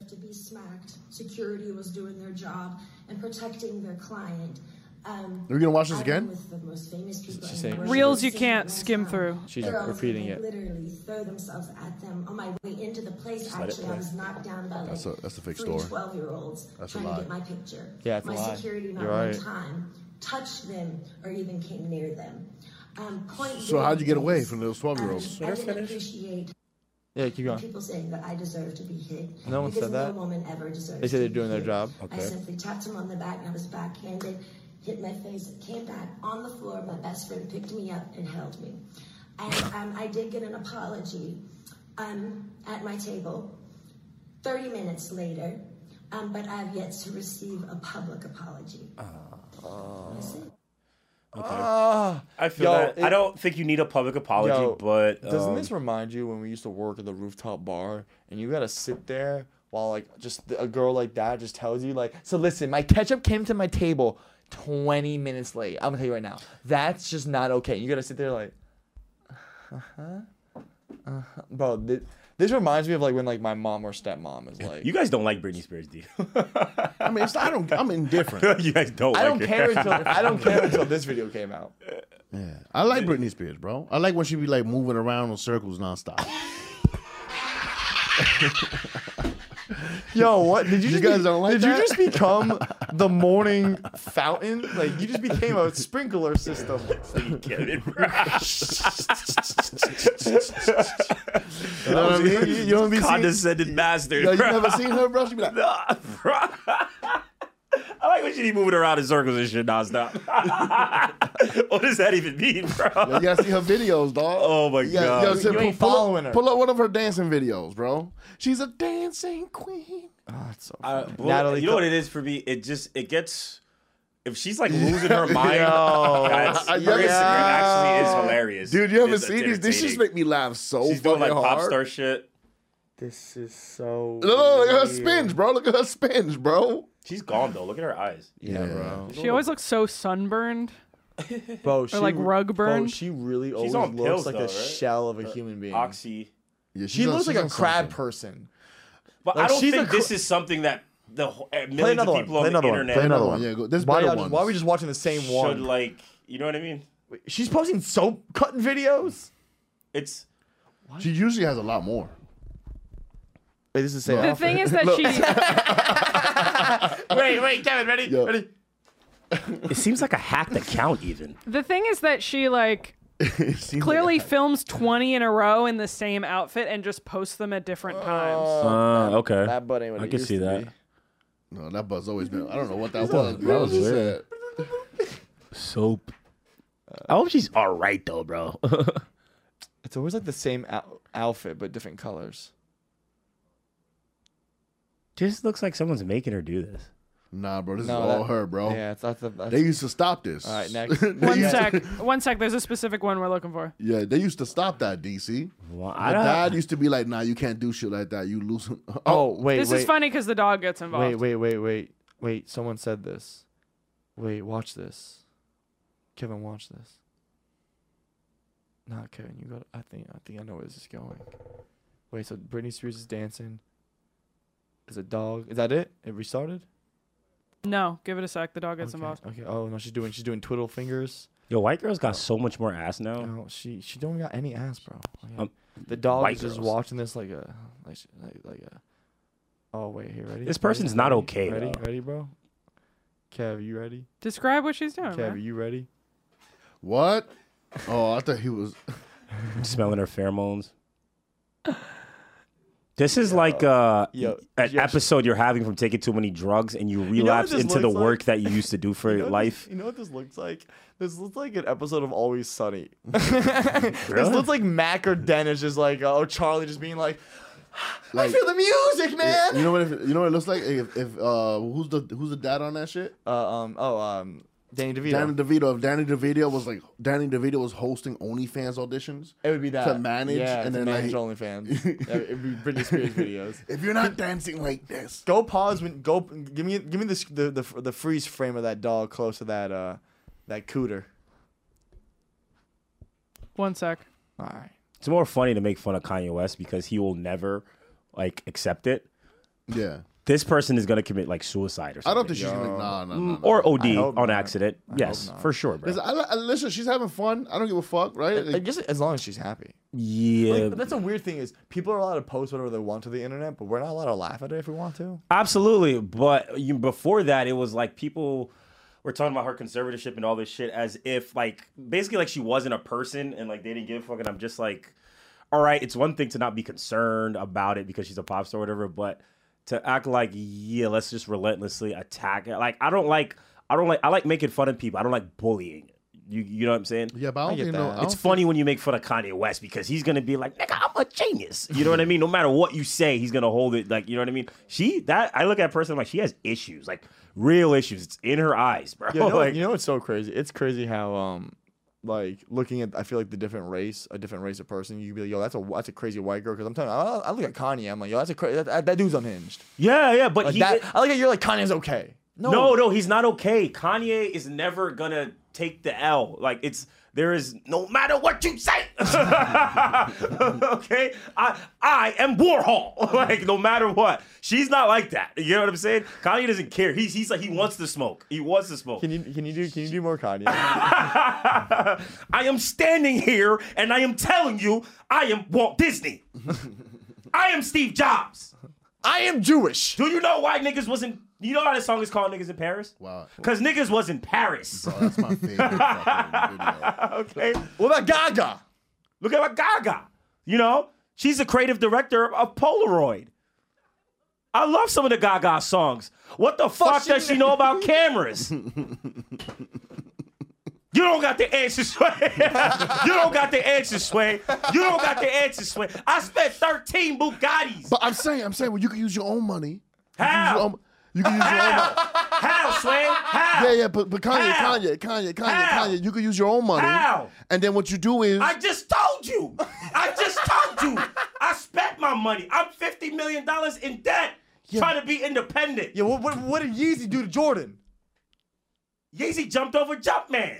[SPEAKER 7] to be smacked. Security was doing their job and protecting their client. Um,
[SPEAKER 3] Are we gonna watch this
[SPEAKER 7] I'm
[SPEAKER 3] again?
[SPEAKER 7] With the most famous people
[SPEAKER 1] she's
[SPEAKER 7] in the
[SPEAKER 1] saying-
[SPEAKER 7] world.
[SPEAKER 5] Reels you
[SPEAKER 7] Sitting
[SPEAKER 5] can't
[SPEAKER 7] right
[SPEAKER 5] skim
[SPEAKER 7] now.
[SPEAKER 5] through.
[SPEAKER 1] She's
[SPEAKER 7] Girls
[SPEAKER 1] repeating
[SPEAKER 7] would
[SPEAKER 1] it.
[SPEAKER 7] Literally throw themselves at them on my way into the place. Actually, I was knocked down by
[SPEAKER 3] That's
[SPEAKER 7] like
[SPEAKER 3] a- that's a fake
[SPEAKER 7] three
[SPEAKER 3] story.
[SPEAKER 7] 12-year-olds
[SPEAKER 3] That's a
[SPEAKER 7] trying to get
[SPEAKER 3] lie.
[SPEAKER 7] my picture.
[SPEAKER 1] Yeah, it's a
[SPEAKER 7] my
[SPEAKER 1] lie.
[SPEAKER 7] security not
[SPEAKER 1] You're
[SPEAKER 7] one
[SPEAKER 1] right.
[SPEAKER 7] time touched them or even came near them. Um, point
[SPEAKER 3] So how'd you get away
[SPEAKER 7] is,
[SPEAKER 3] from those 12-year-olds?
[SPEAKER 7] Um, I didn't appreciate
[SPEAKER 1] Yeah, keep going.
[SPEAKER 7] people saying that I deserve to be hit.
[SPEAKER 1] No one
[SPEAKER 7] because
[SPEAKER 1] said that.
[SPEAKER 7] No woman ever deserves.
[SPEAKER 1] They said
[SPEAKER 7] to
[SPEAKER 1] they're
[SPEAKER 7] be
[SPEAKER 1] doing their
[SPEAKER 7] hit.
[SPEAKER 1] job.
[SPEAKER 7] I simply tapped him on the back. and I was backhanded, hit my face, came back on the floor. My best friend picked me up and held me, and um, I did get an apology um, at my table. Thirty minutes later, um, but I've yet to receive a public apology. That's it.
[SPEAKER 1] Ah.
[SPEAKER 4] I feel
[SPEAKER 1] Yo,
[SPEAKER 4] that. I
[SPEAKER 1] it-
[SPEAKER 4] don't think you need a public apology,
[SPEAKER 1] Yo,
[SPEAKER 4] Oh, but
[SPEAKER 1] doesn't
[SPEAKER 4] um,
[SPEAKER 1] this remind you when we used to work at the rooftop bar and you gotta sit there while like just th- a girl like that just tells you like, so listen, my ketchup came to my table 20 minutes late. I'm gonna tell you right now, that's just not okay. You gotta sit there like, uh huh, uh huh, bro. This, this reminds me of like when like my mom or stepmom
[SPEAKER 4] [LAUGHS]
[SPEAKER 1] is like,
[SPEAKER 4] you guys don't like Britney
[SPEAKER 1] [LAUGHS]
[SPEAKER 4] Spears, do you? [LAUGHS]
[SPEAKER 3] I mean, it's, I don't. I'm indifferent.
[SPEAKER 4] you guys don't.
[SPEAKER 1] I don't
[SPEAKER 4] like her. [LAUGHS]
[SPEAKER 1] care until I don't care until this video came out.
[SPEAKER 3] Yeah. I like Britney Spears, bro. I like when she be like moving around in circles nonstop.
[SPEAKER 1] Yo, what did you,
[SPEAKER 3] You
[SPEAKER 1] just
[SPEAKER 3] guys
[SPEAKER 1] be-
[SPEAKER 3] don't like
[SPEAKER 1] Did
[SPEAKER 3] that?
[SPEAKER 1] you just [LAUGHS] become the morning fountain? Like you just became a sprinkler system. [LAUGHS]
[SPEAKER 4] Get it, bro.
[SPEAKER 3] You know what I mean? You, you don't be seeing.
[SPEAKER 4] Condescended bastard.
[SPEAKER 3] Yo, you
[SPEAKER 4] bro.
[SPEAKER 3] never seen her, bro. She be like,
[SPEAKER 4] Nah, [LAUGHS] bro. I like when she be moving around in circles and shit nonstop. [LAUGHS] what does that even mean,
[SPEAKER 3] you
[SPEAKER 4] bro?
[SPEAKER 3] gotta see her videos, dog.
[SPEAKER 4] Oh my
[SPEAKER 3] You gotta-
[SPEAKER 4] God.
[SPEAKER 3] you gotta sit-
[SPEAKER 1] You ain't
[SPEAKER 3] pull up-
[SPEAKER 1] following her.
[SPEAKER 3] Pull up one of her dancing videos, bro. She's a dancing queen.
[SPEAKER 1] so
[SPEAKER 4] Uh,
[SPEAKER 1] funny.
[SPEAKER 4] well,
[SPEAKER 1] Natalie,
[SPEAKER 4] you know what it is for me? It just it gets if she's
[SPEAKER 1] [LAUGHS]
[SPEAKER 4] like losing her mind.
[SPEAKER 1] Yo.
[SPEAKER 4] that's- her
[SPEAKER 3] Yo.
[SPEAKER 4] Instagram actually is hilarious,
[SPEAKER 3] Dude, you haven't
[SPEAKER 4] It's-
[SPEAKER 3] seen
[SPEAKER 4] it's
[SPEAKER 3] these? These just
[SPEAKER 4] entertaining.
[SPEAKER 3] make me laugh so
[SPEAKER 4] She's doing
[SPEAKER 3] fucking
[SPEAKER 4] like
[SPEAKER 3] hard.
[SPEAKER 4] pop star shit.
[SPEAKER 1] this is so.
[SPEAKER 3] No, no, look at her spins, bro. Look at her spins, bro.
[SPEAKER 4] She's gone though. Look at her eyes.
[SPEAKER 1] Yeah, bro.
[SPEAKER 5] She always looks so sunburned.
[SPEAKER 1] Bro, she,
[SPEAKER 5] like, rug Uh,
[SPEAKER 1] Bro,
[SPEAKER 5] burned.
[SPEAKER 1] she really always
[SPEAKER 4] on
[SPEAKER 1] looks
[SPEAKER 4] pills,
[SPEAKER 1] like
[SPEAKER 4] though,
[SPEAKER 1] a
[SPEAKER 4] right?
[SPEAKER 1] shell of a human being.
[SPEAKER 4] Oxy.
[SPEAKER 3] Yeah,
[SPEAKER 1] she
[SPEAKER 3] she's on-
[SPEAKER 1] looks like
[SPEAKER 3] she's
[SPEAKER 1] a
[SPEAKER 3] on
[SPEAKER 1] crab
[SPEAKER 3] something.
[SPEAKER 1] person.
[SPEAKER 4] But I
[SPEAKER 1] Like,
[SPEAKER 4] don't
[SPEAKER 1] she's
[SPEAKER 4] think
[SPEAKER 1] a cr-
[SPEAKER 4] this is something that the whole, uh, millions
[SPEAKER 1] another
[SPEAKER 4] of
[SPEAKER 1] one.
[SPEAKER 4] people
[SPEAKER 1] Play
[SPEAKER 4] on the
[SPEAKER 1] another one.
[SPEAKER 4] internet
[SPEAKER 1] Play another
[SPEAKER 3] Yeah, go, there's
[SPEAKER 1] Why,
[SPEAKER 3] better
[SPEAKER 1] y'all just-
[SPEAKER 3] ones.
[SPEAKER 1] why are we just watching the same
[SPEAKER 4] should
[SPEAKER 1] one?
[SPEAKER 4] like. You know what I mean?
[SPEAKER 1] She's posting soap cutting videos. [LAUGHS]
[SPEAKER 4] It's
[SPEAKER 3] She usually has a lot more.
[SPEAKER 1] Wait, this is the same.
[SPEAKER 5] The thing is that she
[SPEAKER 1] wait, wait, Kevin, ready? [LAUGHS]
[SPEAKER 3] Yo.
[SPEAKER 1] Ready?
[SPEAKER 4] it seems like a hacked account even.
[SPEAKER 5] the thing is that she like
[SPEAKER 3] It seems
[SPEAKER 5] clearly films 20 in a row in the same outfit and just posts them at different times.
[SPEAKER 4] Uh, okay.
[SPEAKER 1] That butt ain't what
[SPEAKER 4] I
[SPEAKER 1] it
[SPEAKER 4] can
[SPEAKER 1] used
[SPEAKER 4] see
[SPEAKER 1] to
[SPEAKER 4] that.
[SPEAKER 1] be.
[SPEAKER 3] like- no, that butt's always been. I don't know what that was. Bro.
[SPEAKER 4] was weird. Soap. I hope she's all right though, bro. [LAUGHS]
[SPEAKER 1] It's always like the same ou- outfit but different colors.
[SPEAKER 4] Just looks like someone's making her do this.
[SPEAKER 3] Nah, bro. This
[SPEAKER 1] No,
[SPEAKER 3] is all
[SPEAKER 1] that-
[SPEAKER 3] her, bro.
[SPEAKER 1] Yeah, it's not the. That's,
[SPEAKER 3] They used to stop this.
[SPEAKER 1] All [LAUGHS] right,
[SPEAKER 3] [LAUGHS]
[SPEAKER 1] next.
[SPEAKER 3] They
[SPEAKER 5] One
[SPEAKER 3] used to-
[SPEAKER 5] sec. One sec. There's a specific one we're looking for.
[SPEAKER 3] Yeah, they used to stop that, DC.
[SPEAKER 4] Well,
[SPEAKER 3] My
[SPEAKER 4] I don't.
[SPEAKER 3] dad used to be like, nah, you can't do shit like that. You lose. [LAUGHS] Oh,
[SPEAKER 1] oh wait,
[SPEAKER 5] This
[SPEAKER 1] wait,
[SPEAKER 5] is funny because the dog gets involved.
[SPEAKER 1] wait, wait, wait, wait, wait. Someone said this. Wait, watch this. Kevin, watch this. Not Kevin. You got. I think. I think I know where this is going. Wait. So Britney Spears is dancing. Is a dog. Is that it? It restarted.
[SPEAKER 5] No, give it a sec. The dog gets
[SPEAKER 1] Okay.
[SPEAKER 5] involved.
[SPEAKER 1] Okay. Oh no, she's doing. She's doing twiddle fingers.
[SPEAKER 4] Yo, white girls got so much more ass now.
[SPEAKER 1] No, she she don't got any ass, bro. Like,
[SPEAKER 4] Oh. Um,
[SPEAKER 1] the dog
[SPEAKER 4] white
[SPEAKER 1] is just
[SPEAKER 4] girls.
[SPEAKER 1] watching this like a like she- like, like a. Oh wait, here ready.
[SPEAKER 4] This
[SPEAKER 1] Ready?
[SPEAKER 4] person's not
[SPEAKER 1] Ready?
[SPEAKER 4] okay,
[SPEAKER 1] Ready,
[SPEAKER 4] though.
[SPEAKER 1] ready, bro. Kev, you ready?
[SPEAKER 5] Describe what she's doing.
[SPEAKER 1] Kev,
[SPEAKER 5] man.
[SPEAKER 1] you ready?
[SPEAKER 3] What? Oh, I thought he was. [LAUGHS]
[SPEAKER 4] [LAUGHS] Smelling
[SPEAKER 1] [LAUGHS]
[SPEAKER 4] her pheromones. This is like uh,
[SPEAKER 1] Yo,
[SPEAKER 4] an
[SPEAKER 1] yeah, she-
[SPEAKER 4] episode you're having from taking too many drugs and you
[SPEAKER 1] know what
[SPEAKER 4] relapse
[SPEAKER 1] this
[SPEAKER 4] into the
[SPEAKER 1] looks like?
[SPEAKER 4] work that you
[SPEAKER 1] [LAUGHS]
[SPEAKER 4] used to do for
[SPEAKER 1] You know what
[SPEAKER 4] life.
[SPEAKER 1] This, you know what this looks like? This looks like an episode of Always [LAUGHS] Sunny. this looks like Mac or Dennis just like, oh, Charlie just being like,
[SPEAKER 3] Like,
[SPEAKER 1] I feel the music, man.
[SPEAKER 3] you know what? If, you know what it looks like? If, if uh, who's the who's the dad on that shit?
[SPEAKER 1] uh, um, oh, um, Danny DeVito.
[SPEAKER 3] Danny DeVito. If Danny DeVito was like Danny DeVito was hosting OnlyFans auditions,
[SPEAKER 1] it would be that
[SPEAKER 3] to manage
[SPEAKER 1] yeah,
[SPEAKER 3] and
[SPEAKER 1] to
[SPEAKER 3] then
[SPEAKER 1] manage
[SPEAKER 3] like, [LAUGHS]
[SPEAKER 1] OnlyFans. Yeah, It'd be Britney Spears videos.
[SPEAKER 3] if you're not dancing like this,
[SPEAKER 1] Go pause when go. Give me give me this the the, the freeze frame of that dog close to that uh that cooter.
[SPEAKER 5] One sec.
[SPEAKER 1] All right.
[SPEAKER 4] It's more funny to make fun of Kanye West because he will never like accept it.
[SPEAKER 3] yeah,
[SPEAKER 4] This person is gonna commit like suicide or something.
[SPEAKER 3] I don't think she's gonna. Nah, nah, nah.
[SPEAKER 4] Mm, or
[SPEAKER 1] I
[SPEAKER 4] OD
[SPEAKER 1] hope
[SPEAKER 4] on
[SPEAKER 1] not.
[SPEAKER 4] accident.
[SPEAKER 1] I
[SPEAKER 4] yes,
[SPEAKER 1] hope not.
[SPEAKER 4] for sure, bro.
[SPEAKER 3] Listen, I, I- listen, she's having fun. I don't give a fuck, right?
[SPEAKER 1] I
[SPEAKER 3] Like,
[SPEAKER 1] guess as long as she's happy.
[SPEAKER 4] yeah,
[SPEAKER 1] Like, but that's a weird thing is people are allowed to post whatever they want to the internet, but we're not allowed to laugh at it if we want to.
[SPEAKER 4] absolutely. But you, before that, it was like people were talking about her conservatorship and all this shit as if like basically like she wasn't a person and like they didn't give a fuck. And I'm just like, all right, it's one thing to not be concerned about it because she's a pop star or whatever, but to act like yeah, let's just relentlessly attack it. Like I don't like, I don't like, I like making fun of people. I don't like bullying. You, you know what I'm saying?
[SPEAKER 3] yeah, but I don't
[SPEAKER 1] get
[SPEAKER 3] think no.
[SPEAKER 1] that.
[SPEAKER 3] I don't
[SPEAKER 4] It's
[SPEAKER 3] think-
[SPEAKER 4] funny when you make fun of Kanye West because he's gonna be like, "Nigga, I'm a genius." You know what I mean? No matter what you say, he's gonna hold it. Like, you know what I mean? She that I look at a person I'm like she has issues, like real issues. It's in her eyes, bro. [LAUGHS]
[SPEAKER 1] Yeah, no,
[SPEAKER 4] Oh, like,
[SPEAKER 1] you know it's so crazy. It's crazy how um like looking at I feel like the different race, a different race of person, you could be like, yo, that's a that's a crazy white girl. Because I'm telling you, I, I look at Kanye, I'm like, yo, that's a crazy that, that dude's unhinged.
[SPEAKER 4] yeah, yeah. But
[SPEAKER 1] Like
[SPEAKER 4] he,
[SPEAKER 1] Uh, that, Oh. I look at you're like Kanye's okay. No,
[SPEAKER 4] no, no, he's not okay. Kanye is never gonna take the L. Like it's there is no matter what you say. [LAUGHS] okay, I I am Warhol. [LAUGHS] like no matter what, she's not like that. You know what I'm saying? Kanye doesn't care. He's he's like he wants to smoke. He wants to smoke.
[SPEAKER 1] Can you can you do can you do more
[SPEAKER 4] [LAUGHS]
[SPEAKER 1] Kanye?
[SPEAKER 4] I am standing here and I am telling you, I am Walt Disney. I am Steve Jobs.
[SPEAKER 1] I am Jewish.
[SPEAKER 4] Do you know why niggas wasn't? You know how this song is called "Niggas in Paris"?
[SPEAKER 3] Wow.
[SPEAKER 4] Cause niggas was in Paris.
[SPEAKER 3] Oh, that's my favorite fucking video.
[SPEAKER 4] Okay,
[SPEAKER 1] What about Gaga?
[SPEAKER 4] look at my Gaga. You know she's the creative director of Polaroid. I love some of the Gaga songs. What the fuck does she know [LAUGHS] about cameras? You don't got the answers, [LAUGHS] Sway. you don't got the answers, Sway. You don't got the answers, Sway. I spent 13 Bugattis.
[SPEAKER 3] But [LAUGHS] I'm saying, I'm saying, well, you can use your own money. Use your
[SPEAKER 4] How?
[SPEAKER 3] own- you can use your own money.
[SPEAKER 4] How, Sway? How?
[SPEAKER 3] um, Yeah, yeah, but, but Kanye,
[SPEAKER 4] How?
[SPEAKER 3] Kanye, Kanye, Kanye,
[SPEAKER 4] How?
[SPEAKER 3] Kanye, you could use your own money.
[SPEAKER 4] How?
[SPEAKER 3] And then what you do is
[SPEAKER 4] I just told you. I just told you. I spent my money. I'm $50 million in debt trying to be independent.
[SPEAKER 1] Yeah, what what, what did Yeezy do to Jordan?
[SPEAKER 4] Yeezy jumped over Jumpman.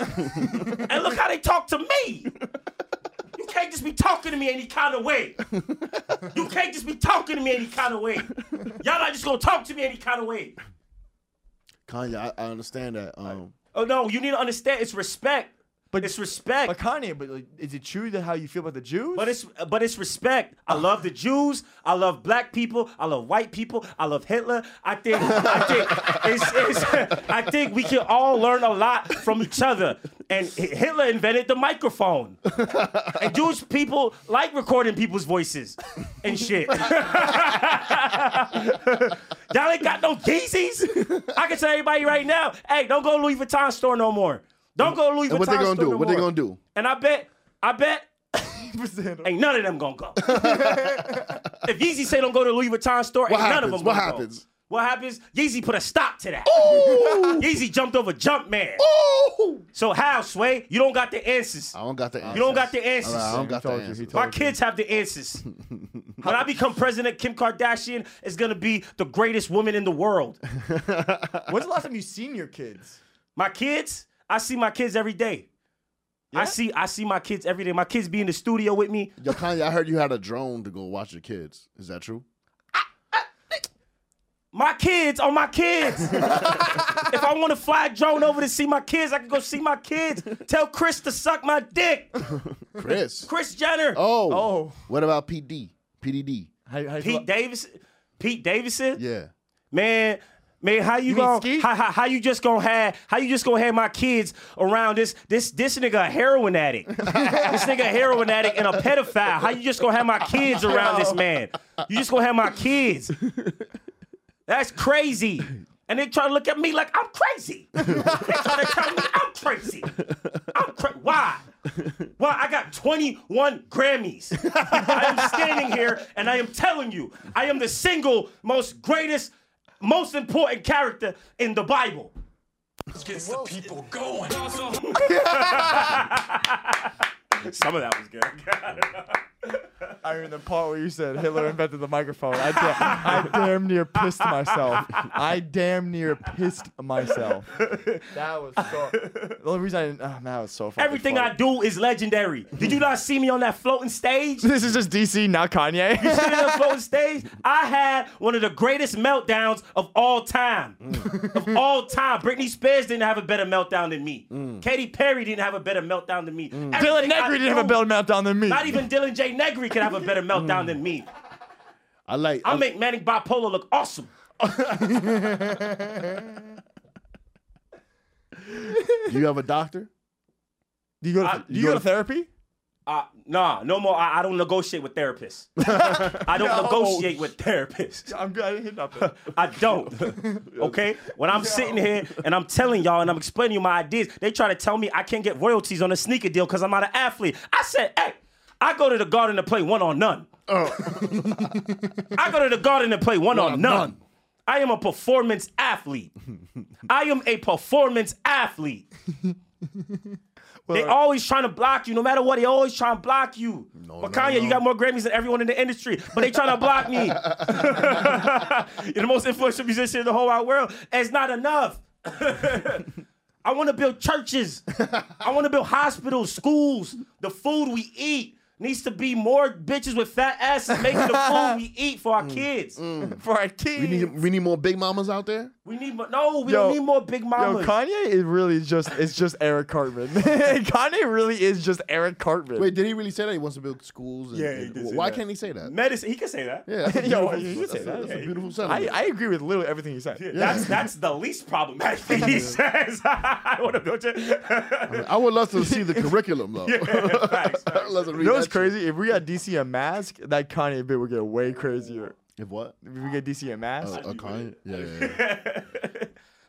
[SPEAKER 4] and look how they talk to me. You can't just be talking to me any kind of way. You can't just be talking to me any kind of way. Y'all not just gonna talk to me any kind of way.
[SPEAKER 3] Kanye, I, I understand that. Um,
[SPEAKER 4] Oh no, you need to understand it's respect. But it's respect.
[SPEAKER 1] But Kanye, but like, is it true that how you feel about the Jews? [LAUGHS]
[SPEAKER 4] But it's but it's respect. I
[SPEAKER 3] Ah.
[SPEAKER 4] love the Jews. I love black people. I love white people. I love Hitler. I think I
[SPEAKER 3] [LAUGHS]
[SPEAKER 4] think it's, it's, I think we can all learn a lot from each other. And Hi- Hitler invented the microphone. And Jewish people like recording people's voices and shit. [LAUGHS] Y'all ain't got no Yeezys. I can tell everybody right now, hey, don't go to Louis Vuitton store no more. Don't go to Louis
[SPEAKER 3] And
[SPEAKER 4] Vuitton
[SPEAKER 3] what they
[SPEAKER 4] store
[SPEAKER 3] gonna do?
[SPEAKER 4] no
[SPEAKER 3] What they
[SPEAKER 4] more.
[SPEAKER 3] gonna do?
[SPEAKER 4] And I bet, I bet
[SPEAKER 1] But
[SPEAKER 4] ain't none of them gonna
[SPEAKER 3] [LAUGHS]
[SPEAKER 4] go. if Yeezy say don't go to Louis Vuitton store, ain't none of
[SPEAKER 3] happens?
[SPEAKER 4] them
[SPEAKER 3] What
[SPEAKER 4] gonna go.
[SPEAKER 3] happens?
[SPEAKER 4] What happens? Yeezy put a stop to that. Yeezy jumped over Jumpman. So how, Sway? You don't got the answers.
[SPEAKER 3] I don't got the answers.
[SPEAKER 4] You don't got the answers.
[SPEAKER 3] I don't got the
[SPEAKER 1] told you, he
[SPEAKER 3] answers.
[SPEAKER 1] told
[SPEAKER 4] My kids have the
[SPEAKER 3] [LAUGHS]
[SPEAKER 4] answers. when I become president, Kim Kardashian is gonna be the greatest woman in the world.
[SPEAKER 1] when's the last time you seen your kids?
[SPEAKER 4] My kids, I see my kids every day. I see I see my kids every day. My kids be in the studio with me.
[SPEAKER 3] Yo, Kanye, I heard you had a drone to go watch your kids. Is that true?
[SPEAKER 4] My kids are my kids. if I want to fly a drone over to see my kids, I can go see my kids. Tell Chris to suck my dick.
[SPEAKER 3] Chris.
[SPEAKER 4] Chris Jenner.
[SPEAKER 3] Oh.
[SPEAKER 1] Oh.
[SPEAKER 3] What about PD? PDD.
[SPEAKER 1] How, how you feel-
[SPEAKER 4] Pete Davis. Pete Davidson.
[SPEAKER 3] Yeah.
[SPEAKER 4] Man, man, how
[SPEAKER 1] mean
[SPEAKER 4] you, gonna
[SPEAKER 1] Skeet?
[SPEAKER 4] how, how, how you just gonna have how you just gonna have my kids around this this this nigga a heroin addict, this nigga a heroin addict and a pedophile? How you just gonna have my kids around this man? You just gonna have my kids? That's crazy. And they try to look at me like I'm crazy. they try to tell me I'm crazy. I'm cra- why? Why I got 21 Grammys. I am standing here and I am telling you, I am the single most greatest, most important character in the Bible.
[SPEAKER 2] Gets the people
[SPEAKER 4] [LAUGHS]
[SPEAKER 2] going.
[SPEAKER 4] Some of that was good.
[SPEAKER 1] I remember the part where you said Hitler invented the microphone. I, da- I damn near pissed myself. I damn near pissed myself. That was so. [LAUGHS] The only reason I didn't. Oh, man, that was so fucking
[SPEAKER 4] Everything
[SPEAKER 1] funny.
[SPEAKER 4] I do is legendary. Did you not see me on that floating stage?
[SPEAKER 1] This is just DC, [LAUGHS] not Kanye.
[SPEAKER 4] sitting on the floating stage, I had one of the greatest meltdowns of all time.
[SPEAKER 1] Mm.
[SPEAKER 4] of all time. Britney Spears didn't have a better meltdown than me. Katy Perry didn't have a better meltdown than me.
[SPEAKER 1] Mm. Dylan
[SPEAKER 4] Everything I
[SPEAKER 1] Negri didn't have a
[SPEAKER 4] do-
[SPEAKER 1] bell meltdown than me. Mm.
[SPEAKER 4] Not even Dylan J. Negri could have a better meltdown than me.
[SPEAKER 3] I like.
[SPEAKER 4] I make Manning Bipolar look awesome.
[SPEAKER 3] Do you have a doctor?
[SPEAKER 1] Do you go to,
[SPEAKER 4] I-
[SPEAKER 1] do you go to therapy?
[SPEAKER 4] Uh, nah, no more. I, I don't negotiate
[SPEAKER 1] [LAUGHS]
[SPEAKER 4] with therapists. I don't negotiate with therapists.
[SPEAKER 1] I'm good. I didn't hit [LAUGHS] nothing.
[SPEAKER 4] I don't. Okay? When I'm sitting here and I'm telling y'all and I'm explaining you my ideas, they try to tell me I can't get royalties on a sneaker deal because I'm not an athlete. I said, hey, I go to the garden to play one on none. I go to the garden to play Oh. one, on none. I am a performance athlete. I am a performance athlete. they always trying to block you, no matter what. They always trying to block you. but Kanye, you got more Grammys than everyone in the industry, but they trying to block me. You're the most influential musician in the whole wide world. And it's not enough. [LAUGHS] I want to build churches. I want to build hospitals, schools. The food we eat needs to be more bitches with fat asses making the food we eat for our kids.
[SPEAKER 1] For our kids.
[SPEAKER 3] We need, we need more big mamas out there.
[SPEAKER 4] We need more. No, we
[SPEAKER 1] Yo,
[SPEAKER 4] don't need more big
[SPEAKER 1] Yo,
[SPEAKER 4] mamas.
[SPEAKER 1] Kanye is really just it's just Eric Cartman. [LAUGHS] Kanye really is just Eric Cartman.
[SPEAKER 3] Wait, did he really say that he wants to build schools? And,
[SPEAKER 4] Yeah, he
[SPEAKER 3] and
[SPEAKER 4] did say
[SPEAKER 3] why
[SPEAKER 4] that.
[SPEAKER 3] can't he say that?
[SPEAKER 4] Medicine. He can say that.
[SPEAKER 3] Yeah,
[SPEAKER 1] [LAUGHS]
[SPEAKER 3] that's a
[SPEAKER 1] [LAUGHS] Yo,
[SPEAKER 3] beautiful-
[SPEAKER 1] you should say
[SPEAKER 3] that's a-
[SPEAKER 1] that.
[SPEAKER 3] That's a beautiful
[SPEAKER 1] I,
[SPEAKER 3] sentiment.
[SPEAKER 1] I agree with literally everything he said.
[SPEAKER 4] That's that's the least problematic thing he says. [LAUGHS] I want to build you.
[SPEAKER 3] [LAUGHS] I would love to
[SPEAKER 1] [LAUGHS]
[SPEAKER 3] see the curriculum though. [LAUGHS]
[SPEAKER 4] Facts,
[SPEAKER 3] I would
[SPEAKER 4] facts.
[SPEAKER 3] love to
[SPEAKER 1] You
[SPEAKER 3] read
[SPEAKER 1] know what's
[SPEAKER 3] that shit.
[SPEAKER 1] crazy? If we got DC a mask, that Kanye bit would get way crazier.
[SPEAKER 3] If what?
[SPEAKER 1] If we get DC a mask,
[SPEAKER 4] Oh,
[SPEAKER 3] A Kanye? Yeah, yeah,
[SPEAKER 1] [LAUGHS]
[SPEAKER 3] yeah.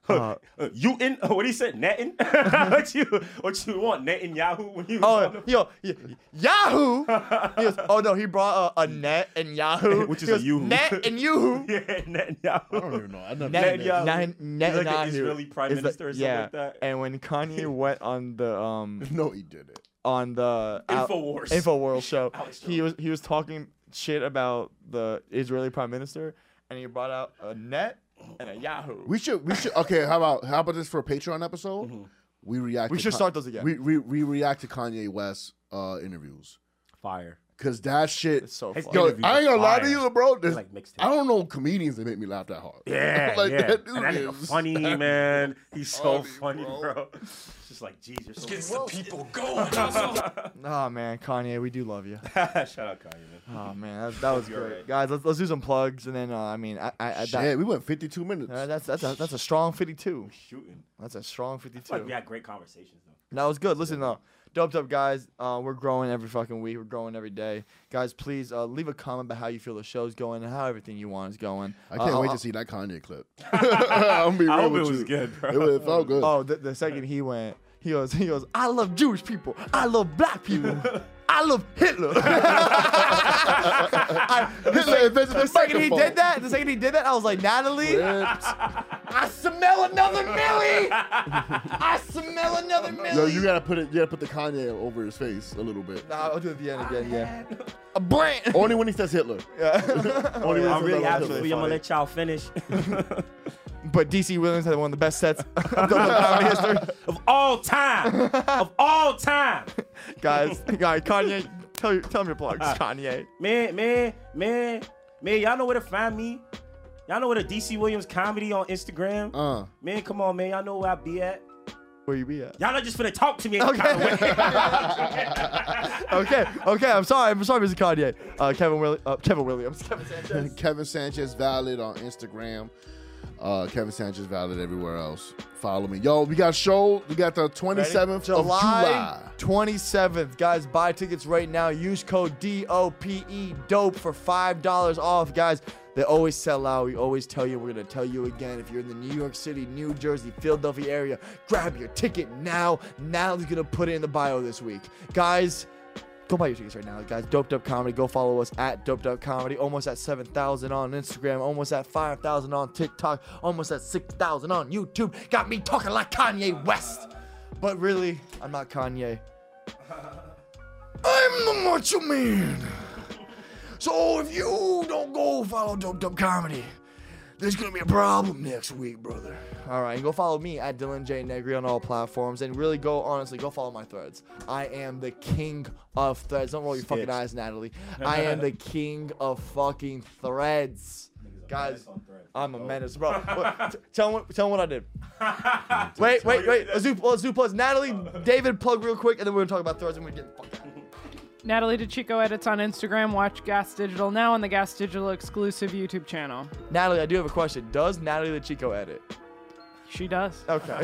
[SPEAKER 4] Uh, you in? [LAUGHS] What he said? Netting? what you? What you want? Netting Yahoo? When you?
[SPEAKER 1] Oh, yo, y- Yahoo! He goes, oh no, he brought a, a net and Yahoo,
[SPEAKER 4] [LAUGHS] Which is
[SPEAKER 1] He
[SPEAKER 4] a
[SPEAKER 1] goes,
[SPEAKER 4] Yahoo.
[SPEAKER 1] net and
[SPEAKER 4] [LAUGHS]
[SPEAKER 1] Yahoo.
[SPEAKER 4] [LAUGHS] yeah, Netanyahu.
[SPEAKER 3] I don't even know. I never
[SPEAKER 1] Net,
[SPEAKER 3] seen
[SPEAKER 4] Netanyahu.
[SPEAKER 3] that.
[SPEAKER 1] Nine- net,
[SPEAKER 4] like an
[SPEAKER 1] Yahoo
[SPEAKER 4] Israeli prime
[SPEAKER 1] is
[SPEAKER 4] minister or something
[SPEAKER 1] yeah.
[SPEAKER 4] like that.
[SPEAKER 1] And when Kanye
[SPEAKER 4] [LAUGHS]
[SPEAKER 1] went on the um
[SPEAKER 3] [LAUGHS] No, he did it.
[SPEAKER 1] on the out-
[SPEAKER 4] Infowars.
[SPEAKER 1] InfoWorld show,
[SPEAKER 4] [LAUGHS] Alex
[SPEAKER 1] he was he was talking shit about the Israeli prime minister, and he brought out a net and a Yahoo.
[SPEAKER 3] We should. We should. Okay. How about how about this for a Patreon episode? We react.
[SPEAKER 1] Mm-hmm. We
[SPEAKER 3] to
[SPEAKER 1] should start those again.
[SPEAKER 3] We, we we react to Kanye West uh, interviews
[SPEAKER 4] Fire.
[SPEAKER 3] because that shit.
[SPEAKER 1] it's so
[SPEAKER 4] His
[SPEAKER 1] funny.
[SPEAKER 3] Yo,
[SPEAKER 4] interviews
[SPEAKER 3] I ain't gonna lie to
[SPEAKER 4] fire.
[SPEAKER 3] you, bro. This,
[SPEAKER 4] like mixtape.
[SPEAKER 3] I don't know comedians that make me laugh that hard.
[SPEAKER 4] Yeah,
[SPEAKER 3] like
[SPEAKER 4] yeah.
[SPEAKER 3] that
[SPEAKER 4] That,
[SPEAKER 3] dude
[SPEAKER 4] and that nigga
[SPEAKER 3] is-
[SPEAKER 4] funny man. He's so funny,
[SPEAKER 3] bro.
[SPEAKER 4] bro. It's just like Jesus. So
[SPEAKER 2] Gets the people going.
[SPEAKER 1] Oh man, Kanye, we do love
[SPEAKER 4] [LAUGHS]
[SPEAKER 1] you.
[SPEAKER 4] [LAUGHS] Shout out Kanye, man.
[SPEAKER 1] Oh man, that, that was
[SPEAKER 4] You're
[SPEAKER 1] great,
[SPEAKER 4] right.
[SPEAKER 1] guys. Let's let's do some plugs, and then uh, I mean, I, I, I
[SPEAKER 3] Shit,
[SPEAKER 1] that,
[SPEAKER 3] we went 52 minutes.
[SPEAKER 1] uh, that's that's a, that's a strong fifty-two.
[SPEAKER 4] Shooting.
[SPEAKER 1] That's a strong
[SPEAKER 4] It's like
[SPEAKER 1] fifty-two.
[SPEAKER 4] we had great conversations though.
[SPEAKER 1] That was good. Listen, uh, doped up guys. Uh, we're growing every fucking week. We're growing every day, guys. Please uh, leave a comment about how you feel the show's going and how everything you want is going.
[SPEAKER 3] I can't
[SPEAKER 1] Uh,
[SPEAKER 3] wait
[SPEAKER 1] uh,
[SPEAKER 3] to see that Kanye clip.
[SPEAKER 4] [LAUGHS]
[SPEAKER 3] [LAUGHS] I'm gonna be real
[SPEAKER 4] I hope it
[SPEAKER 3] with
[SPEAKER 4] was
[SPEAKER 3] you.
[SPEAKER 4] good, bro.
[SPEAKER 3] It, was- it felt [LAUGHS] good.
[SPEAKER 1] Oh, the, the second he went, he goes, he goes. I love Jewish people. I love black people. I love Hitler. I-
[SPEAKER 3] Hitler invented the
[SPEAKER 1] the second he
[SPEAKER 3] microphone.
[SPEAKER 1] did that, the second he did that, I was like, Natalie, I smell another Millie. I smell another Millie.
[SPEAKER 3] [LAUGHS] Yo, you gotta put it. You gotta put the Kanye over his face a little bit.
[SPEAKER 1] Nah, I'll do it at the end again. Yeah, Oh, a brand.
[SPEAKER 3] Only when he
[SPEAKER 4] [LAUGHS]
[SPEAKER 3] says Hitler. [LAUGHS] Only when he
[SPEAKER 4] I'm
[SPEAKER 3] says
[SPEAKER 4] really
[SPEAKER 3] Hitler.
[SPEAKER 4] happy for you. I'm gonna let y'all finish.
[SPEAKER 1] But DC Williams [LAUGHS] had one of the best sets of the comedy history.
[SPEAKER 4] of all time, of all time.
[SPEAKER 1] guys, guy Kanye, tell your tell him your plugs, Kanye.
[SPEAKER 4] Man, man, man, man, y'all know where to find me. Y'all know where to DC Williams comedy on Instagram.
[SPEAKER 3] Uh.
[SPEAKER 4] Man, come on, man. Y'all know where I be at.
[SPEAKER 1] Where you be at?
[SPEAKER 4] Y'all not just finna talk to me. any
[SPEAKER 1] Okay.
[SPEAKER 4] kind of way.
[SPEAKER 1] Okay, okay. I'm sorry. I'm sorry, Mr. Kanye. Uh, Kevin, Willi- uh, Kevin Williams. Kevin Sanchez.
[SPEAKER 3] [LAUGHS] Kevin Sanchez Valid on Instagram. Uh, Kevin Sanchez Valid everywhere else. Follow me. Yo, we got show. We got the 27th of July.
[SPEAKER 1] 27th. Guys, buy tickets right now. Use code DOPE E, DOPE for $5 off. Guys, they always sell out. We always tell you. We're going to tell you again. If you're in the New York City, New Jersey, Philadelphia area, grab your ticket now. Now is going to put it in the bio this week. Guys, go buy your tickets right now, guys. Doped Up Comedy. Go follow us at Doped Up Comedy. Almost at 7,000 on Instagram. Almost at 5,000 on TikTok. Almost at 6,000 on YouTube. Got me talking like Kanye West. But really, I'm not Kanye. [LAUGHS] I'm the Macho Man. So if you don't go follow Doped Up Comedy, there's gonna be a problem next week, brother. All right, and go follow me at Dylan J Negri on all platforms, and really go honestly go follow my threads. I am the king of threads. Don't roll your fucking eyes, Natalie. I am [LAUGHS] the king of fucking threads, guys. I'm a menace, [LAUGHS] bro. What- t- tell 'em what tell 'em what I did. wait, wait, wait. Let's do, let's do plugs. [LAUGHS] Natalie, David, plug real quick, and then we're gonna talk about threads, and we're getting fucked.
[SPEAKER 5] Natalie DeChico edits on Instagram. Watch Gas Digital now on the Gas Digital exclusive YouTube channel.
[SPEAKER 1] Natalie, I do have a question. Does Natalie the Chico edit?
[SPEAKER 5] She does.
[SPEAKER 1] [LAUGHS] Okay.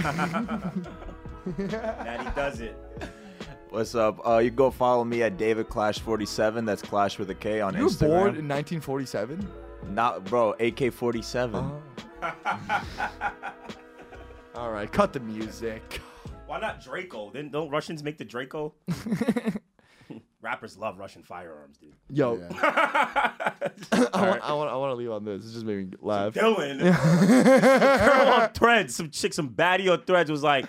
[SPEAKER 4] Natty does it.
[SPEAKER 6] What's up? Uh, you can go follow me at David Clash 47. That's Clash with a K on
[SPEAKER 1] you were
[SPEAKER 6] Instagram.
[SPEAKER 1] born in 1947.
[SPEAKER 6] Not, bro. AK 47.
[SPEAKER 1] Oh. All right, cut the music.
[SPEAKER 4] Why not Draco? Then don't Russians make the Draco? Rappers love Russian firearms, dude.
[SPEAKER 1] Yo,
[SPEAKER 3] Yeah.
[SPEAKER 1] [LAUGHS] I, want, I want I want to leave on this. It just made me laugh.
[SPEAKER 4] Dylan, girl on threads, some chick, some baddie on threads was like,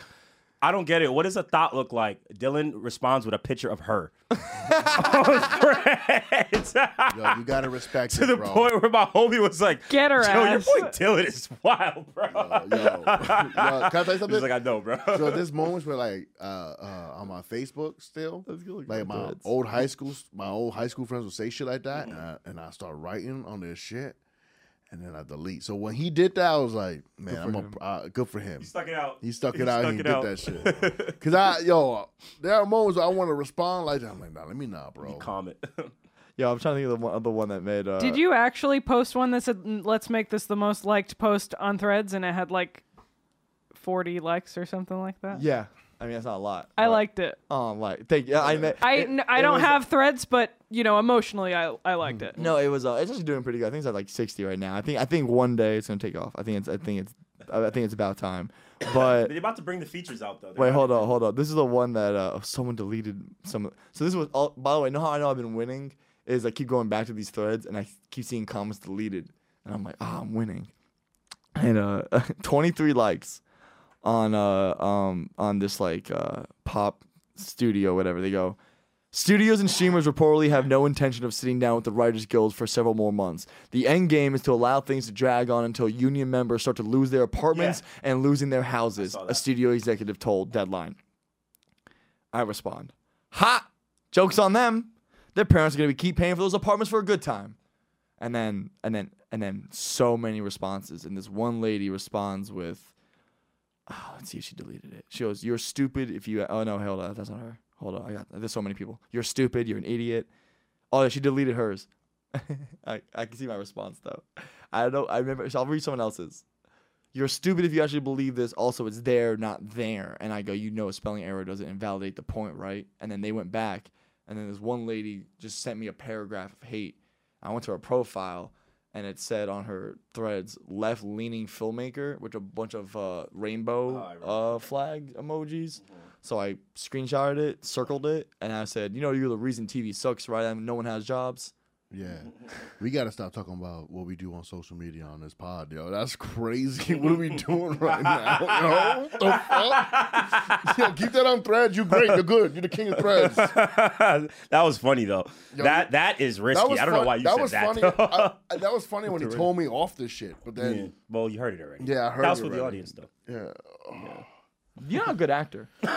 [SPEAKER 4] I don't get it. What does a thought look like? Dylan responds with a picture of her. [LAUGHS] on threads. to
[SPEAKER 3] Yo, you gotta
[SPEAKER 4] [LAUGHS]
[SPEAKER 3] respect it,
[SPEAKER 4] the
[SPEAKER 3] bro.
[SPEAKER 4] point where my homie was like,
[SPEAKER 5] Get her
[SPEAKER 4] Yo, your
[SPEAKER 5] ass.
[SPEAKER 4] boy Dylan is wild, bro.
[SPEAKER 3] Yo, [LAUGHS] yo, yo, can I tell you
[SPEAKER 4] He
[SPEAKER 3] something?
[SPEAKER 4] was like, I know, bro.
[SPEAKER 3] so there's moments where like uh, uh on my Facebook still,
[SPEAKER 1] go look
[SPEAKER 3] like
[SPEAKER 1] at
[SPEAKER 3] my
[SPEAKER 1] threads.
[SPEAKER 3] old high school, my old high school friends would say shit like that, and, I, and I start writing on their shit, and then I delete. So when he did that, I was like, man, I'm a, uh, good for him.
[SPEAKER 4] He stuck it out.
[SPEAKER 3] He stuck it out.
[SPEAKER 4] stuck
[SPEAKER 3] He
[SPEAKER 4] it
[SPEAKER 3] did that shit. Cause I, yo, there are moments where I want to respond like that. I'm like, nah, let me not, bro.
[SPEAKER 4] Comment. [LAUGHS]
[SPEAKER 1] Yo, I'm trying to think of the one, of the one that made. Uh,
[SPEAKER 5] Did you actually post one that said, "Mm, let's make this the most liked post on threads? And it had like 40 likes or something like that?
[SPEAKER 1] Yeah, I mean that's not a lot.
[SPEAKER 5] I
[SPEAKER 1] but-
[SPEAKER 5] liked it.
[SPEAKER 1] Oh, like thank you. I mean,
[SPEAKER 5] I,
[SPEAKER 1] it-
[SPEAKER 5] n- I
[SPEAKER 1] it
[SPEAKER 5] don't
[SPEAKER 1] was-
[SPEAKER 5] have threads, but, you know, emotionally, I, I liked it.
[SPEAKER 1] No, it was. Uh, it's actually doing pretty good. I think it's at like 60 right now. I think I think one day it's gonna take off. I think it's I think it's I I think it's about time. [LAUGHS] But
[SPEAKER 4] They're about to bring the features out though.
[SPEAKER 1] Wait, hold on, hold on. This is the one that uh, someone deleted some. So this was all. By the way, know how I know I've been winning is I keep going back to these threads and I keep seeing comments deleted, and I'm like, ah, I'm winning. And uh, [LAUGHS] 23 likes on uh um on this like uh pop studio whatever they go. Studios and streamers reportedly have no intention of sitting down with the Writers Guild for several more months. The end game is to allow things to drag on until union members start to lose their apartments and losing their houses, a studio executive told Deadline. I respond, Ha! Joke's on them. Their parents are going to keep paying for those apartments for a good time. And then, and then, and then so many responses. And this one lady responds with, oh, let's see if she deleted it. She goes, You're stupid if you. Oh, no, hold on. That's not her. Hold on. I got, there's so many people. You're stupid. You're an idiot. Oh, yeah, she deleted hers. [LAUGHS] I, I can see my response, though. I don't, I remember. So I'll read someone else's. You're stupid if you actually believe this. Also, it's there, not there. And I go, you know, a spelling error doesn't invalidate the point, right? And then they went back, and then this one lady just sent me a paragraph of hate. I went to her profile, and it said on her threads, left leaning filmmaker, with a bunch of uh, rainbow uh, flag emojis. So I screenshotted it, circled it, and I said, you know, you're the reason TV sucks, right? I mean, no one has jobs.
[SPEAKER 3] Yeah, we gotta stop talking about what we do on social media on this pod, yo. That's crazy. [LAUGHS] What are we doing right now? Yo, What the fuck? [LAUGHS] Yo, keep that on threads. You great. You're good. You're the king
[SPEAKER 4] [LAUGHS]
[SPEAKER 3] of threads. That
[SPEAKER 4] [LAUGHS] that was funny though. that that is risky.
[SPEAKER 3] was
[SPEAKER 4] I don't know
[SPEAKER 3] fun-
[SPEAKER 4] why you
[SPEAKER 3] that
[SPEAKER 4] said
[SPEAKER 3] was
[SPEAKER 4] that.
[SPEAKER 3] funny.
[SPEAKER 4] though.
[SPEAKER 3] I, I- that was funny when he told me off this shit, but then
[SPEAKER 4] [LAUGHS] Well, you heard it already.
[SPEAKER 3] Yeah, I heard
[SPEAKER 4] That was
[SPEAKER 3] it
[SPEAKER 4] for the
[SPEAKER 3] already.
[SPEAKER 4] audience though.
[SPEAKER 3] yeah,
[SPEAKER 1] You're not a good actor. you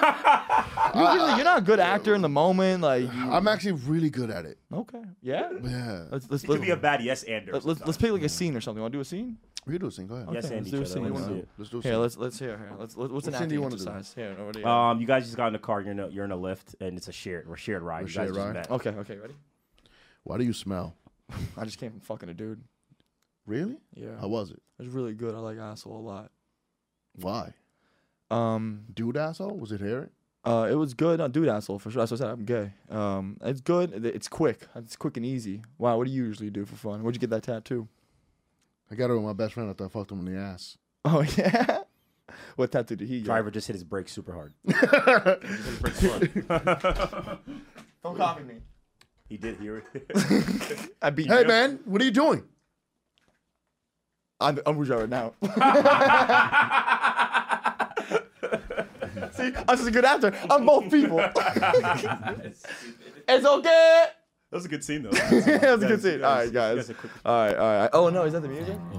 [SPEAKER 1] really, you're not a good actor in the moment. Like, you-
[SPEAKER 3] I'm actually really good at it.
[SPEAKER 1] okay, yeah.
[SPEAKER 3] Yeah.
[SPEAKER 1] Let's let's
[SPEAKER 4] It could
[SPEAKER 1] let's,
[SPEAKER 4] be a bad yes ander.
[SPEAKER 1] let's, let's, pick like a scene or something. Want to do a scene?
[SPEAKER 3] We do a scene. Go ahead.
[SPEAKER 4] yes
[SPEAKER 1] okay,
[SPEAKER 4] and each
[SPEAKER 1] let's do a
[SPEAKER 4] other.
[SPEAKER 1] scene.
[SPEAKER 4] Let's
[SPEAKER 1] Why
[SPEAKER 4] do
[SPEAKER 1] not?
[SPEAKER 4] it.
[SPEAKER 3] Let's do a scene.
[SPEAKER 1] Here, let's let's hear. Here. Let's let, what's an
[SPEAKER 3] scene do
[SPEAKER 1] acting
[SPEAKER 3] you wanna do? Uh,
[SPEAKER 1] exercise? Here, over to you.
[SPEAKER 4] Um, you guys just got in the car. You're in a, you're in a lift, and it's a shared, a shared ride. Oh,
[SPEAKER 3] A
[SPEAKER 4] You
[SPEAKER 3] shared
[SPEAKER 4] guys just
[SPEAKER 3] ride.
[SPEAKER 4] met.
[SPEAKER 1] okay, okay, ready?
[SPEAKER 3] Why do you smell?
[SPEAKER 1] I just came from fucking a dude.
[SPEAKER 3] Really?
[SPEAKER 1] Yeah,
[SPEAKER 3] How was it?
[SPEAKER 1] it was really good. I like asshole a
[SPEAKER 3] Why?
[SPEAKER 1] lot. Um,
[SPEAKER 3] Dude asshole? Was it Harry?
[SPEAKER 1] Uh, it was good. No, dude, asshole for sure. That's what I said. I'm gay. Um, it's good. It- It's quick. It's quick and easy. Wow, what do you usually do for fun? Where'd you get that tattoo? [LAUGHS]
[SPEAKER 3] I got it with my best friend after I fucked him in the ass.
[SPEAKER 1] Oh yeah. [LAUGHS] what tattoo did he get?
[SPEAKER 4] Driver just hit his brake super hard.
[SPEAKER 1] Don't copy me.
[SPEAKER 4] he did [LAUGHS] hear it.
[SPEAKER 1] I beat
[SPEAKER 3] Hey
[SPEAKER 1] you.
[SPEAKER 3] man, what are you doing?
[SPEAKER 1] I'm, I'm Rouge right [LAUGHS] now. See, I'm just a good actor. I'm both people. it's okay.
[SPEAKER 4] That was a good scene though.
[SPEAKER 1] that was a good scene. All right, guys. All right, all right. Oh no, is that the music?
[SPEAKER 4] Uh [LAUGHS]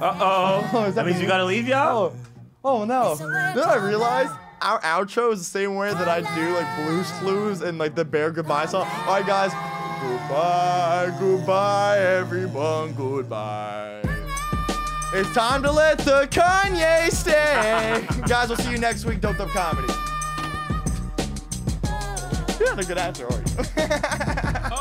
[SPEAKER 4] oh.
[SPEAKER 1] Oh, is that,
[SPEAKER 4] That means you gotta leave, y'all.
[SPEAKER 1] Oh no! Then I realized our outro is the same way that I do like Blues Clues and like the Bear Goodbye song. All right, guys. Goodbye, goodbye, everyone, goodbye. It's time to let the Kanye stay. guys, we'll see you next week. Doped Up Comedy. You're not a good actor, are you?